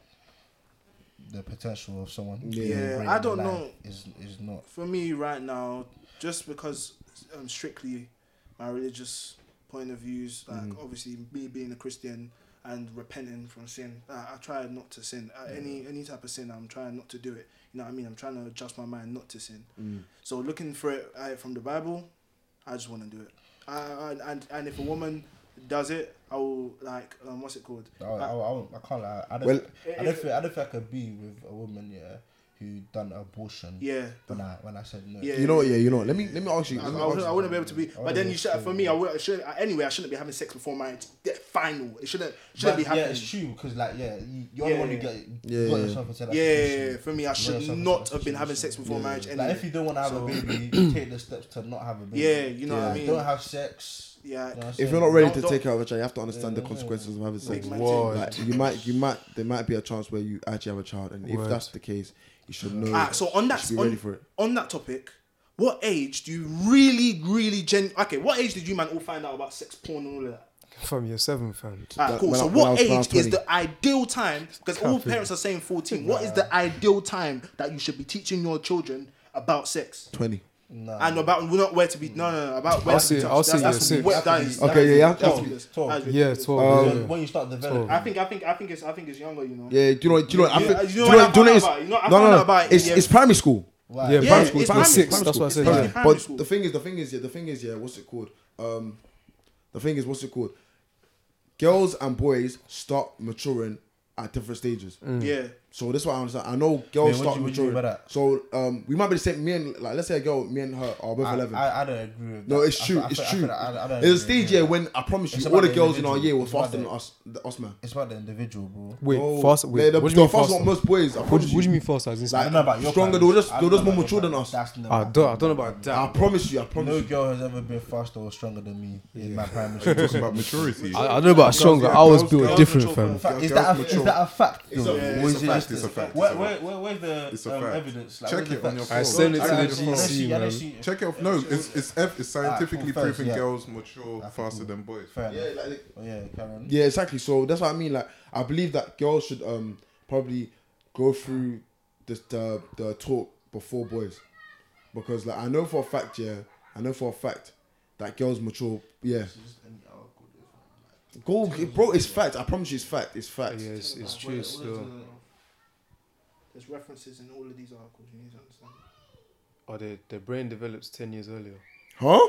B: the potential of someone.
I: Yeah.
B: and
F: Yeah,
B: bringing
F: I don't
B: it, like,
F: know.
B: Is is not.
F: for me right now, just because um, strictly my religious point of views, like obviously me being a Christian and repenting from sin, I, I try not to sin. Uh, Any any type of sin, I'm trying not to do it. You know what I mean? I'm trying to adjust my mind not to sin. So looking for it uh, from the Bible, I just want to do it. I, I, and and if a woman does it, I will like um, what's it called?
B: I, I, I, won't- I can't. Lie. I don't.
I: Well-
B: I don't feel. I don't think I could be with a woman, yeah, who done abortion.
F: Yeah.
B: When I when I said no.
F: Yeah.
I: you know what? Yeah, you know. what? Let me let me ask you.
F: I,
I: let
F: I
I: me ask
F: wouldn't, I
I: you.
F: wouldn't be able to be. But
B: wouldn't
F: then
B: be
F: you should,
B: able
F: for
B: to.
F: me, I, would, I shouldn't. Anyway, I shouldn't be having sex before marriage. Yeah, final. It shouldn't. Shouldn't
B: But,
F: be happening.
B: Yeah, it's true because like yeah, you, you're the one who
F: Yeah.
B: get
I: Yeah,
B: got
I: yeah.
B: yourself into that
F: Yeah,
B: position.
F: for me, I
B: Got
F: should
B: yourself
F: not
B: into
F: have been
B: that
F: having
B: position.
F: sex before marriage.
B: Like
F: Anyway.
B: if you don't want to have
F: So-
B: a baby, take the steps to not have a baby.
F: Yeah, you know what I mean?
B: Don't have sex.
F: Yeah.
B: You know what I'm
I: If
B: saying?
I: you're not ready
F: Don't-
I: to
F: don't-
I: take care of a child, you have to understand
B: Yeah,
I: the
B: yeah,
I: consequences of having
F: Big
I: sex.
F: man
D: Whoa.
F: thing.
I: Like you might, you might, there might be a chance where you actually have a child, and if
D: Word.
I: that's the case, you should know.
F: Ah, so on
I: you
F: that
I: should be
F: on,
I: ready for it.
F: on that topic, what age do you really, really gen? Okay, what age did you man all find out about sex porn and all of that?
D: Fam, you're seven, fam.
F: Alright,
I: That-
F: cool.
I: when
F: So,
I: I- when I
F: what
I: was- when I was
F: age is
I: 20.
F: the ideal time? Because all parents are saying 14. What is the ideal time that you should be teaching your children about sex?
I: Twenty.
B: Nah.
F: And about not where to be. No, no, no. About where
D: I'll
F: to
D: say-
F: be. touched.
D: I'll say
F: That's-
D: you're
F: that's
D: six.
F: what- that
B: Have
F: is-
B: to
I: Okay,
B: be-
I: yeah, you have to-
B: twelve.
I: have to
F: ridiculous.
B: Twelve.
F: That is
D: Yeah,
F: ridiculous.
D: twelve.
B: When-
I: Um,
D: yeah.
B: When you start developing,
F: I think I think I think it's I think it's younger, you know.
I: Yeah, do you know? Do you know? I
F: Yeah, you
I: think- do
F: know what
I: you know?
F: I
I: Do you know?
F: found
I: It's,
F: out about it? You know, I found
I: no, no,
F: out
I: no.
F: about it,
I: It's
F: yeah.
I: it's primary school.
B: Why?
D: Yeah,
F: Yeah,
D: primary school,
F: it's
D: primary
F: primary
D: six.
F: school.
D: That's what I said.
F: It's
D: yeah.
F: like- primary
I: But
F: school.
I: the thing is, the thing is, yeah, the thing is, yeah, what's it called? Um, the thing is, what's it called? Girls and boys start maturing at different stages.
D: Mm.
F: Yeah.
I: So this is what I understand. I know girls
B: Wait, what
I: start
B: do you- what do you
I: maturing.
B: mean by that?
I: So um, we might be the same. Me and like let's say a girl, me and her are both
B: I,
I: eleven.
B: I, I don't agree with
I: no,
B: that.
I: it's
B: I
I: true.
B: feel- I
I: it's
B: feel- I
I: true.
B: feel- I- I don't
I: There's a
B: agree with
I: stage year
B: that.
I: when I promise you,
B: It's
I: all
B: about
I: the
B: the
I: girls in our year
B: individual.
I: were
B: It's about
I: faster
B: the-
I: than us. The, us man.
B: It's about the individual, bro.
D: Wait,
I: No,
D: faster. Wait,
I: they're oh, the-
D: what do you mean
I: they're faster
D: faster?
I: than most boys, I
D: What,
I: promise
D: do- what do
I: you.
D: you mean faster? As in-
I: Like,
B: I don't know about your
I: stronger.
B: parents.
I: They were
B: I
I: just they
B: don't
I: were
B: know
I: just more
B: about your
I: mature than
B: parents.
I: us. Ah,
B: That's never
D: I
B: happened.
D: don't. I don't know about that.
I: I promise you. I promise
B: No
I: you.
B: girl has ever been faster or stronger than me in my primary
E: We're
B: school.
E: talking about maturity.
D: I, I don't know about stronger. I was
E: girls-
D: built
E: girls
D: different,
F: mature
D: fam.
F: first.
B: Fact, is,
E: Girls
B: that a,
E: mature.
B: is that a fact?
I: It's
B: though?
I: a- Yeah,
B: Or
E: it's
B: is
E: a
B: it
E: fact,
B: just
E: it's a fact,
B: Where,
E: it's a
B: where,
E: fact.
B: where, where's the
E: It's a
B: um,
E: fact.
B: evidence? Like,
E: Check
B: where's the
E: it on your
B: facts?
E: phone.
D: I send it
E: I
D: to
E: don't
D: the
E: see- I don't
D: GC,
B: I don't
D: man.
B: see-
E: Check it off. No, it's it's, ev- it's scientifically
B: Ah, cool,
E: proven
B: first, yeah.
E: girls mature
B: Ah,
E: faster
B: cool.
E: than boys.
B: Fair
I: Yeah,
B: enough.
I: like,
B: Oh, yeah, carry on.
I: yeah, exactly. So that's what I mean. Like, I believe that girls should um probably go through the the, the talk before boys, because like I know for a fact, yeah, I know for a fact that girls mature. Yeah, go, bro. It's fact. I promise you, it's fact. It's fact.
D: Yeah, it's, it's true still.
F: There's references in all of these articles. You need to understand.
D: Oh, their their brain develops ten years earlier.
I: Huh?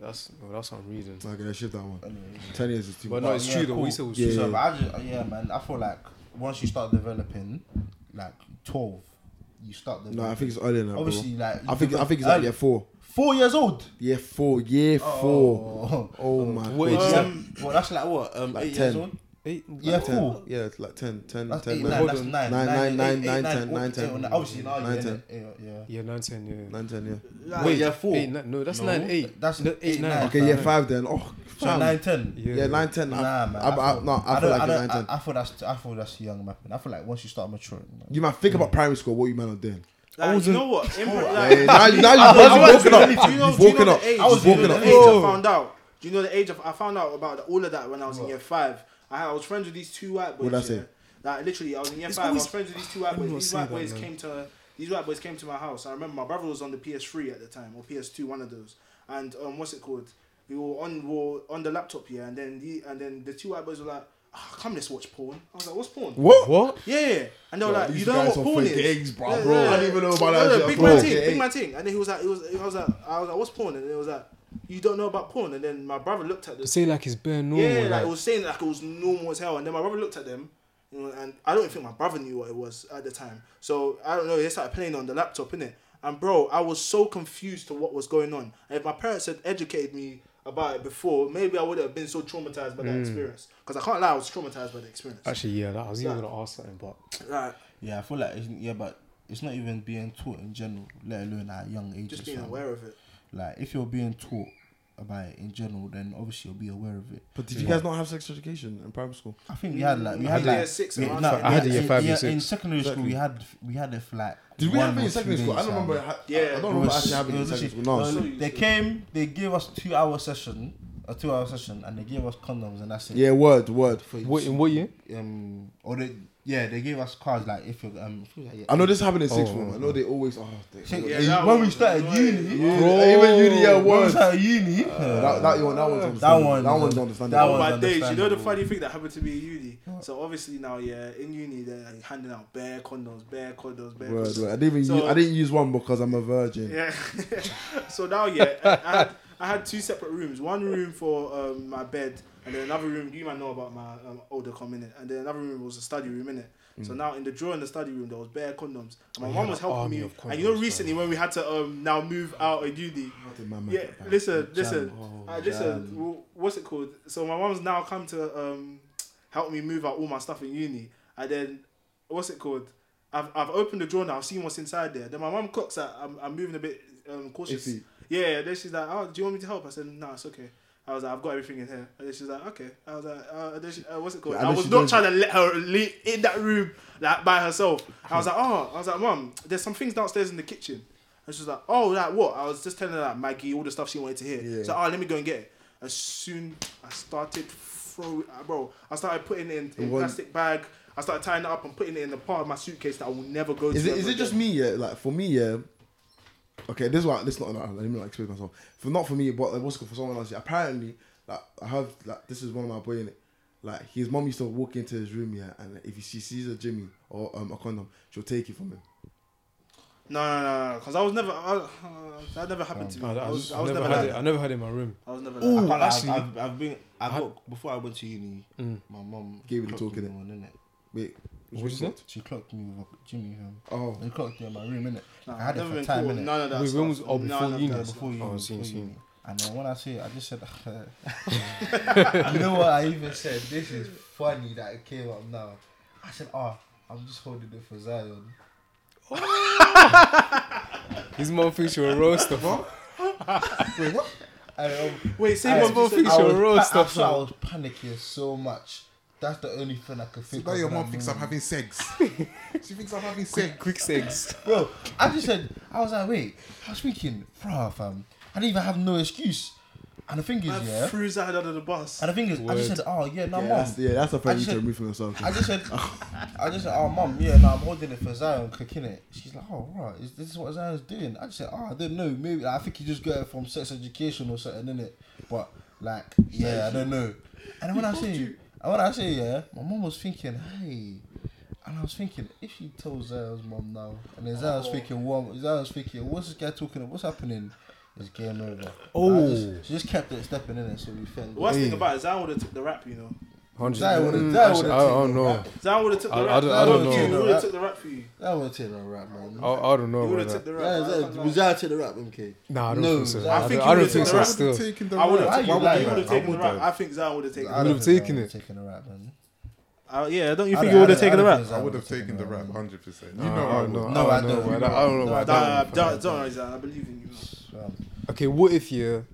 D: That's well, that's what I'm reading.
I: Okay, let's shift that one.
B: Anyways.
I: Ten years is too.
D: But
I: much.
D: no, it's
B: yeah,
D: true. though. What
B: cool.
D: you said was
I: Yeah.
D: true.
B: So, but I just, yeah, man, I feel like once you start developing, like 12, you start developing.
I: No, I think it's earlier now,
B: Obviously, like.
I: bro. I think I think it's like year four.
B: Four years old.
I: Year four. Year four.
B: Oh.
I: Oh my
D: What
I: god.
D: age is that?
B: Um, well, that's like what? Um,
I: Like
B: eight
I: 10.
B: years old?
D: Eight,
B: Yeah,
I: ten.
B: four.
I: Yeah, it's like 10, 10,
B: That's
I: 10,
B: eight,
I: nine,
B: nine, that's nine.
I: Nine, nine, nine,
B: eight,
I: nine,
B: eight,
I: ten, nine,
B: eight,
I: ten.
B: nine, Obviously, now
I: Nine,
B: you're
I: ten.
B: Yeah.
D: yeah, nine, ten, yeah.
I: nine, 10, yeah.
B: Wait, yeah, four.
D: Eight, nine, no, that's
B: No,
D: nine, eight.
B: that's
D: no, eight,
B: eight,
D: nine.
B: nine.
I: Okay,
B: Fam.
I: yeah, five then. Oh,
B: So
I: fam.
B: nine, ten.
D: Yeah,
I: yeah, nine, ten. I,
B: Nah, man.
I: I, I, no, I, feel
B: don't-
I: like it's
B: don't-
I: nine, ten.
B: I, I feel that's I feel that's young, man. I feel like once you start maturing, man.
I: you might think about primary school, what you man are doing.
F: Like, you know what? In,
I: Yeah,
F: like,
I: now, you- now you've
F: I was
I: woken up.
F: really- do you know-
I: You've
F: do you know
I: woken
F: the
I: up.
F: age-
I: You've
B: I was
I: woken
B: really-
F: the
I: up.
F: age Oh. I found out. Do you know the age of? I found out about all of that when I was in year five. I, had, I was friends with these two white boys.
I: What'd I say?
F: yeah. Like literally, I was in year
D: It's
F: five. I
D: always-
F: was friends with these two white
D: I'm
F: boys.
D: not
F: These
D: saying
F: white
D: that,
F: boys
D: man.
F: came to these white boys came to my house. I remember my brother was on the PS3 at the time or PS2, one of those. And um, what's it called? We were on we were on the laptop here, and then the, and then the two white boys were like, "Ah, "Come, let's watch porn." I was like, "What's porn?"
D: What? What?
F: Yeah, and they were
I: Bro,
F: like,
I: these
F: you don't know
I: guys
F: what
I: are
F: porn is,
I: fucking eggs, bro.
F: Yeah,
I: Bro,
F: yeah,
I: I
F: yeah.
I: didn't even know about
F: No,
I: that
F: no,
I: shit,
F: Big
I: bro.
F: man
I: Fucking
F: thing, big
I: eggs.
F: man thing. And then he was like, he was, I was like, I was like, what's porn? And it was like, you don't know about porn. And then my brother looked at this.
D: Say like it's bare normal.
F: yeah, like,
D: like,
F: it was saying like it was normal as hell. And then my brother looked at them, you know, and I don't think my brother knew what it was at the time. So I don't know. They started playing on the laptop, innit? And bro, I was so confused to what was going on. And if my parents had educated me about it before, maybe I would have been so traumatized by that
I: Hmm.
F: experience. Because I can't lie, I was traumatized by the experience.
D: Actually, yeah, that, I was even
F: Yeah.
D: gonna ask something, but
F: Like,
B: Yeah, I feel like it's, yeah, but it's not even being taught in general, let alone at young ages.
F: just being
B: fam.
F: aware of it.
B: Like if you're being taught about it in general, then obviously you'll be aware of it. Mm,
I: But did you guys not have sex education in primary school?
B: I think we had like we
F: I
B: had
F: did
B: like
F: year six
B: we-
F: and I
B: no,
F: had
B: we
D: year
B: in-
D: five, year
B: yeah, In
D: six.
B: secondary school, we had we had it for like.
I: Did we
B: one
I: have
B: or
I: it in secondary
B: two
I: school? I
B: days,
I: don't
B: fam.
I: remember. ha-
F: Yeah.
I: I don't remember
B: It was
I: actually having it in
B: literally-
I: secondary school. No,
B: well,
F: So-
B: they came, they gave us two hour session, a two hour session, and they gave us condoms, and that's it.
I: Yeah, word, word.
D: what in what year?
B: Um, or they, yeah, they gave us cards like if you're um. if you're, like, yeah,
I: I know this happened in sixth
D: Oh.
I: form. I know they always. Oh, they,
B: Shit,
F: Yeah,
B: eh,
F: that
B: when we
F: one
B: started
F: was
B: uni,
F: annoying.
B: bro,
I: Bro. Even uni, yeah,
B: when we
I: word.
B: started uni,
I: That, that, one, that one's understandable.
B: That one-
I: That one's
B: that
I: understandable.
B: one-
F: Oh my
B: was
F: days! You know the
B: understandable.
F: funny thing that happened to me in uni. So obviously now, yeah, in uni they're like handing out bare condoms, bare condoms, bare
I: Word,
F: condoms.
I: word. I didn't even
F: Oh So-
I: use, I didn't use one because I'm a virgin.
F: Yeah. so now, yeah, I, I, had, I had two separate rooms. One room for um, my bed, and then another room. You might know about my um, older com in And then another room was a study room in So now in the drawer in the study room there was bare condoms.
D: Mm. Oh,
F: And my mum
D: you had
F: was
D: an
F: helping
D: army
F: me.
D: of
F: And you know
D: condoms,
F: recently when we had to um now move out of uni.
I: Did my man
F: Yeah,
I: get back?
F: listen, listen,
I: Oh,
F: uh, listen. w- What's it called? So my mom's now come to um help me move out all my stuff in uni, and then what's it called? I've I've opened the drawer now. I've seen what's inside there. Then my mom clocks that I'm, I'm moving a bit um cautious.
I: Iffy.
F: Yeah, then she's like, "Oh, do you want me to help?" I said, "No, it's okay." I was like, "I've got everything in here," and then she's like, "Okay." I was like, uh, and then she, uh, "What's it called?"
I: Yeah, and
F: I
I: then
F: was
I: she
F: not
I: knows-
F: trying to let her le- in that room like by herself. I was like, "Oh," I was like, "Mom, there's some things downstairs in the kitchen." And she was like, oh, like what? I was just telling her like Maggie, all the stuff she wanted to hear.
I: Yeah.
F: So, oh, let me go and get it. As soon I started throwing, uh, bro, I started putting it in, in
I: What-
F: plastic bag. I started tying it up and putting it in the part of my suitcase that I will never go
I: Is
F: to.
I: it is
F: ever
I: it just
F: again.
I: me? Yeah, like for me, yeah. Okay, this is why this is not no, let me not explain myself. For not for me, but like, what's good for someone else? Yeah, apparently, like I have like this is one of my boy in it. Like his mom used to walk into his room, yeah, and if she sees a Jimmy or um, a condom, she'll take it from him.
F: No, no, no, no. Because I was never, I, uh, that never happened to me.
B: Oh,
D: No, that-
F: I,
D: I,
F: was, I
D: I
F: was
D: never
F: never,
D: had
F: like
D: it.
F: that.
D: I never had it in my room.
F: I was never
B: I
F: like that.
B: can't lie,
D: actually-
B: I've, I've, I've been, I got before I went to uni. My mum
I: Mm. Gave you the
B: cooked
I: talk,
B: me
I: innit?
B: one, innit?
I: Wait,
D: What did you say?
B: She clocked me with Jimmy. Um,
D: Oh.
B: They clocked you in my room, innit?
F: Nah,
B: I had it
F: never
B: for
F: been
B: time,
F: cool.
B: innit?
F: None of that.
D: Wait, when was-
F: stuff.
D: oh, before
F: None of
D: uni,
F: that
B: Before you,
D: Oh,
B: before
D: seen,
B: you.
D: seen.
B: And then when I see it, I just said, you know what I even said? This is funny that it came up now. I said, oh, I'm just holding it for Zion.
D: His mom thinks you're a roaster.
B: Wait, what? And, um,
F: Wait,
B: I,
F: say one more
D: just said-
F: thing.
D: Fix your road
B: pa-
D: stuff,
B: actually, I
D: man.
B: was panicking so much. That's the only thing I could think
E: Now
B: of.
E: your
B: when
E: mom
B: I'm
E: thinks
B: moving.
E: I'm having sex. she thinks I'm having sex.
D: Quick, quick sex.
B: Bro, I just said, I was like, wait, I was thinking, bruh, fam, I didn't even have no excuse. And the thing is,
F: I
B: yeah.
F: threw Zahid under the bus.
B: And the thing is, I just
D: Word.
B: said, oh, yeah, no, mom.
I: Yeah, that's, yeah, that's
B: I
I: a friend you
B: just
I: to
B: said-
I: remove from yourself.
B: I just said, I just said, oh, mom, yeah, no, I'm holding it for Zion, cooking it. She's like, oh, right, is this what Zion's doing? I just said, oh, I don't know, maybe I think he just got it from sex education or something, innit? But like, yeah, I don't know. And when I say, and when I say, yeah, my mom was thinking, hey, and I was thinking, if she tells Zion's mom now, and then Zion's thinking, what? Zion's thinking, what's this guy talking? about? What's happening? It's game over. Oh, she just kept it stepping in it, so we felt.
F: Worst thing about it, Zion would have took the rap, you know.
D: 100.
B: That would've-
D: Mm,
B: that
D: actually,
B: would've
D: I, I don't
B: taken
D: know.
F: Zion would have took the
D: I- I
F: rap.
D: don't- I don't know.
F: He would have took the rap for you.
B: That won't take no rap, man.
D: I, I don't know.
F: He would
D: About that.
F: have took the
B: Yeah,
F: rap.
B: is that, was that to the rap, MK?
D: Nah, I don't
B: No,
D: think so.
B: I
D: I,
F: think
D: don't,
F: you
D: I don't
F: would've
D: think
F: took
D: so.
F: the
D: Still,
E: Taking the
F: I would
E: rap.
B: Why
F: have.
B: you
F: Why
B: lying,
F: would
B: man?
F: have taken the
E: I
F: rap?
E: would
F: I think Zion would have
B: I
F: taken. the
D: would've
B: don't
D: taken
B: think I
D: it.
B: would've Taken the rap, man.
F: rap. Uh, Yeah, don't you
B: I
F: think
B: don't-
F: you
B: I
F: would have
B: don't-
F: taken the
B: don't
F: rap?
B: think
E: I
B: Zion
E: would have taken the rap, hundred percent. You
D: Nah,
E: know,
D: I
E: I
D: don't know.
E: would.
B: No,
D: I
B: I
D: don't.
B: don't.
D: know. I don't- I don't know. about that
F: Nah,
D: one.
F: Don't don't worry, Zion. I believe in you.
B: Um,
D: Okay, what if you,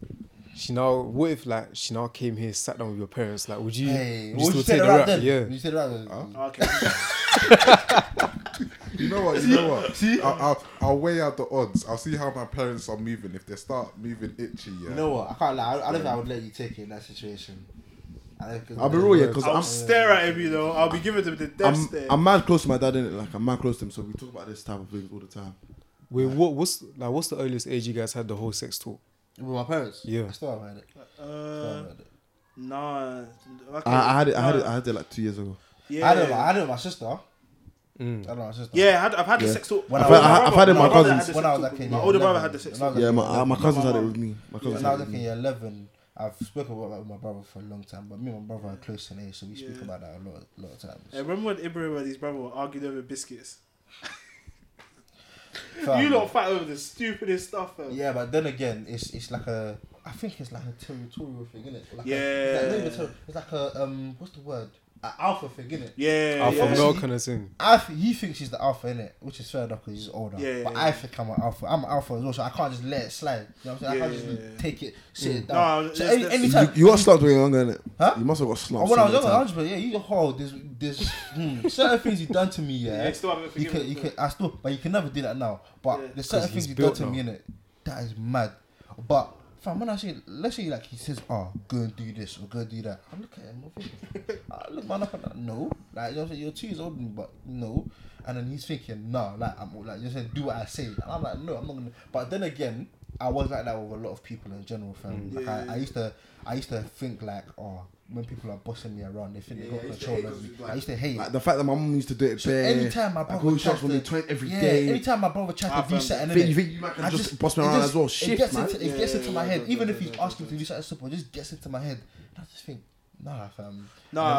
D: she now, what if like she now came here, sat down with your parents? Like, would you,
B: Hey,
D: would
B: would
D: you
B: you
D: still
B: take
D: take
B: the
D: the
B: rap
D: rap?
B: then?
D: Yeah.
B: Would you take the rap then?
F: Okay.
E: You know what? You know what? I'll, I'll, I'll weigh out the odds. I'll see how my parents are moving. If they start moving itchy, yeah.
B: You know what? I can't lie. I, I don't think I would let you take it in that situation. I don't think-
I: I'll be real, yeah, because
F: I'll
I: I'm,
F: stare at him, you know. I'll be giving him the death
I: I'm,
F: stare.
I: I'm mad close to my dad, innit? Like, I'm mad close to him, so we talk about this type of things all the time.
D: Wait, what? What's like? What's the earliest age you guys had the whole sex talk?
B: With my parents?
D: Yeah.
B: I still haven't had it. Still
F: Uh,
B: haven't had it.
F: nah. Okay.
I: I, I had it, I had it,
F: Nah.
I: I had it like two years ago.
F: Uh, Yeah.
B: I don't know. I had it with my sister. I don't know, my sister.
F: Yeah, I had, I've had the
I: Yeah.
F: sex talk.
B: When
F: my
B: I was- I-
F: brother-
I: I've had it with my
F: brother had
I: cousins.
F: the
B: When I
F: sex
B: was
F: talk
B: like
F: with
B: in
F: me. My
B: year
F: older brother
B: 11,
F: had the sex
B: when I
F: talk.
B: was
I: Yeah,
B: like-
I: my, uh, my cousins had it
F: mum.
I: with me. My cousins
B: When I
I: had
B: was
I: it
B: like in
I: with me.
B: year 11, I've spoken about that with my brother for a long time, but me and my brother are close in age, so we speak
F: Yeah.
B: about that a lot, a lot of times.
F: Yeah, remember when Ibrahim and his brother were arguing over biscuits?
B: Fam.
F: You lot fight over the stupidest stuff, fam.
B: Yeah, but then again, it's it's like a. I think it's like a territorial thing, isn't it? Like A, it's, like, not even
F: Yeah.
B: terri- it's like a um. What's the word? An alpha thing, innit?
F: Yeah,
D: Alpha
F: yeah.
D: male kind of thing.
B: I th- he thinks he's the alpha, innit? Which is fair enough because he's older.
F: Yeah,
B: but
F: yeah,
B: I
F: yeah.
B: think I'm an alpha. I'm an alpha as well, so I can't just let it slide. You know what I'm saying? I
F: Yeah,
B: can't just
F: yeah, yeah.
B: take it, sit it
F: No,
B: down. so
F: there's-
B: any,
F: there's-
B: anytime.
I: You, you got slumped when you were younger, innit?
B: Huh?
I: You must have got
B: Oh,
I: slumped.
B: when I was
I: so
B: younger,
I: many
B: I
I: times.
B: was but yeah, you hold this this hmm, certain things you done to me, yeah.
F: Yeah, still haven't
B: you
F: forgiven
B: can, you
F: him,
B: can, I still, but you can never do that now. But
F: Yeah.
B: there's certain
D: 'Cause he's
B: things you done
D: built
B: to me in it. That is mad. But fam, when I say, let's say like he says, oh, go and do this or go and do that, I'm looking at him. I'm thinking, I look man up and like, no, like you know, what I'm saying, you're two years older, than me, but no. And then he's thinking, no, like I'm like you said, do what I say. And I'm like, no, I'm not gonna. But then again, I was like that with a lot of people in general, fam.
D: Mm.
B: Like I, I used to, I used to think like, oh, when people are bossing me around, they think they got control over me. I used to hate.
I: Like, the fact that my mum used to do it
B: So
I: bare.
B: anytime my
I: like,
B: brother
I: go
B: tries
I: shops
B: to,
I: with me twice every
B: yeah,
I: day.
B: anytime my brother tries
F: I
B: to do
F: found-
B: something,
I: Think
B: innit?
I: you think you might can
B: I
I: just bust me around as well?
B: it
I: Shit,
B: gets
I: man.
B: Into, it gets
F: Yeah,
B: into my
F: yeah,
B: head,
F: yeah,
B: even
F: yeah,
B: if he's
F: yeah,
B: asking to do something simple, it just gets into my head. And I just think, nah, fam.
F: Nah,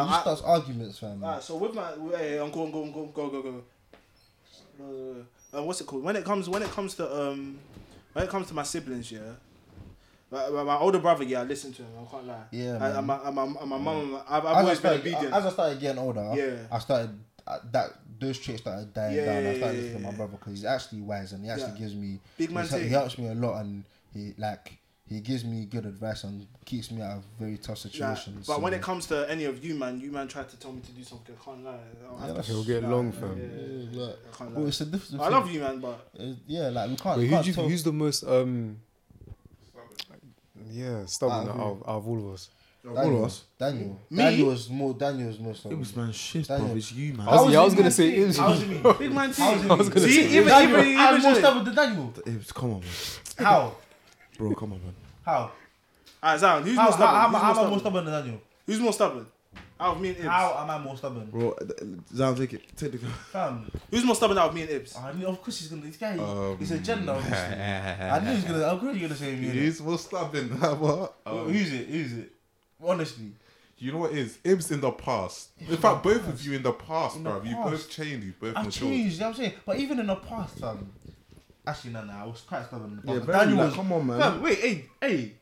B: And then it just
F: I-
B: starts arguments, fam.
F: Alright, so with my hey, I'm going, going, going, go, go, go. Uh, what's it called? When it comes, when it comes to um, when it comes to my siblings, yeah. My, my, my older brother, yeah, I listen to him. I can't lie.
B: Yeah,
F: And,
B: man.
F: and my, and my, and my mum, I've, I've
B: as, I
F: always been
B: started,
F: obedient.
B: as I started getting older,
F: Yeah.
B: I started uh, that those traits started dying
F: Yeah,
B: down.
F: yeah,
B: I
F: yeah,
B: started
F: yeah,
B: listening to my
F: yeah.
B: brother because he's actually wise and he actually
F: Yeah.
B: gives me
F: Big man
B: he's hel- He
F: thing.
B: helps me a lot and he like he gives me good advice and keeps me out of very tough
F: Nah,
B: situations.
F: but when
B: so-
F: it comes to any of you, man, you man tried to tell me to do something. I can't lie. I
B: Yeah,
F: have
B: that's-
F: to-
D: He'll get
F: nah,
D: long,
F: yeah,
D: fam.
F: yeah, yeah.
B: Yeah, like-
F: I can't
B: Well,
F: lie.
B: it's a different.
F: I love you, man, but
B: Uh, yeah, like we can't.
D: Wait,
B: we
D: who
B: can't
D: do you,
B: talk-
D: who's the most um? Yeah, stubborn out of, out of all of us.
B: Daniel,
I: All of us.
B: Daniel.
F: Me?
B: Daniel was more. Daniel was more.
I: It
B: stubborn.
I: was man shit,
B: Daniel.
I: bro. It's you, man.
D: I was,
B: was
D: yeah, I was
B: in
D: gonna
B: my
D: say
B: team.
D: Ibs.
B: I was in-
F: big man
B: How is
F: team.
B: it me?
D: gonna
F: See,
D: say-
F: even
B: Daniel,
F: even even
B: I'm more
F: Jay.
B: stubborn than Daniel.
I: It was- come on, man.
B: How?
I: Bro, come on, man.
B: How?
F: Alright, Zion, who's
B: How? How? How
F: more stubborn?
B: am I-
F: Who's
B: how
F: more
B: am I more
F: stubborn?
B: stubborn than Daniel?
F: Who's more stubborn? Out of me and Ibs.
B: How am I more stubborn?
I: Bro, Zan, take it. Take the.
B: Fam,
F: Who's more stubborn out of me and Ibs?
B: I knew. Of course, he's gonna. This guy. he's a gender. Obviously. I knew he was gonna. I'm glad you're gonna say me. innit?
E: Um, He's more stubborn. What?
B: Who's it? Who's it? Honestly,
E: You know what it is? Ibs in the past. In fact, both of you in the past, bruv. You both changed. You both
B: I've
E: matured.
B: changed, you know what I'm saying? But even in the past, um, actually, no, no, I was quite stubborn. in the
I: Yeah,
B: past.
I: very like, come on, man.
B: Fam, wait, hey, hey.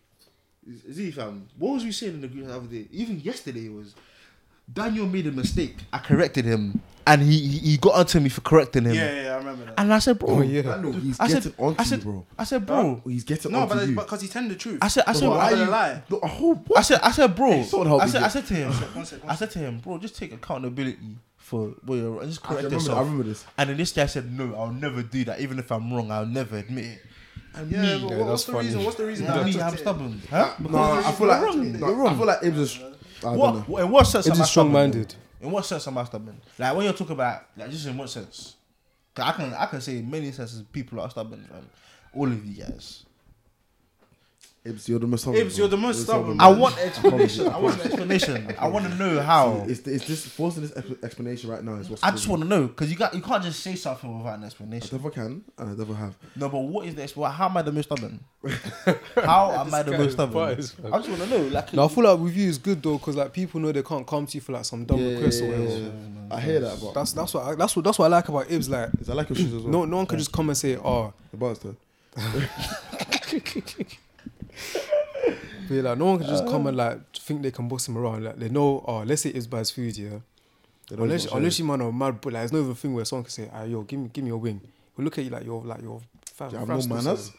B: Z, fam, what was we saying in the group the other day? Even yesterday was Daniel made a mistake. I corrected him, and he he, he got onto me for correcting him.
F: Yeah, yeah, I remember that.
B: And I said, bro,
D: Oh, yeah.
I: I know he's
B: I
I: getting
B: said,
I: onto
B: I said,
I: you, bro.
B: I said, bro.
I: He's getting
F: no,
I: onto
F: but
I: you.
F: because he's telling the truth.
B: I said, I said,
F: why
B: why
F: are
B: you?
F: you- lie?
I: The whole
B: I said, I said, bro.
I: Sort of help
B: I
I: me
B: said,
I: get-
B: I said to him,
F: One sec, one
B: I said to him, bro, just take accountability for what you're just
I: I
B: correct
I: remember-
B: yourself.
I: I remember this.
B: And then this guy said, no, I'll never do that. Even if I'm wrong, I'll never admit it. And
F: Yeah,
B: me,
F: but
D: Yeah,
F: what,
D: that's
F: what's the
D: funny.
F: reason? What's the reason?
B: me,
F: that I took
B: I'm
F: it?
B: stubborn. Huh?
I: No, I feel like no, I feel like Ibs is. I don't know.
B: What, in what sense
D: Ibs
B: am I
D: is strong-minded.
B: stubborn, though? In what sense am I stubborn? Like when you're talking about, like just in what sense? 'Cause I can, I can say in many senses people are stubborn, fam. All of you guys.
I: Ibs, you're the most stubborn.
F: Ibs, you're the
I: bro.
F: most stubborn.
B: I
F: man.
B: want explanation. I want an explanation. I want to know how.
I: It's, it's this forcing this ex- explanation right now is what's.
B: I just want to know because you got, you can't just say something without an explanation.
I: I never can and I never have.
B: No, but what is this? Well, how am I the most stubborn? how am I the
D: guy
B: most
D: is
B: stubborn?
D: biased, man.
B: I just want to know. Like,
D: No, I feel like with you is good though, cause like people know they can't come to you for like some dumb request or whatever.
I: I hear that, but
D: That's that's what I, that's what that's what I like about Ibs. Like,
I: Is I like your shoes as well.
D: no no one can just come and say, oh,
I: the bars though.
D: But yeah, like no one can just come and like think they can boss him around. Like they know, oh, let's say it's by his food, yeah.
I: They don't
D: Unless
I: know
D: unless
I: shit.
D: you man are mad, but like there's no even thing where someone can say, ah, yo, give me give me your wing. He'll look at you like you're like you're fam.
I: You have
D: fam,
I: no
D: still
I: manners?
D: so-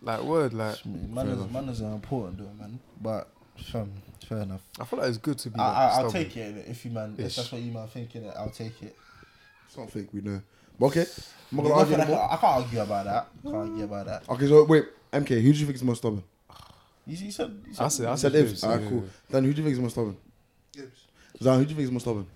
D: Like word, like
B: manners, manners are important, though, man. But fam, fair enough.
D: I feel like it's good to be.
B: I,
D: like,
B: I, I'll
D: stubborn.
B: take it innit, if you man. If
D: Ish.
B: that's what you man thinking, innit, I'll take it.
I: something we know. But okay, I'm not
B: There's
I: gonna
B: nothing I,
I: argue anymore.
B: can't, I can't argue about that. Can't argue about that.
I: Okay, so wait, MK, who do you think is most stubborn?
B: You, you said, you said
D: I said, I
I: I
D: said
I: said
D: Ibs.
I: Ibs. Alright, cool. Dan, who do you think is most stubborn?
F: Ibs.
I: Dan, who do you think is most stubborn?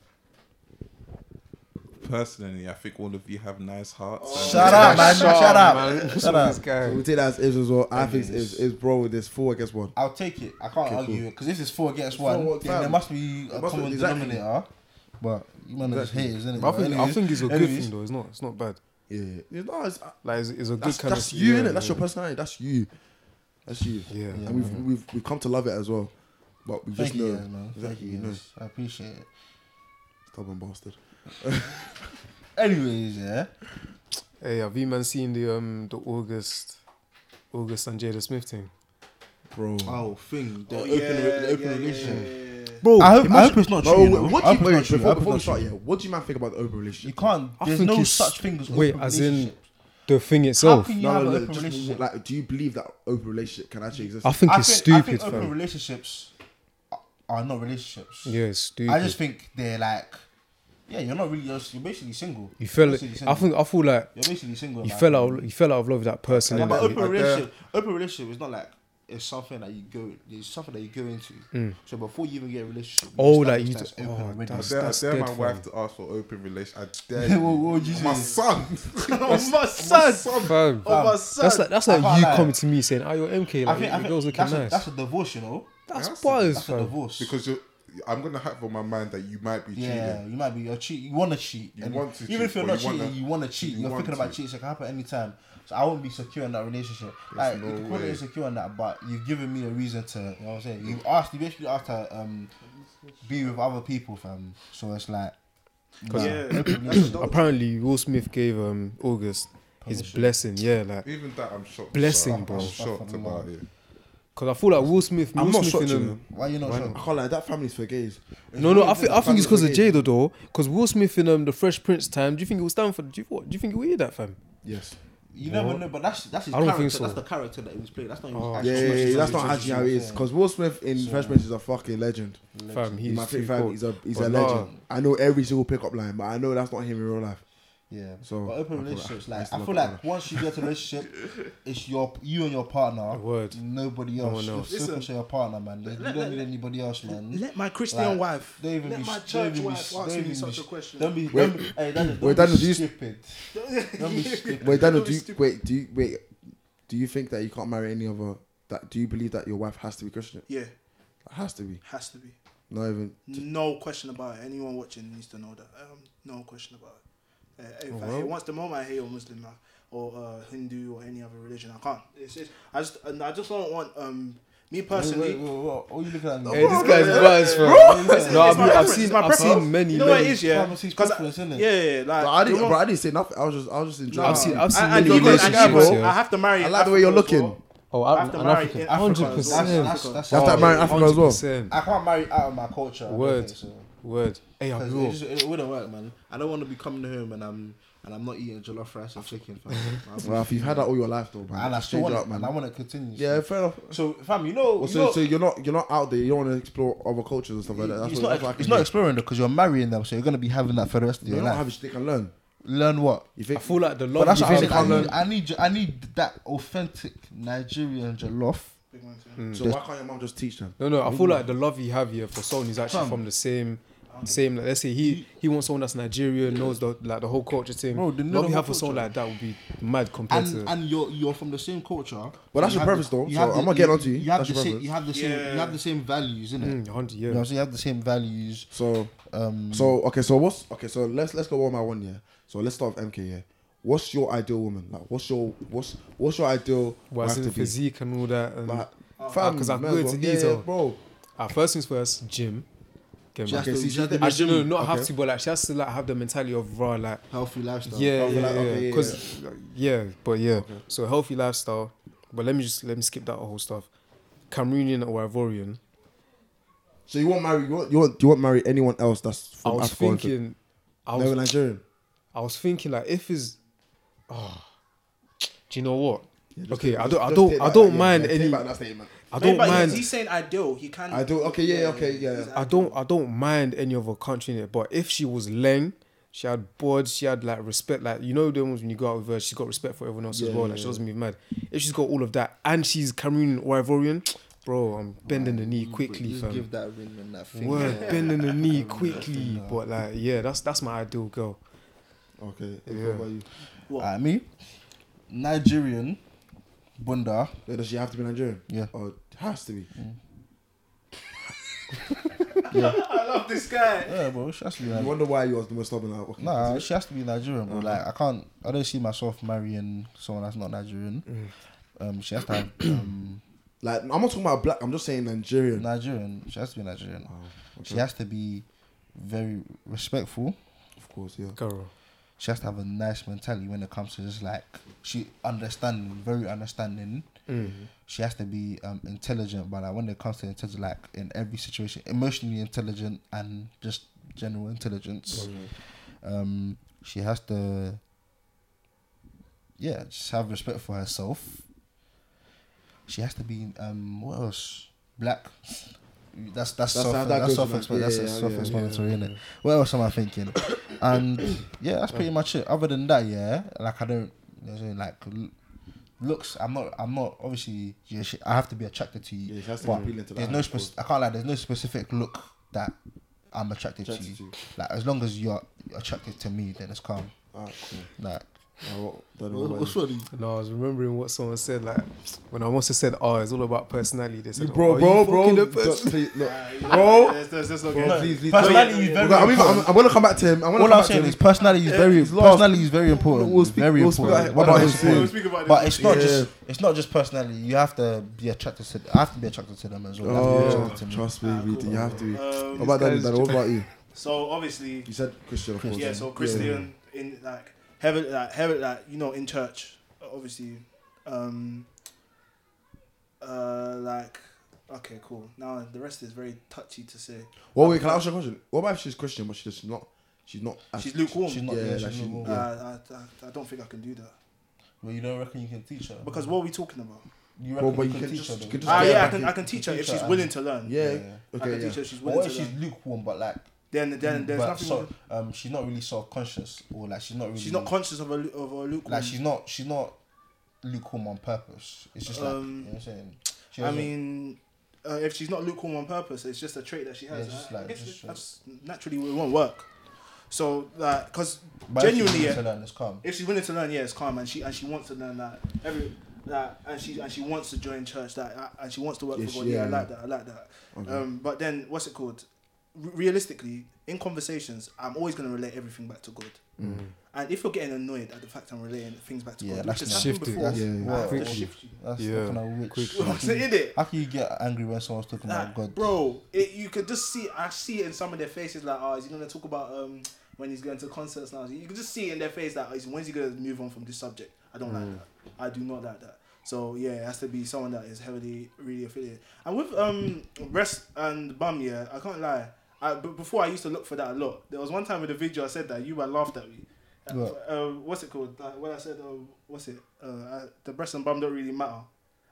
E: Personally, I think all of you have nice hearts. and-
B: Shut up, man. Shut, up. Shut up.
D: This guy.
I: So we take that as Ibs as well. I think it's Ibs, bro. With this four against one.
B: I'll take it. I can't argue it because if it's four against
I: Four,
B: one,
I: what,
B: then there
I: fam?
B: must be a
I: It must be-
B: common
I: exactly.
B: denominator. But you man are just haters, innit?
D: But I think I
B: anyways-
D: think it's a good
B: anyways,
D: thing though. It's not it's not bad.
I: Yeah, yeah. No, it's,
D: Like it's, it's a good
I: that's,
D: kind
I: that's
D: of
I: you,
D: yeah,
I: innit? That's
D: yeah.
I: your personality. That's you. That's you.
D: Yeah.
I: and
D: Yeah,
I: we've, we've we've come to love it as well. But we just
B: Thank
I: know
B: you guys, man. Thank
I: exactly,
B: you
I: know,
B: guys. I appreciate it.
I: stubborn bastard.
B: Anyways, yeah.
D: Hey, have you man seen the um the August August and Jada Smith thing?
I: Bro,
B: Oh, thing. The
F: Oh,
B: open, the open
F: yeah, yeah,
B: relationship.
F: yeah, yeah, yeah.
D: Bro,
B: I, hope, I hope it's not true.
I: No,
B: you know.
I: what
B: I
I: do you
B: hope it's not
I: think?
B: true. I
I: Before,
B: hope it's
I: before we
B: not
I: start,
B: true.
I: yeah, what do you man think about the open
B: You
I: relationship?
B: can't.
D: I
B: There's
D: think
B: no
D: it's-
B: such thing as
D: wait,
B: open
D: as in
B: relationships.
D: the thing
B: How
D: itself.
B: can you
I: No,
B: have
I: no,
B: an
I: no,
B: open
I: just,
B: relationship?
I: like, do you believe that open relationship can actually exist?
D: I think
B: I
D: it's
B: think-
D: stupid,
B: I think open
D: fam.
B: relationships are- are not relationships.
D: Yeah, it's stupid.
B: I just think they're like, yeah, you're not really. You're, you're basically single.
D: you fell.
B: You're basically single.
D: I think I feel like
B: you're basically single.
D: you
B: like-
D: fell out. You fell out of love with that person.
B: Yeah,
D: innit?
B: but
D: It-
B: open relationship, open relationship is not like it's something that you go, it's something that you go into. So before you even get a relationship, you
D: Mm. Oh, like
B: establish
D: you
B: that
D: just-
B: it's open
D: oh,
B: already.
E: I
D: that's-
E: dare, I
D: that's
E: dare
D: dead
E: my
D: for
E: wife
D: me.
E: to ask for open relation. I dare you.
B: what would you
E: my
B: say?
E: son.
F: Oh, my son.
D: Fam,
F: Oh, my son.
D: that's like that's
B: I
D: like
B: can't
D: you
B: lie.
D: coming to me saying, "Are your MK
B: I
D: like
B: think, I
D: your
B: think
D: girl's looking
B: that's, a,
D: nice?"
B: that's a divorce, you know.
D: that's
E: a-
D: bars,
B: That's a
D: fam.
B: divorce.
E: because you're, I'm gonna have on my mind that you might be
B: yeah,
E: cheating.
B: you might be you're cheat. You want to cheat.
E: You
B: and
E: want to
B: even
E: cheat,
B: if you're
E: or
B: not
E: you wanna-
B: cheating, you want to cheat.
E: you
B: You're
E: want
B: thinking about
E: to.
B: cheating. It can happen anytime. So I won't be secure in that relationship. like
E: no
B: you can call
E: way.
B: it insecure and that, but you've given me a reason to. You know what I'm saying? You asked. You basically asked to um, be with other people, fam. So it's like. nah.
F: Yeah.
D: Apparently, Will Smith gave um August his blessing. Yeah, like
E: Even that, I'm shocked.
D: Blessing,
E: bro.
D: bro.
E: I'm shocked about it.
D: because I feel like Will Smith.
I: I'm
D: Will
I: not
D: Smith
I: shocked,
D: in
I: you
D: them-
I: know.
B: Why you not
I: I
B: sure?
I: can't lie, that family's for gays.
D: No, no, I think I think it's because of
I: It's not even
D: Jada though. Because Will Smith in um the Fresh Prince time. Do you think it was Stanford? Do you what? Do you think it will hear that fam?
I: Yes.
B: You never know, but that's that's his
D: I don't think
B: character.
D: so.
B: That's the character that he was playing. That's not his
D: Oh.
B: actual
I: Yeah, yeah,
B: personality.
I: yeah, that's not actually how it is. Because Will Smith in Fresh Prince is a fucking legend.
D: Fam, Mm, he's
I: My
D: too
I: favorite fan,
D: cold.
I: he's a he's
D: But
I: a
D: nah.
I: legend. I know every single pickup line, but I know that's not him in real life.
B: Yeah.
I: So,
B: but open
I: I feel
B: relationships,
I: like- I
B: like
I: still
B: I feel
I: like
B: like once you get a relationship, it's your you and your partner.
D: Word.
B: Nobody
D: one
B: else.
D: else.
B: You're
F: Listen.
B: focused on your partner, man. you
F: let-
B: don't need anybody else, man.
F: Let my Christian
B: Like,
F: wife.
B: Don't even
F: let
B: be.
F: my
B: don't
F: church
B: even be-
F: wife
B: don't
F: ask
B: even
F: me
B: be
F: such a
B: st-
F: question.
B: Don't be.
I: Wait.
B: Don't be. Hey, Daniel, don't
I: Wait, Daniel, do
B: be
I: you-
B: stupid. Don't be stupid.
I: Wait, Daniel,
F: Don't
I: do
F: be
I: you,
F: stupid.
I: wait, do you wait do you think that you can't marry any other that do you believe that your wife has to be Christian?
F: Yeah,
I: It has to be.
F: has to be.
I: Not even
F: No question about it. Anyone watching needs to know that. Um, no question about it. Uh,
I: Oh,
F: if I hate, once the moment I hate a Muslim uh, or uh, Hindu or any other religion, I can't. It's just, I just and I just don't want um Me personally,
B: What are you looking at?
D: Hey, this guy's buzz, bro. No, I've,
F: my
D: I've
F: preference,
D: seen,
F: it's my
D: I've
F: preference.
D: seen many,
F: you know what
D: many.
F: it is, yeah.
B: Privacy's
F: 'Cause I-
B: preference, innit?
F: yeah, yeah, yeah, like
I: But I
F: the
I: didn't,
F: one-
I: bro, I didn't say nothing. I was just, I was just enjoying.
D: I've seen, I've seen
F: and- and
D: many
F: even- and
D: relationships.
F: even, I
D: yeah.
F: have to marry.
I: I
F: in
I: like the way
F: Africa
I: you're
F: as
I: looking.
F: well.
D: Oh,
F: I have to marry in Africa as well.
D: 100%.
B: That's, that's, that's,
I: That's that man in Africa as well.
D: 100%.
B: I can't marry out of my culture. I don't
D: Word.
B: think so.
D: Word. Hey, I'm
B: 'Cause
D: raw.
B: It, just, it wouldn't work, man. I don't want to be coming home and I'm and I'm not eating jollof rice and chicken. Fam. I'll be-
I: Well, if you've had that all your life, though, man,
B: and I
I: just
B: still
I: change
B: want
I: it
B: it,
I: up, man.
B: And I want to continue.
I: Yeah, fair enough.
B: So, fam, you know, you
I: Well, so,
B: know
I: so you're not you're not out there. You don't want to explore other cultures and stuff like that. That's
B: it's
I: what,
B: not
I: that's what I
B: it's
I: can
B: not
I: do.
B: exploring though because you're marrying them, so you're gonna be having that for the rest of
I: You
B: your
I: don't have
B: life.
I: it. They can learn.
B: Learn what?
I: You
D: I
I: think?
D: feel like the love.
B: But that's
D: you
B: what I'm saying.
D: think
B: I
D: I
B: need,
D: learned-
B: I need you- I need that authentic Nigerian jollof.
F: Big man, too.
I: So why can't your mom just teach them?
D: No, no, I feel like the love you have here for someone who's actually
B: Fam.
D: from the same, same. Like, let's say he he wants someone that's Nigerian, knows the like the whole culture to him.
B: Bro, they know
D: love
B: the
D: you have
B: whole
D: for someone
B: culture.
D: like that would be mad compared
B: And
D: to.
B: and you're you're from the same culture.
I: But that's
B: You
I: your
B: have
I: preference,
B: the-
I: though,
B: you
I: so
B: have the-
I: I'm not getting onto you.
B: You have
I: That's
B: the
I: your
B: same.
I: preference.
B: You have the same. You have the same values, innit?
D: Mm, 100,
B: You know, what
D: yeah.
B: I'm saying? you have the same values.
I: So
B: Um,
I: so okay. So what's okay? So let's let's go one by one. Yeah. So let's start with MK. Yeah. What's your ideal woman? Like, what's your what's what's your ideal
D: Whereas
I: wife
D: in
I: to be?
D: physique and all that. And
I: Like,
B: Uh,
D: Ah, 'cause I'm
I: might as
D: good
I: well.
D: to
I: Yeah,
D: detail.
I: yeah, bro.
D: Ah, first things first, gym. Get
B: she has
D: back.
I: Okay,
B: to-
I: see,
B: she has
I: she-
B: to be
D: I should know, not have
I: Okay.
D: to, but like she has to like have the mentality of raw, like
B: healthy lifestyle.
D: yeah,
I: Oh,
D: yeah,
I: like, okay,
D: yeah,
I: yeah,
D: because yeah, but yeah. So healthy lifestyle, but let me just let me skip that whole stuff. Cameroonian or Ivorian.
I: So you won't marry you won't you won't, you won't marry anyone else that's
D: I
I: from
D: was
I: Africa? into-
D: thinking, I
I: never
D: was
I: Nigerian.
D: I was thinking like if it's oh do you know what? okay, I
I: Just-
D: don't I
I: just
D: don't
I: take
D: I
I: that-
D: don't
I: yeah,
D: mind
I: yeah, take
D: any
I: back that statement.
D: I
F: No,
D: don't
F: but
D: mind
F: He's, he's saying ideal. He can.
I: I do. Okay, yeah, okay, yeah.
F: he's
D: I don't I don't mind any other country in it, but if she was Leng, she had board, she had like respect, like you know the ones when you go out with her, she's got respect for everyone else as
I: Yeah,
D: well.
I: yeah,
D: Like she doesn't be mad. If she's got all of that and she's Cameroonian or Ivorian, bro, I'm bending the knee quickly,
B: Just
D: fam.
B: give that ring and that thing.
D: Word,
B: yeah.
D: bending the knee quickly. But like, yeah, that's that's my ideal girl.
I: Okay.
D: Yeah.
I: What about you?
B: I mean, Ah, Nigerian, Bunda.
I: Wait, does she have to be Nigerian?
B: Yeah.
I: Oh, it has to be.
F: I love this guy.
B: Yeah, bro, she has to be.
I: You
B: Nigerian.
I: wonder why you was the most stubborn. Like, okay.
B: Nah, she has to be Nigerian, bro. Like, I can't. I don't see myself marrying someone that's not Nigerian. Um, she has to have um,
I: Like, I'm not talking about black. I'm just saying Nigerian. Oh,
B: Nigerian. She has to be Nigerian. She has to be very respectful.
I: Of course, yeah.
D: Girl.
B: She has to have a nice mentality when it comes to just like she understanding, very understanding.
D: Mm.
B: She has to be um, intelligent, but like when it comes to intelligence, like in every situation, emotionally intelligent and just general intelligence. Um, she has to, yeah, just have respect for herself. She has to be um, what else? Black. That's that's
I: That's-
B: self
I: that
B: that's
I: goes with
B: self
I: that. Yeah,
B: that's
I: yeah, yeah,
B: self explanatory,
D: yeah,
B: innit? What else am I thinking? and yeah, that's pretty much it. Other than that, yeah, like I don't you know, what I'm saying, like l- looks. I'm not. I'm not. Obviously, yeah, she, I have to be attracted to you.
I: Yeah, it has to
B: but
I: be appealing to
B: there's
I: that,
B: no.
I: of
B: Spec- I can't like. There's no specific look that I'm attracted,
I: Attracted
B: to.
I: to
B: You.
I: you.
B: Like as long as you're attracted to me, then it's calm.
I: Alright, Ah, cool.
B: Like
I: Alright, well, don't know about you.
D: No, I was remembering what someone said. Like when I once said, "Oh, it's all about personality." They said,
I: Bro,
D: "Oh,
I: bro,
D: you fucking
I: bro,
D: the person."
I: don't- please, look.
F: Bro, there's, there's, there's no
I: Bro, please, please.
B: personality
F: yeah,
B: is
F: yeah.
B: very.
I: Okay, I'm, even-
B: important.
I: I'm, I'm gonna come back to him. I'm gonna
B: All
I: come
B: I'm
I: back to
B: saying is
I: him.
B: personality is very.
I: lost.
B: Personality is very important.
I: We'll speak-
B: very
I: we'll speak
B: important.
I: about-
B: What
I: about
B: I'm
I: his
B: saying-
I: food.
F: We'll speak about
B: But
F: this.
B: it's not
I: Yeah.
B: just it's not just personality. You have to be attracted to. I have to be attracted to them as well. I have to be
I: Oh,
B: attracted to me.
I: trust me, Vito, you have to be.
F: Um,
I: What about
D: this
I: that?
D: guy's
I: Daniel? What about you?
F: So obviously,
I: You said Christian, of course.
F: yeah. So Christian in like heaven, like heaven, like you know, in church, obviously, um, uh, like okay, cool. Now the rest is very touchy to say.
I: Well, wait, can I ask you a question? What about if she's Christian, but she's just not? Ah, She's not.
F: She's lukewarm.
B: She's not.
I: Yeah,
B: Yeah,
I: like
B: she's
I: she-
B: not.
I: yeah.
F: Uh, I, I, I don't think I can do that
B: Well, you don't reckon you can teach her
F: because what are we talking about?
B: you
I: Well,
B: reckon
I: but
B: you
I: you
B: can,
I: can
B: teach
I: just-
B: her.
I: you
B: though?
I: can just-
F: Ah,
I: Yeah,
F: yeah, I
I: but
F: can,
I: you
F: I can teach her if
B: teach her
F: she's
B: and-
F: willing to learn.
I: Yeah.
B: Yeah.
F: I can
I: Okay.
F: teach
I: Yeah.
F: her if she's willing
B: What
F: to
B: if she's
F: learn. Mm,
B: lukewarm, but like,
F: Then, then there's
B: but
F: nothing.
B: so,
F: wrong-
B: um, she's not really self conscious or like she's not really.
F: she's not conscious of a lu- of a lukewarm.
B: like she's not she's not lukewarm on purpose. It's just like
F: Um,
B: you know what I'm saying. She
F: I
B: doesn't-
F: mean, uh, if she's not lukewarm on purpose, it's just a trait that she has.
B: Yeah, just
F: I- I
B: like-
F: guess
B: just
F: it- that's naturally it won't work. So like, because
B: but if she's
F: genuinely,
B: willing to
F: yeah,
B: learn, it's calm.
F: if she's willing to learn, yeah, it's calm, and she and she wants to learn that every that, and she and she wants to join church that, and she wants to work
I: Yeah,
F: for
I: she-
F: God. Yeah, I
I: yeah,
F: like that. I like that. Um, but then what's it called? re- realistically, in conversations, I'm always going to relate everything back to God. And if you're getting annoyed at the fact I'm relating things back to
B: Mm. Yeah,
F: God,
B: that's
F: which has
B: not-
F: happened
D: Shift it,
F: before,
B: that's-
F: I
B: yeah,
F: have to
B: yeah.
F: shift you.
B: That's
D: Yeah.
B: fucking a witch.
F: What's it, innit?
B: How can you get angry when someone's talking
F: Like,
B: about God?
F: bro, it, you could just see. I see it in some of their faces. Like, oh, is he gonna talk about um when he's going to concerts now? You can just see it in their face that oh, is- when's he gonna move on from this subject? I don't like that. I do not like that. So yeah, it has to be someone that is heavily really affiliated. And with um rest and bum, yeah, I can't lie. I, but before I used to look for that a lot. There was one time with a video I said that you were laughed at me. Uh,
B: What?
F: uh, what's it called? Like, when I said, uh, what's it? Uh, uh, the breast and bum don't really matter.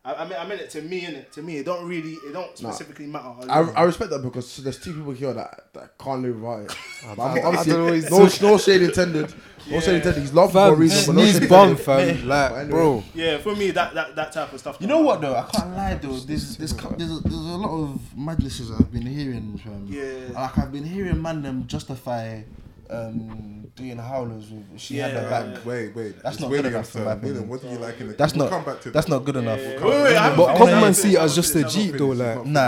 F: I, I mean, I meant it to me, innit? To me, it don't really, it don't specifically matter.
I: I, I respect that because there's two people here that, that can't live without it. But I'm
D: I- I
I: obviously,
D: don't know what he's
I: no, no shade intended. No shade intended. He's loved for a
D: Fam,
I: reason, but no
D: knees
I: shade
D: bomb,
I: intended.
D: fam. Like, bro.
F: yeah, for me, that, that that type of stuff.
B: You know what though? I can't lie though. There's there's co- there's a, there's a lot of madnesses I've been hearing from.
F: Yeah.
B: Like I've been hearing man them justify um doing howlers with she had
F: Yeah.
B: her back.
E: Um, wait, wait.
B: That's
E: It's
B: not good
E: William,
B: enough for
E: sir.
B: my opinion.
E: William, what do you like in the
B: That's
E: we'll
B: not
E: come back to
B: that's not good enough. We'll
F: Yeah. Wait,
B: come
F: wait,
B: back.
F: wait, I haven't
D: But
F: finished.
D: common
F: I haven't
D: see
F: finished.
D: it as just a
F: I haven't
D: G,
F: finished.
D: though, like-
B: Nah, hey,
E: Wait, wait,
B: hey,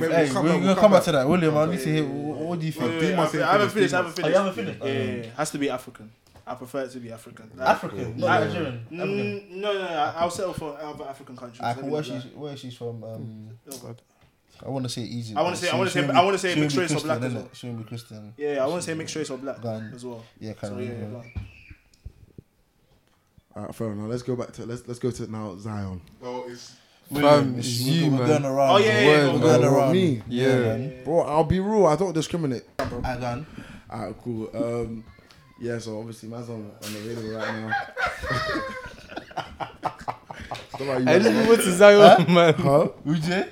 B: we're
E: come back,
B: gonna
E: we'll
B: come back
E: come
B: to that. William, I need to hear.
E: Wait,
B: What, what do you think?
F: Wait, wait,
E: Demon
F: I
E: said
F: haven't- I haven't
E: finished,
F: finished. I
E: Demon.
F: haven't finished.
B: Oh, you haven't finished?
F: Yeah, yeah, yeah. has to be African. I prefer it to be African. Like,
B: African, not Nigerian.
F: Mm,
B: African.
F: no, no, no. I- I'll settle for other African countries.
B: I
F: let
B: can,
F: me
B: where
F: do that.
B: she's where she's from. Um,
F: God.
B: I want to say Egypt.
F: I wanna
B: but
F: say- I
B: she-
F: wanna
B: she
F: say-
B: won't
F: I
B: be-
F: wanna say
B: she won't
F: mixed
B: be
F: race or
B: Christian,
F: black as
B: innit?
F: well.
B: She won't be Christian.
F: Yeah, I want to say mixed race or black
B: Ghana.
F: as well.
B: Yeah,
F: So
B: Caribbean.
F: yeah, go on.
I: Alright, fair enough. Let's go back to let's let's go to now Zion.
E: Oh, it's
B: William,
D: Fam,
B: it's
D: it's
B: we're
D: you,
B: go- we're
D: man.
B: going around.
F: Oh, yeah, yeah,
B: We're
F: yeah,
B: going
I: go- go-
B: around.
I: me.
B: Yeah.
D: Yeah.
B: man.
I: Bro, I'll be real. I don't discriminate.
B: I gone.
I: Alright, cool. Um, yeah. So obviously, man's on on the radio right now. Don't worry,
D: I
I: you man's
D: just
I: on-
D: went to Zion, man.
I: huh?
B: Ujie?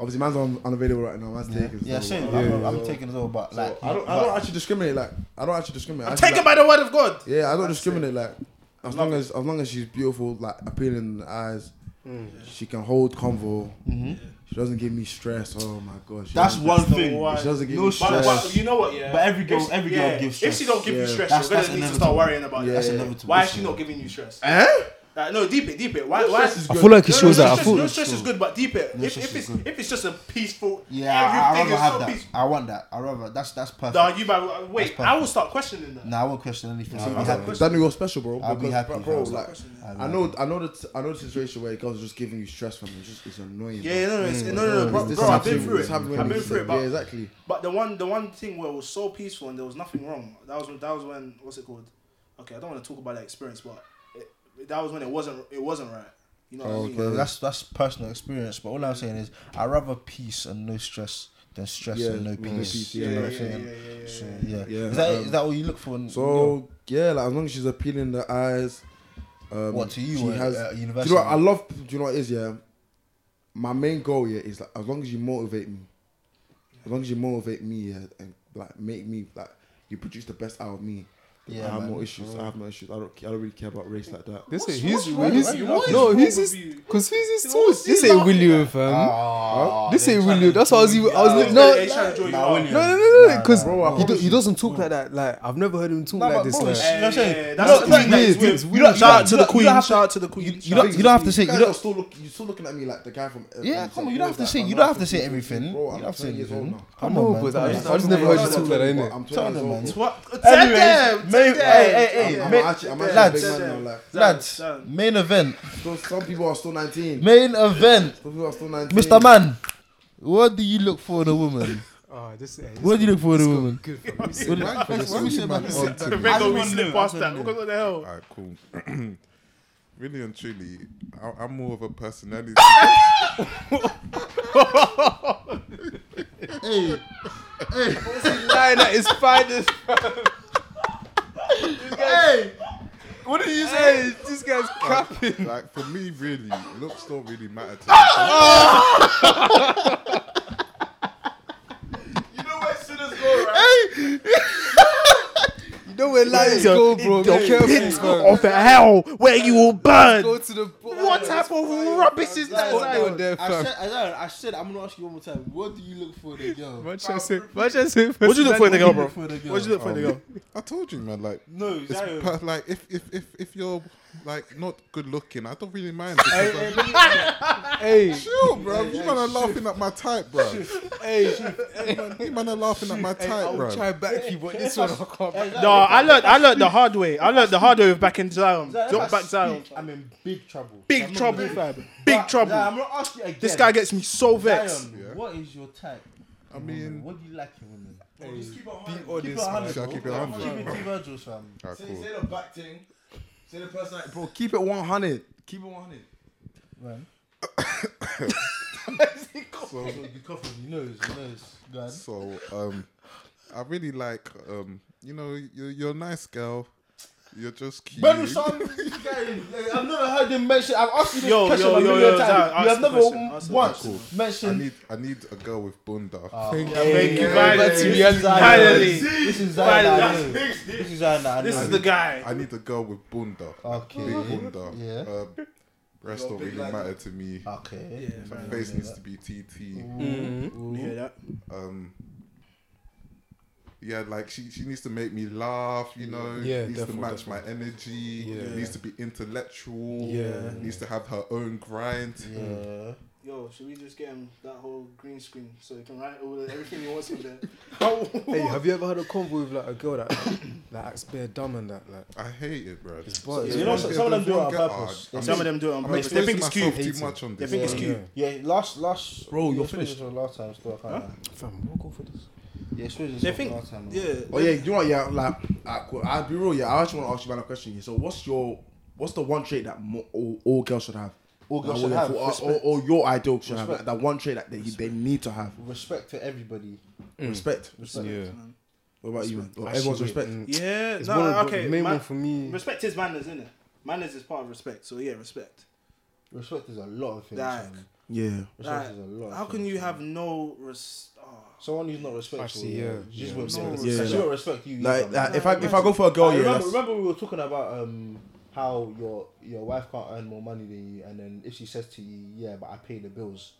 I: Obviously, man's on unavailable right now. Man's taking.
B: Yeah,
I: so-
B: same.
I: Yeah,
B: I'm,
I: yeah,
B: I'm
I: so-
B: taking it all, but
I: so
B: like,
I: I don't. I
B: but-
I: don't actually discriminate. Like, I don't actually discriminate. I
F: I'm
I: actually,
F: taken by
I: like,
F: the word of God.
I: Yeah, I don't discriminate. Like, as long as as long as she's beautiful, like appealing in the eyes,
B: Mm.
I: she can hold convo. She doesn't give me stress. Oh my gosh.
B: Mm-hmm. That's
I: she doesn't-
B: one
F: the
B: thing.
F: one.
I: She doesn't give
B: No
I: me
B: stress.
I: stress.
F: But, but you know what? Yeah.
B: But every girl-
F: If-
B: every girl
F: yeah,
B: gives
F: If she
B: stress.
F: don't give you
I: Yeah.
F: stress,
B: That's-
F: you're
B: that's
F: gonna need to
B: inevitable.
F: start worrying about
B: That's
F: it.
B: inevitable.
F: Why is she not giving you stress?
I: Eh?
F: Like, no, deep it, deep it. Why? why?
I: Stress is
D: I
I: good.
D: feel like he
F: No,
D: shows
F: no,
D: that. I
F: stress-
D: feel
F: no stress is good, but deep it.
B: No
F: if,
B: stress
F: if
B: is
F: it's
B: good.
F: if it's just a peaceful,
B: yeah, I, I
F: everything
B: rather
F: is
B: have
F: so
B: that.
F: peaceful.
B: I want that. I rather that's that's perfect.
F: Nah, you might wait.
B: That's
F: I will start questioning that.
B: nah, I won't question anything. I'll be
I: Daniel,
B: happy.
I: Daniel, you're special, bro.
B: I'll be
I: because,
B: happy.
I: bro.
B: I'll-
I: Like,
B: I'll be
I: I know, I know that, I know the situation where girls are just giving you stress from. It's just, it's annoying.
F: Yeah, yeah,
I: bro.
F: no, no, it's, no, no, no, bro,
I: This
F: bro, I've been
I: happened-
F: through
I: this
F: it.
I: happened when
F: I've been
I: we-
F: through it,
I: Yeah,
F: but
I: exactly.
F: But the one, the one thing where it was so peaceful and there was nothing wrong. That was when. That was when. What's it called? Okay, I don't want to talk about that experience, but it, that was when it wasn't. It wasn't right. You know what I mean?
B: Well, Oh, that's that's personal experience, but all I'm saying is I rather peace and no stress than stress
I: Yeah,
B: and no
I: with no
B: peace.
I: peace,
B: You
I: yeah,
B: know what I'm
F: yeah,
B: saying?
F: yeah, yeah, yeah,
B: So,
F: yeah,
B: yeah.
I: Yeah,
B: Is that is
I: um,
B: that what you look for? in-
I: So yeah, like as long as she's appealing the eyes. Um,
B: What, to you
I: She
B: or
I: has.
B: at
I: do you
B: university?
I: know what I love? Do you know what it is? Yeah, my main goal yeah is like as long as you motivate me, as long as you motivate me yeah, and like make me like you produce the best out of me.
B: Yeah,
I: I have
B: man.
I: no issues. I have no issues. I don't. care- I don't really care about race like that.
D: This
F: What's-
D: is he's
F: what's wrong
D: he's
F: with you? What is
D: no
F: wrong
D: he's
F: with
D: his
F: you?
D: cause he's his
F: What's
D: tools. This
F: he
D: ain't
F: laughing
D: William, fam.
B: Ah,
D: This
B: they're
D: ain't
B: trying
D: William.
B: to
D: That's what I was
B: do-
D: even. I
F: Nah,
D: was
F: William,
D: no
F: they trying to draw you
B: Nah,
F: out.
B: William.
D: No, no, no, no,
B: Nah,
D: because
B: nah, nah.
D: he, do, he doesn't talk like that. Like I've never heard him talk
B: Nah,
D: like
B: but
D: this.
B: bro,
D: like,
B: it's-
F: Hey,
B: You know what I'm saying? No,
F: hey, that's the
B: no,
F: thing that
D: it's
F: is
D: weird,
F: weird.
D: it's
F: You
D: weird.
F: don't-
B: Shout out to the
F: you don't- you
B: queen.
F: don't have to- Shout out to the queen.
B: You don't- you don't have to say-
I: You
B: you
I: guys
B: don't-
I: are still look. You still looking at me like the guy from.
B: Yeah,
I: from-
B: come on. You don't have to
I: like,
B: say.
I: I'm
B: You
I: not
B: don't have to say
I: 15,
B: everything.
I: Bro,
B: You don't
I: I'm
B: have to say
I: 20 years old
B: everything.
I: now.
D: I
B: Come
D: know,
B: on, man.
D: but I
B: Come
D: just,
B: on.
D: I just never heard him talk like that.
I: But
D: Innit?
I: I'm 20
B: Tell
I: years
B: them, man.
I: old.
F: What? Take
B: Anyways,
F: them,
B: may- hey,
F: take them.
B: hey, hey,
I: I'm,
B: may-
I: I'm actually, I'm actually
B: lads,
I: a big man now. Like,
B: Lads,
F: Zan.
B: main event.
I: so some people are still 19.
B: Main event.
I: Some people are still 19.
B: Mr. Man, what do you look for in a woman?
F: Ah,
D: Oh, this, hey, this
B: What do you look for in a woman?
D: good. fam. This
B: What do you-
E: Why- why- why we say about this?
B: Oh,
F: The
E: Everyone
F: red
B: knew,
F: we slip past that.
B: everyone knew.
F: Because what the hell?
E: Alright, cool. really and truly, I, I'm more of a personality.
B: Hey,
D: line that is fine. This
B: hey,
D: what did you say? This guy's capping.
E: like for me, really, looks don't really matter to
B: Ah!
E: me.
B: hey!
D: You know where lines go, bro. Be careful, man.
F: Off the hell where you will burn.
D: Go to the
F: What type of rubbish is that?
D: Go down there,
B: I
D: fam.
B: said, I said, I said, I'm gonna ask you one more time. What do you look for in a girl? What
D: Manchester, Manchester.
F: What'd you look for in the girl,
B: do you
F: bro?
B: look for in a girl?
F: What'd you look for in the girl?
E: I told you, man. Like
B: No,
E: it's
B: Zion.
E: per- like if if if if your like not good looking. I don't really mind. Because I'm
D: Hey,
E: chill, bro. You man are laughing at my type, bro. You man are laughing at my type,
D: I'll
E: bro.
D: try back you, but this one I can't back.
F: No, I learned. I learned the hard way. I learned the hard way with backing Zion. Don't back Zion.
B: I'm in big trouble.
F: Big trouble, fam. Big trouble.
B: I'm gonna ask you again.
F: This guy gets me so vexed.
B: Zion, What is your type?
E: I mean,
B: What do you like in women?
D: Be
B: Keep it
D: honest,
B: 100,
D: man.
E: Shall I
B: bro.
E: keep it 100?
B: Keep it to Virgil's, fam.
E: alright,
I: Say,
E: cool.
I: say the back thing. Say the person like, bro, keep it 100. Keep it 100.
B: Man. so, you coughing, you nose, you nose. Go ahead.
E: So um, I really like um, you know, you're, you're a nice girl. You're just cute.
B: Bedu Sam, this guy, like, I've never heard him mention. I've asked you this
F: Yo,
B: question
F: yo,
B: a
F: yo,
B: million
F: yo,
B: times.
F: Zara,
B: you
F: ask
B: have
F: the
B: never
F: question, ask the
B: once
E: question. I
B: mentioned.
E: need I need a girl with bunda.
F: Thank you,
B: This is
F: finally.
B: Zion.
F: Finally.
B: This is Zion. that I know.
F: Finally.
B: This is Zion. that I
F: This
B: know.
F: is the guy.
E: I need a girl with bunda.
B: Okay.
E: Big bunda.
B: Yeah. Ah,
E: Um, rest don't really matter to me.
B: Okay.
E: My face needs to be TT.
F: You hear that?
E: um yeah like she, she needs to make me laugh you know
D: Yeah,
E: needs
D: definitely,
E: to match my energy needs to be intellectual
D: Yeah.
E: needs to have her own grind
B: Yeah.
F: Yo, should we just get him that whole green screen so he can write all the, everything he wants in there?
D: Hey, have you ever had a convo with like a girl that that acts bare dumb and that like?
E: i hate it bro
D: But
B: You know,
E: There's
B: some some of them
E: one
B: do it on
E: girl-
B: purpose.
E: Ah, I'm
F: Some
E: ex-
F: of them do it on
E: I'm
F: purpose. They think it's
E: exposing
F: cute.
E: myself too much on
F: They
E: this
F: think it's
E: one.
F: cute.
B: Yeah, last, last.
I: Bro,
B: you
I: you're
B: exposed
I: finished.
B: us Last time, still, I can't. lie.
D: fam, we'll go for this.
B: Yeah, exposed us
F: They think,
B: last time.
F: yeah.
I: Oh yeah, you know what? Yeah, like I, could- I'll be real. Yeah, I actually want to ask you about a question. Here. So, what's your, what's the one trait that mo- all, all girls should have?
B: All girls
I: That
B: should
I: women
B: have.
I: for- Or, or,
B: Respect.
I: or your ideal should have
B: Respect.
I: like, that one trait that they, they need to have.
B: Respect to everybody.
I: Respect.
B: Mm. Respect.
I: What about you, man? Or
D: Actually,
I: Everyone's
D: wait,
I: respect.
D: mm,
F: Yeah,
D: It's
F: no,
D: one of the-
F: okay.
D: the main
F: ma-
D: one for me.
F: Respect is manners, isn't it? Manners is part of respect, so yeah, respect.
B: Respect is a lot of things.
F: Like,
B: man.
I: Yeah.
B: Respect
F: like,
B: is a lot. of
F: How can
B: things,
F: you
B: man.
F: have no res? Oh.
B: someone who's not respectful?
D: Actually, yeah.
B: She's
D: Yeah,
B: yeah.
F: no
B: respect.
F: respect.
B: She won't respect you.
I: Like,
B: either, man.
I: like if I if I go for a girl,
B: Like,
I: yeah,
B: remember,
I: that's-
B: remember we were talking about um how your your wife can't earn more money than you, and then if she says to you, yeah, but I pay the bills.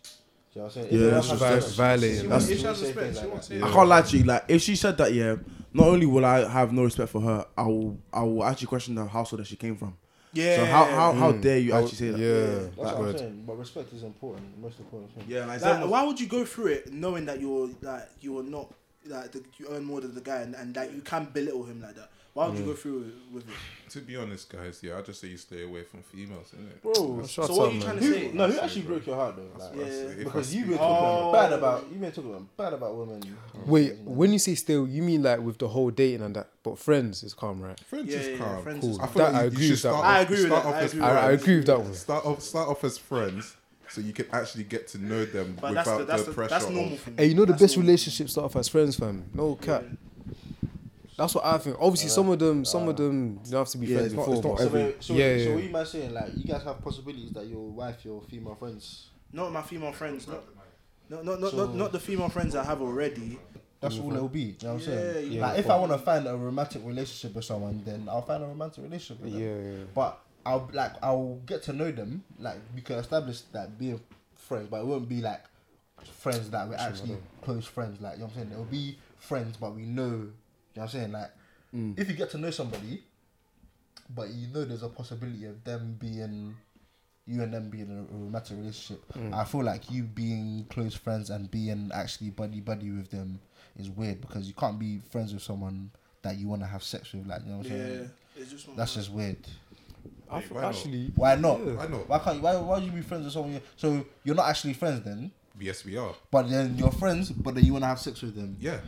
B: Do you know what I'm saying? If
I: Yeah,
B: your
I: that's
B: wife has
I: vi-
B: respect,
D: violating.
B: she won't-
I: That's-
B: she
F: If she
B: won't
F: has
B: say
F: respect,
B: things
F: she
B: like
F: won't
B: that.
F: say
I: I can't lie to you. Like, if she said that, yeah, not only will I have no respect for her, I will I will actually question the household that she came from.
F: Yeah.
I: So how how, how
D: Mm.
I: dare you
D: I
I: actually say
D: would-
I: that?
D: Yeah,
B: That's
D: that
B: what I'm
D: word.
B: saying. But respect is important. Most important thing.
I: Yeah, like,
F: Like, why would you go through it knowing that you're like you're not like the, you earn more than the guy and, and that you can belittle him like that? Why would you go through with, with it?
E: to be honest guys yeah i just say you stay away from females innit?
B: Bro,
D: Shut
F: so what
D: up,
F: are you trying
D: man.
F: to say?
B: who, no, who actually broke your heart though?
E: That's
B: Like,
E: what I
F: Yeah.
E: say. If I
B: Because you've been
E: speak-
B: talking
F: Oh.
B: bad about you've been talking bad about women.
I: Oh.
D: Wait, when you say still, you mean like with the whole dating and that? But friends is calm, right?
E: French
F: Yeah, yeah,
E: is calm.
F: French
D: Cool.
F: is
E: I
D: calm.
E: feel
D: That-
E: like
D: I
E: you,
D: agree
E: you should
D: with that
E: start
D: one.
E: off-
F: I agree with
E: start
F: that,
E: off
F: I
E: as
F: agree
D: I,
F: with
D: I
E: friends.
D: agree with that one.
E: Start off, start off as friends, so you can actually get to know them
F: But that's
E: without
F: the, that's the,
E: pressure.
F: that's
E: of-
F: normal for me.
D: Hey, you know the
F: That's
D: best
F: normal.
D: relationships start off as friends, fam. No cap. That's what I think. Obviously, some of them, some of them, you don't have to be
I: Yeah,
D: friends
I: it's not-
D: before.
I: it's not
D: but-
B: So, wait, so,
D: yeah,
B: wait, so
D: yeah.
B: what you man saying? Like, you guys have possibilities that your wife, your female friends.
F: Not my female friends. Not, no, no, no,
B: So-
F: not, not the female friends I have already.
B: That's all it'll be. You know what I'm saying?
F: Yeah,
B: like, if I want to find a romantic relationship with someone, then I'll find a romantic relationship. With them.
D: Yeah, yeah.
B: But I'll like I'll get to know them. Like we can establish that being friends, but it won't be like friends that we're actually close friends. Like you know what I'm saying? It'll be friends, but we know. You know what I'm saying? Like if you get to know somebody, but you know there's a possibility of them being you and them being in a romantic relationship. I feel like you being close friends and being actually buddy buddy with them is weird because you can't be friends with someone that you want to have sex with. Like you know what I'm
F: Yeah,
B: saying?
F: it's just not
B: That's
F: mine.
B: just weird.
D: I
E: Wait,
D: think
E: why not?
D: actually,
B: Why not?
E: Why not?
B: Why can't you? Why, why would you be friends with someone? You, so you're not actually friends then,
E: Yes, we are.
B: but then you're friends, but then you want to have sex with them.
E: Yeah.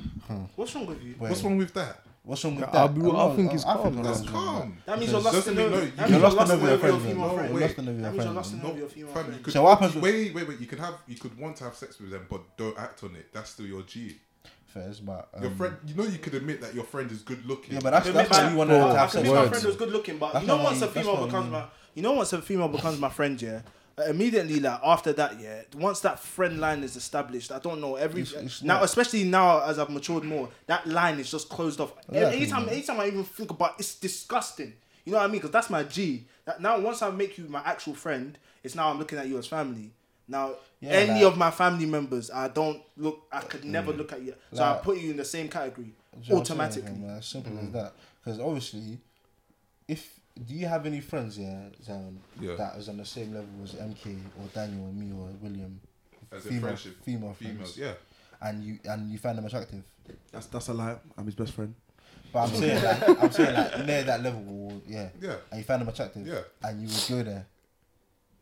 F: What's wrong with you?
B: Wait,
E: What's wrong with that?
B: What's wrong with
D: I'll
B: that?
D: be real, I think it's calm,
B: it's
E: That's
B: wrong.
E: calm.
F: That means you're
E: Doesn't
F: lost in
E: mean
F: over.
E: no,
F: That
E: you-
F: means
B: You're
F: you're
B: lost
F: lost
B: in
F: in
B: over your
F: over your
B: friends. then.
F: female
B: You're
F: friend.
B: lost in over your
F: That means you're
B: friends.
F: lost in
B: then.
F: over your female
E: Fam, you
F: friend.
E: could,
B: So what happens-
E: Wait, wait, wait. You could have, you could want to have sex with them, but don't act on it. That's still your G.
B: Fairs, but um,
E: Your friend, you know, you could admit that your friend is good looking.
B: Yeah, but that's
F: Admit
B: that's how
F: my-
B: you want to
F: I
B: have
F: can
B: sex.
F: be
B: with
F: my
B: them.
F: friend was good looking, but
B: That's
F: you know
B: not
F: once
B: what
F: a
B: I mean.
F: female
B: That's not what I
F: becomes my you know once a female becomes my friend, yeah. uh, Immediately, like after that, yeah. Once that friend line is established, I don't know. Every
B: It's- it's
F: now,
B: not.
F: especially now as I've matured more, that line is just closed off.
B: Yeah, I can-
F: anytime, anytime I even think about, it, it's disgusting. You know what I mean? Because that's my G. That now, once I make you my actual friend, it's now I'm looking at you as family. Now,
B: Yeah,
F: any
B: like- Mm.
F: of my family members, I don't look. I could never look at you. So I
B: Like-
F: put you in the same category
B: Do you know what I'm saying,
E: Mm.
F: automatically.
B: fam? As simple as that. Because obviously, if do you have any friends, yeah, Zion,
E: Yeah.
B: that is on the same level as MK or Daniel or me or William?
E: As a friendship,
B: female
E: females,
B: friends,
E: yeah.
B: and you and you find them attractive.
I: That's that's a lie. I'm his best friend.
B: But I'm saying, like, I'm saying, like near that level, or, yeah,
E: Yeah.
B: and you find them attractive,
E: Yeah.
B: and you would go there.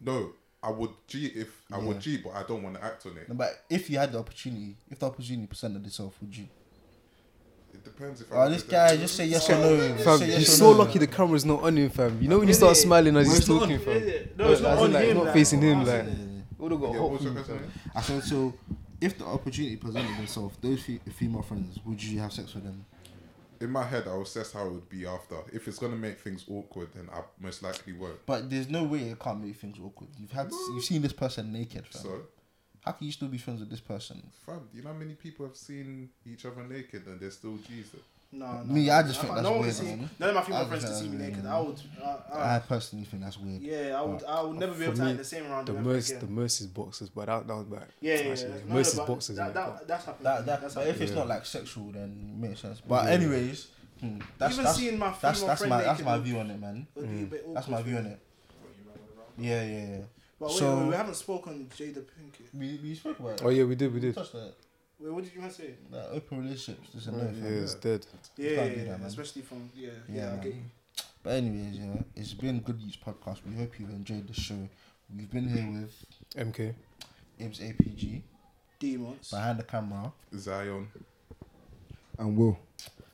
E: No, I would G if I
B: Yeah.
E: would G, but I don't want to act on it.
B: No, But if you had the opportunity, if the opportunity presented itself, would you?
E: It depends if
B: Oh,
E: was
B: this
E: with
B: guy
E: them.
B: just say yes or no.
D: Fam,
B: say yes
D: he's
B: or
D: so
B: no.
D: lucky the camera's not on him, fam. You know when you start smiling as he's talking, fam.
F: No, it's not
D: As in,
F: on
D: like,
F: him.
D: not
F: like,
D: facing
F: on
D: him,
F: us,
D: like.
F: innit?
D: Would have got
E: Yeah,
D: hot
E: what was your
D: feet,
E: question
D: fam.
E: again?
B: I said so. If the opportunity presented itself, those fe- female friends, would you have sex with them?
E: In my head, I'll assess how it would be after. If it's gonna make things awkward, then I most likely won't.
B: But there's no way it can't make things awkward. You've had, you've seen this person naked. Fam.
E: So,
B: How can you still be friends with this person?
E: fam, you know how many people have seen each other naked and they're still Jesus?
F: No, no.
B: Me, I just think
F: no,
B: that's
F: no one
B: weird,
F: can see-
B: man.
F: None of my female
B: I
F: friends
B: just
F: can see
B: think
F: me
B: that's
F: naked.
B: weird,
F: I would. I,
B: I
F: I,
B: personally think that's weird.
F: yeah, I would. I would never be able
D: For
F: to act
D: me,
F: in the same round.
D: The
F: with ever
D: most, the
F: again.
D: most is boxes, but that, that was bad.
F: Yeah, yeah, yeah.
D: Actually,
F: No,
D: the
F: no,
D: most is
F: but
D: boxes.
F: That,
D: innit?
F: that, that's happened.
B: That, that,
F: that's
B: but if
F: happened.
B: it's not like sexual, then it makes sense. But anyways, hmm, that's
F: Even
B: that's,
F: seeing my
B: that's,
F: female
B: that's
F: friend
B: my that's
F: naked
B: my
F: would-
B: view on it, man.
F: Would be a bit
B: That's
F: awkward
B: my
F: for
B: view
F: me.
B: on it. Yeah, yeah, yeah.
F: But wait,
B: So-
F: wait, we haven't spoken Jada Pinkett.
B: We we spoke about it.
D: Oh yeah, we did, we
B: We
D: did.
B: touched on it.
F: Wait, what did you want to say?
B: That open relationships, this and
D: Oh, Yeah,
B: that. fam.
D: it's dead.
F: Yeah,
B: can't
F: yeah,
B: do that,
F: yeah,
B: man.
F: especially from yeah,
B: Yeah,
F: yeah. I
B: man.
F: get you.
B: But anyways, yeah, it's been Good News Podcast. We hope you've enjoyed the show. We've been here with
D: MK.
B: Ibs APG
F: Demons.
B: behind the camera.
E: Zion.
I: And Will.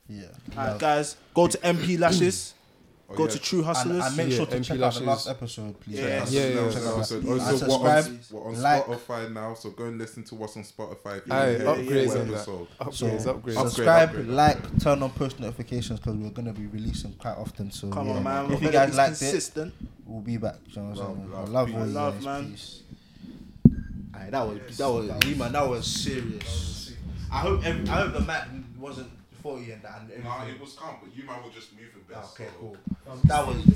B: Yeah.
F: Alright,
B: Now,
F: guys, go to MP Lashes.
E: Oh,
F: go
E: yeah.
F: to True
B: and,
F: Hustlers.
B: and make sure to
D: Yeah,
B: check
D: MP
B: out the last
D: Lashes.
B: episode, please.
F: Yeah.
B: Check out-
D: Yeah, yeah,
B: check
D: yeah.
B: out
E: Also,
B: that.
E: also,
B: And
E: we're
B: subscribe.
E: on, we're on
B: like-
E: Spotify now, so go and listen to us on Spotify. If you
D: Aye,
E: wanna hear the
D: upgrades
E: full
D: on that.
E: episode.
D: Upgrades,
B: Yeah.
D: upgrades.
E: Upgrade,
B: subscribe,
E: upgrade,
B: like, turn on post notifications because we're gonna be releasing quite often. So
F: Come
B: yeah.
F: on, man.
B: if
F: We're
B: you
F: better
B: guys
F: be
B: liked it,
F: consistent.
B: we'll be back. Do you know what I'm
E: Love,
B: saying?
E: love,
B: I love
E: peace.
B: all you
F: Love,
B: guys.
F: man.
B: Peace. Alright, that was that was we man, that was serious. I hope every, I hope the map wasn't forty and that. And
E: Nah, it
B: everything.
E: was calm, but you man were just moving best.
B: okay, cool.
E: so-
B: That was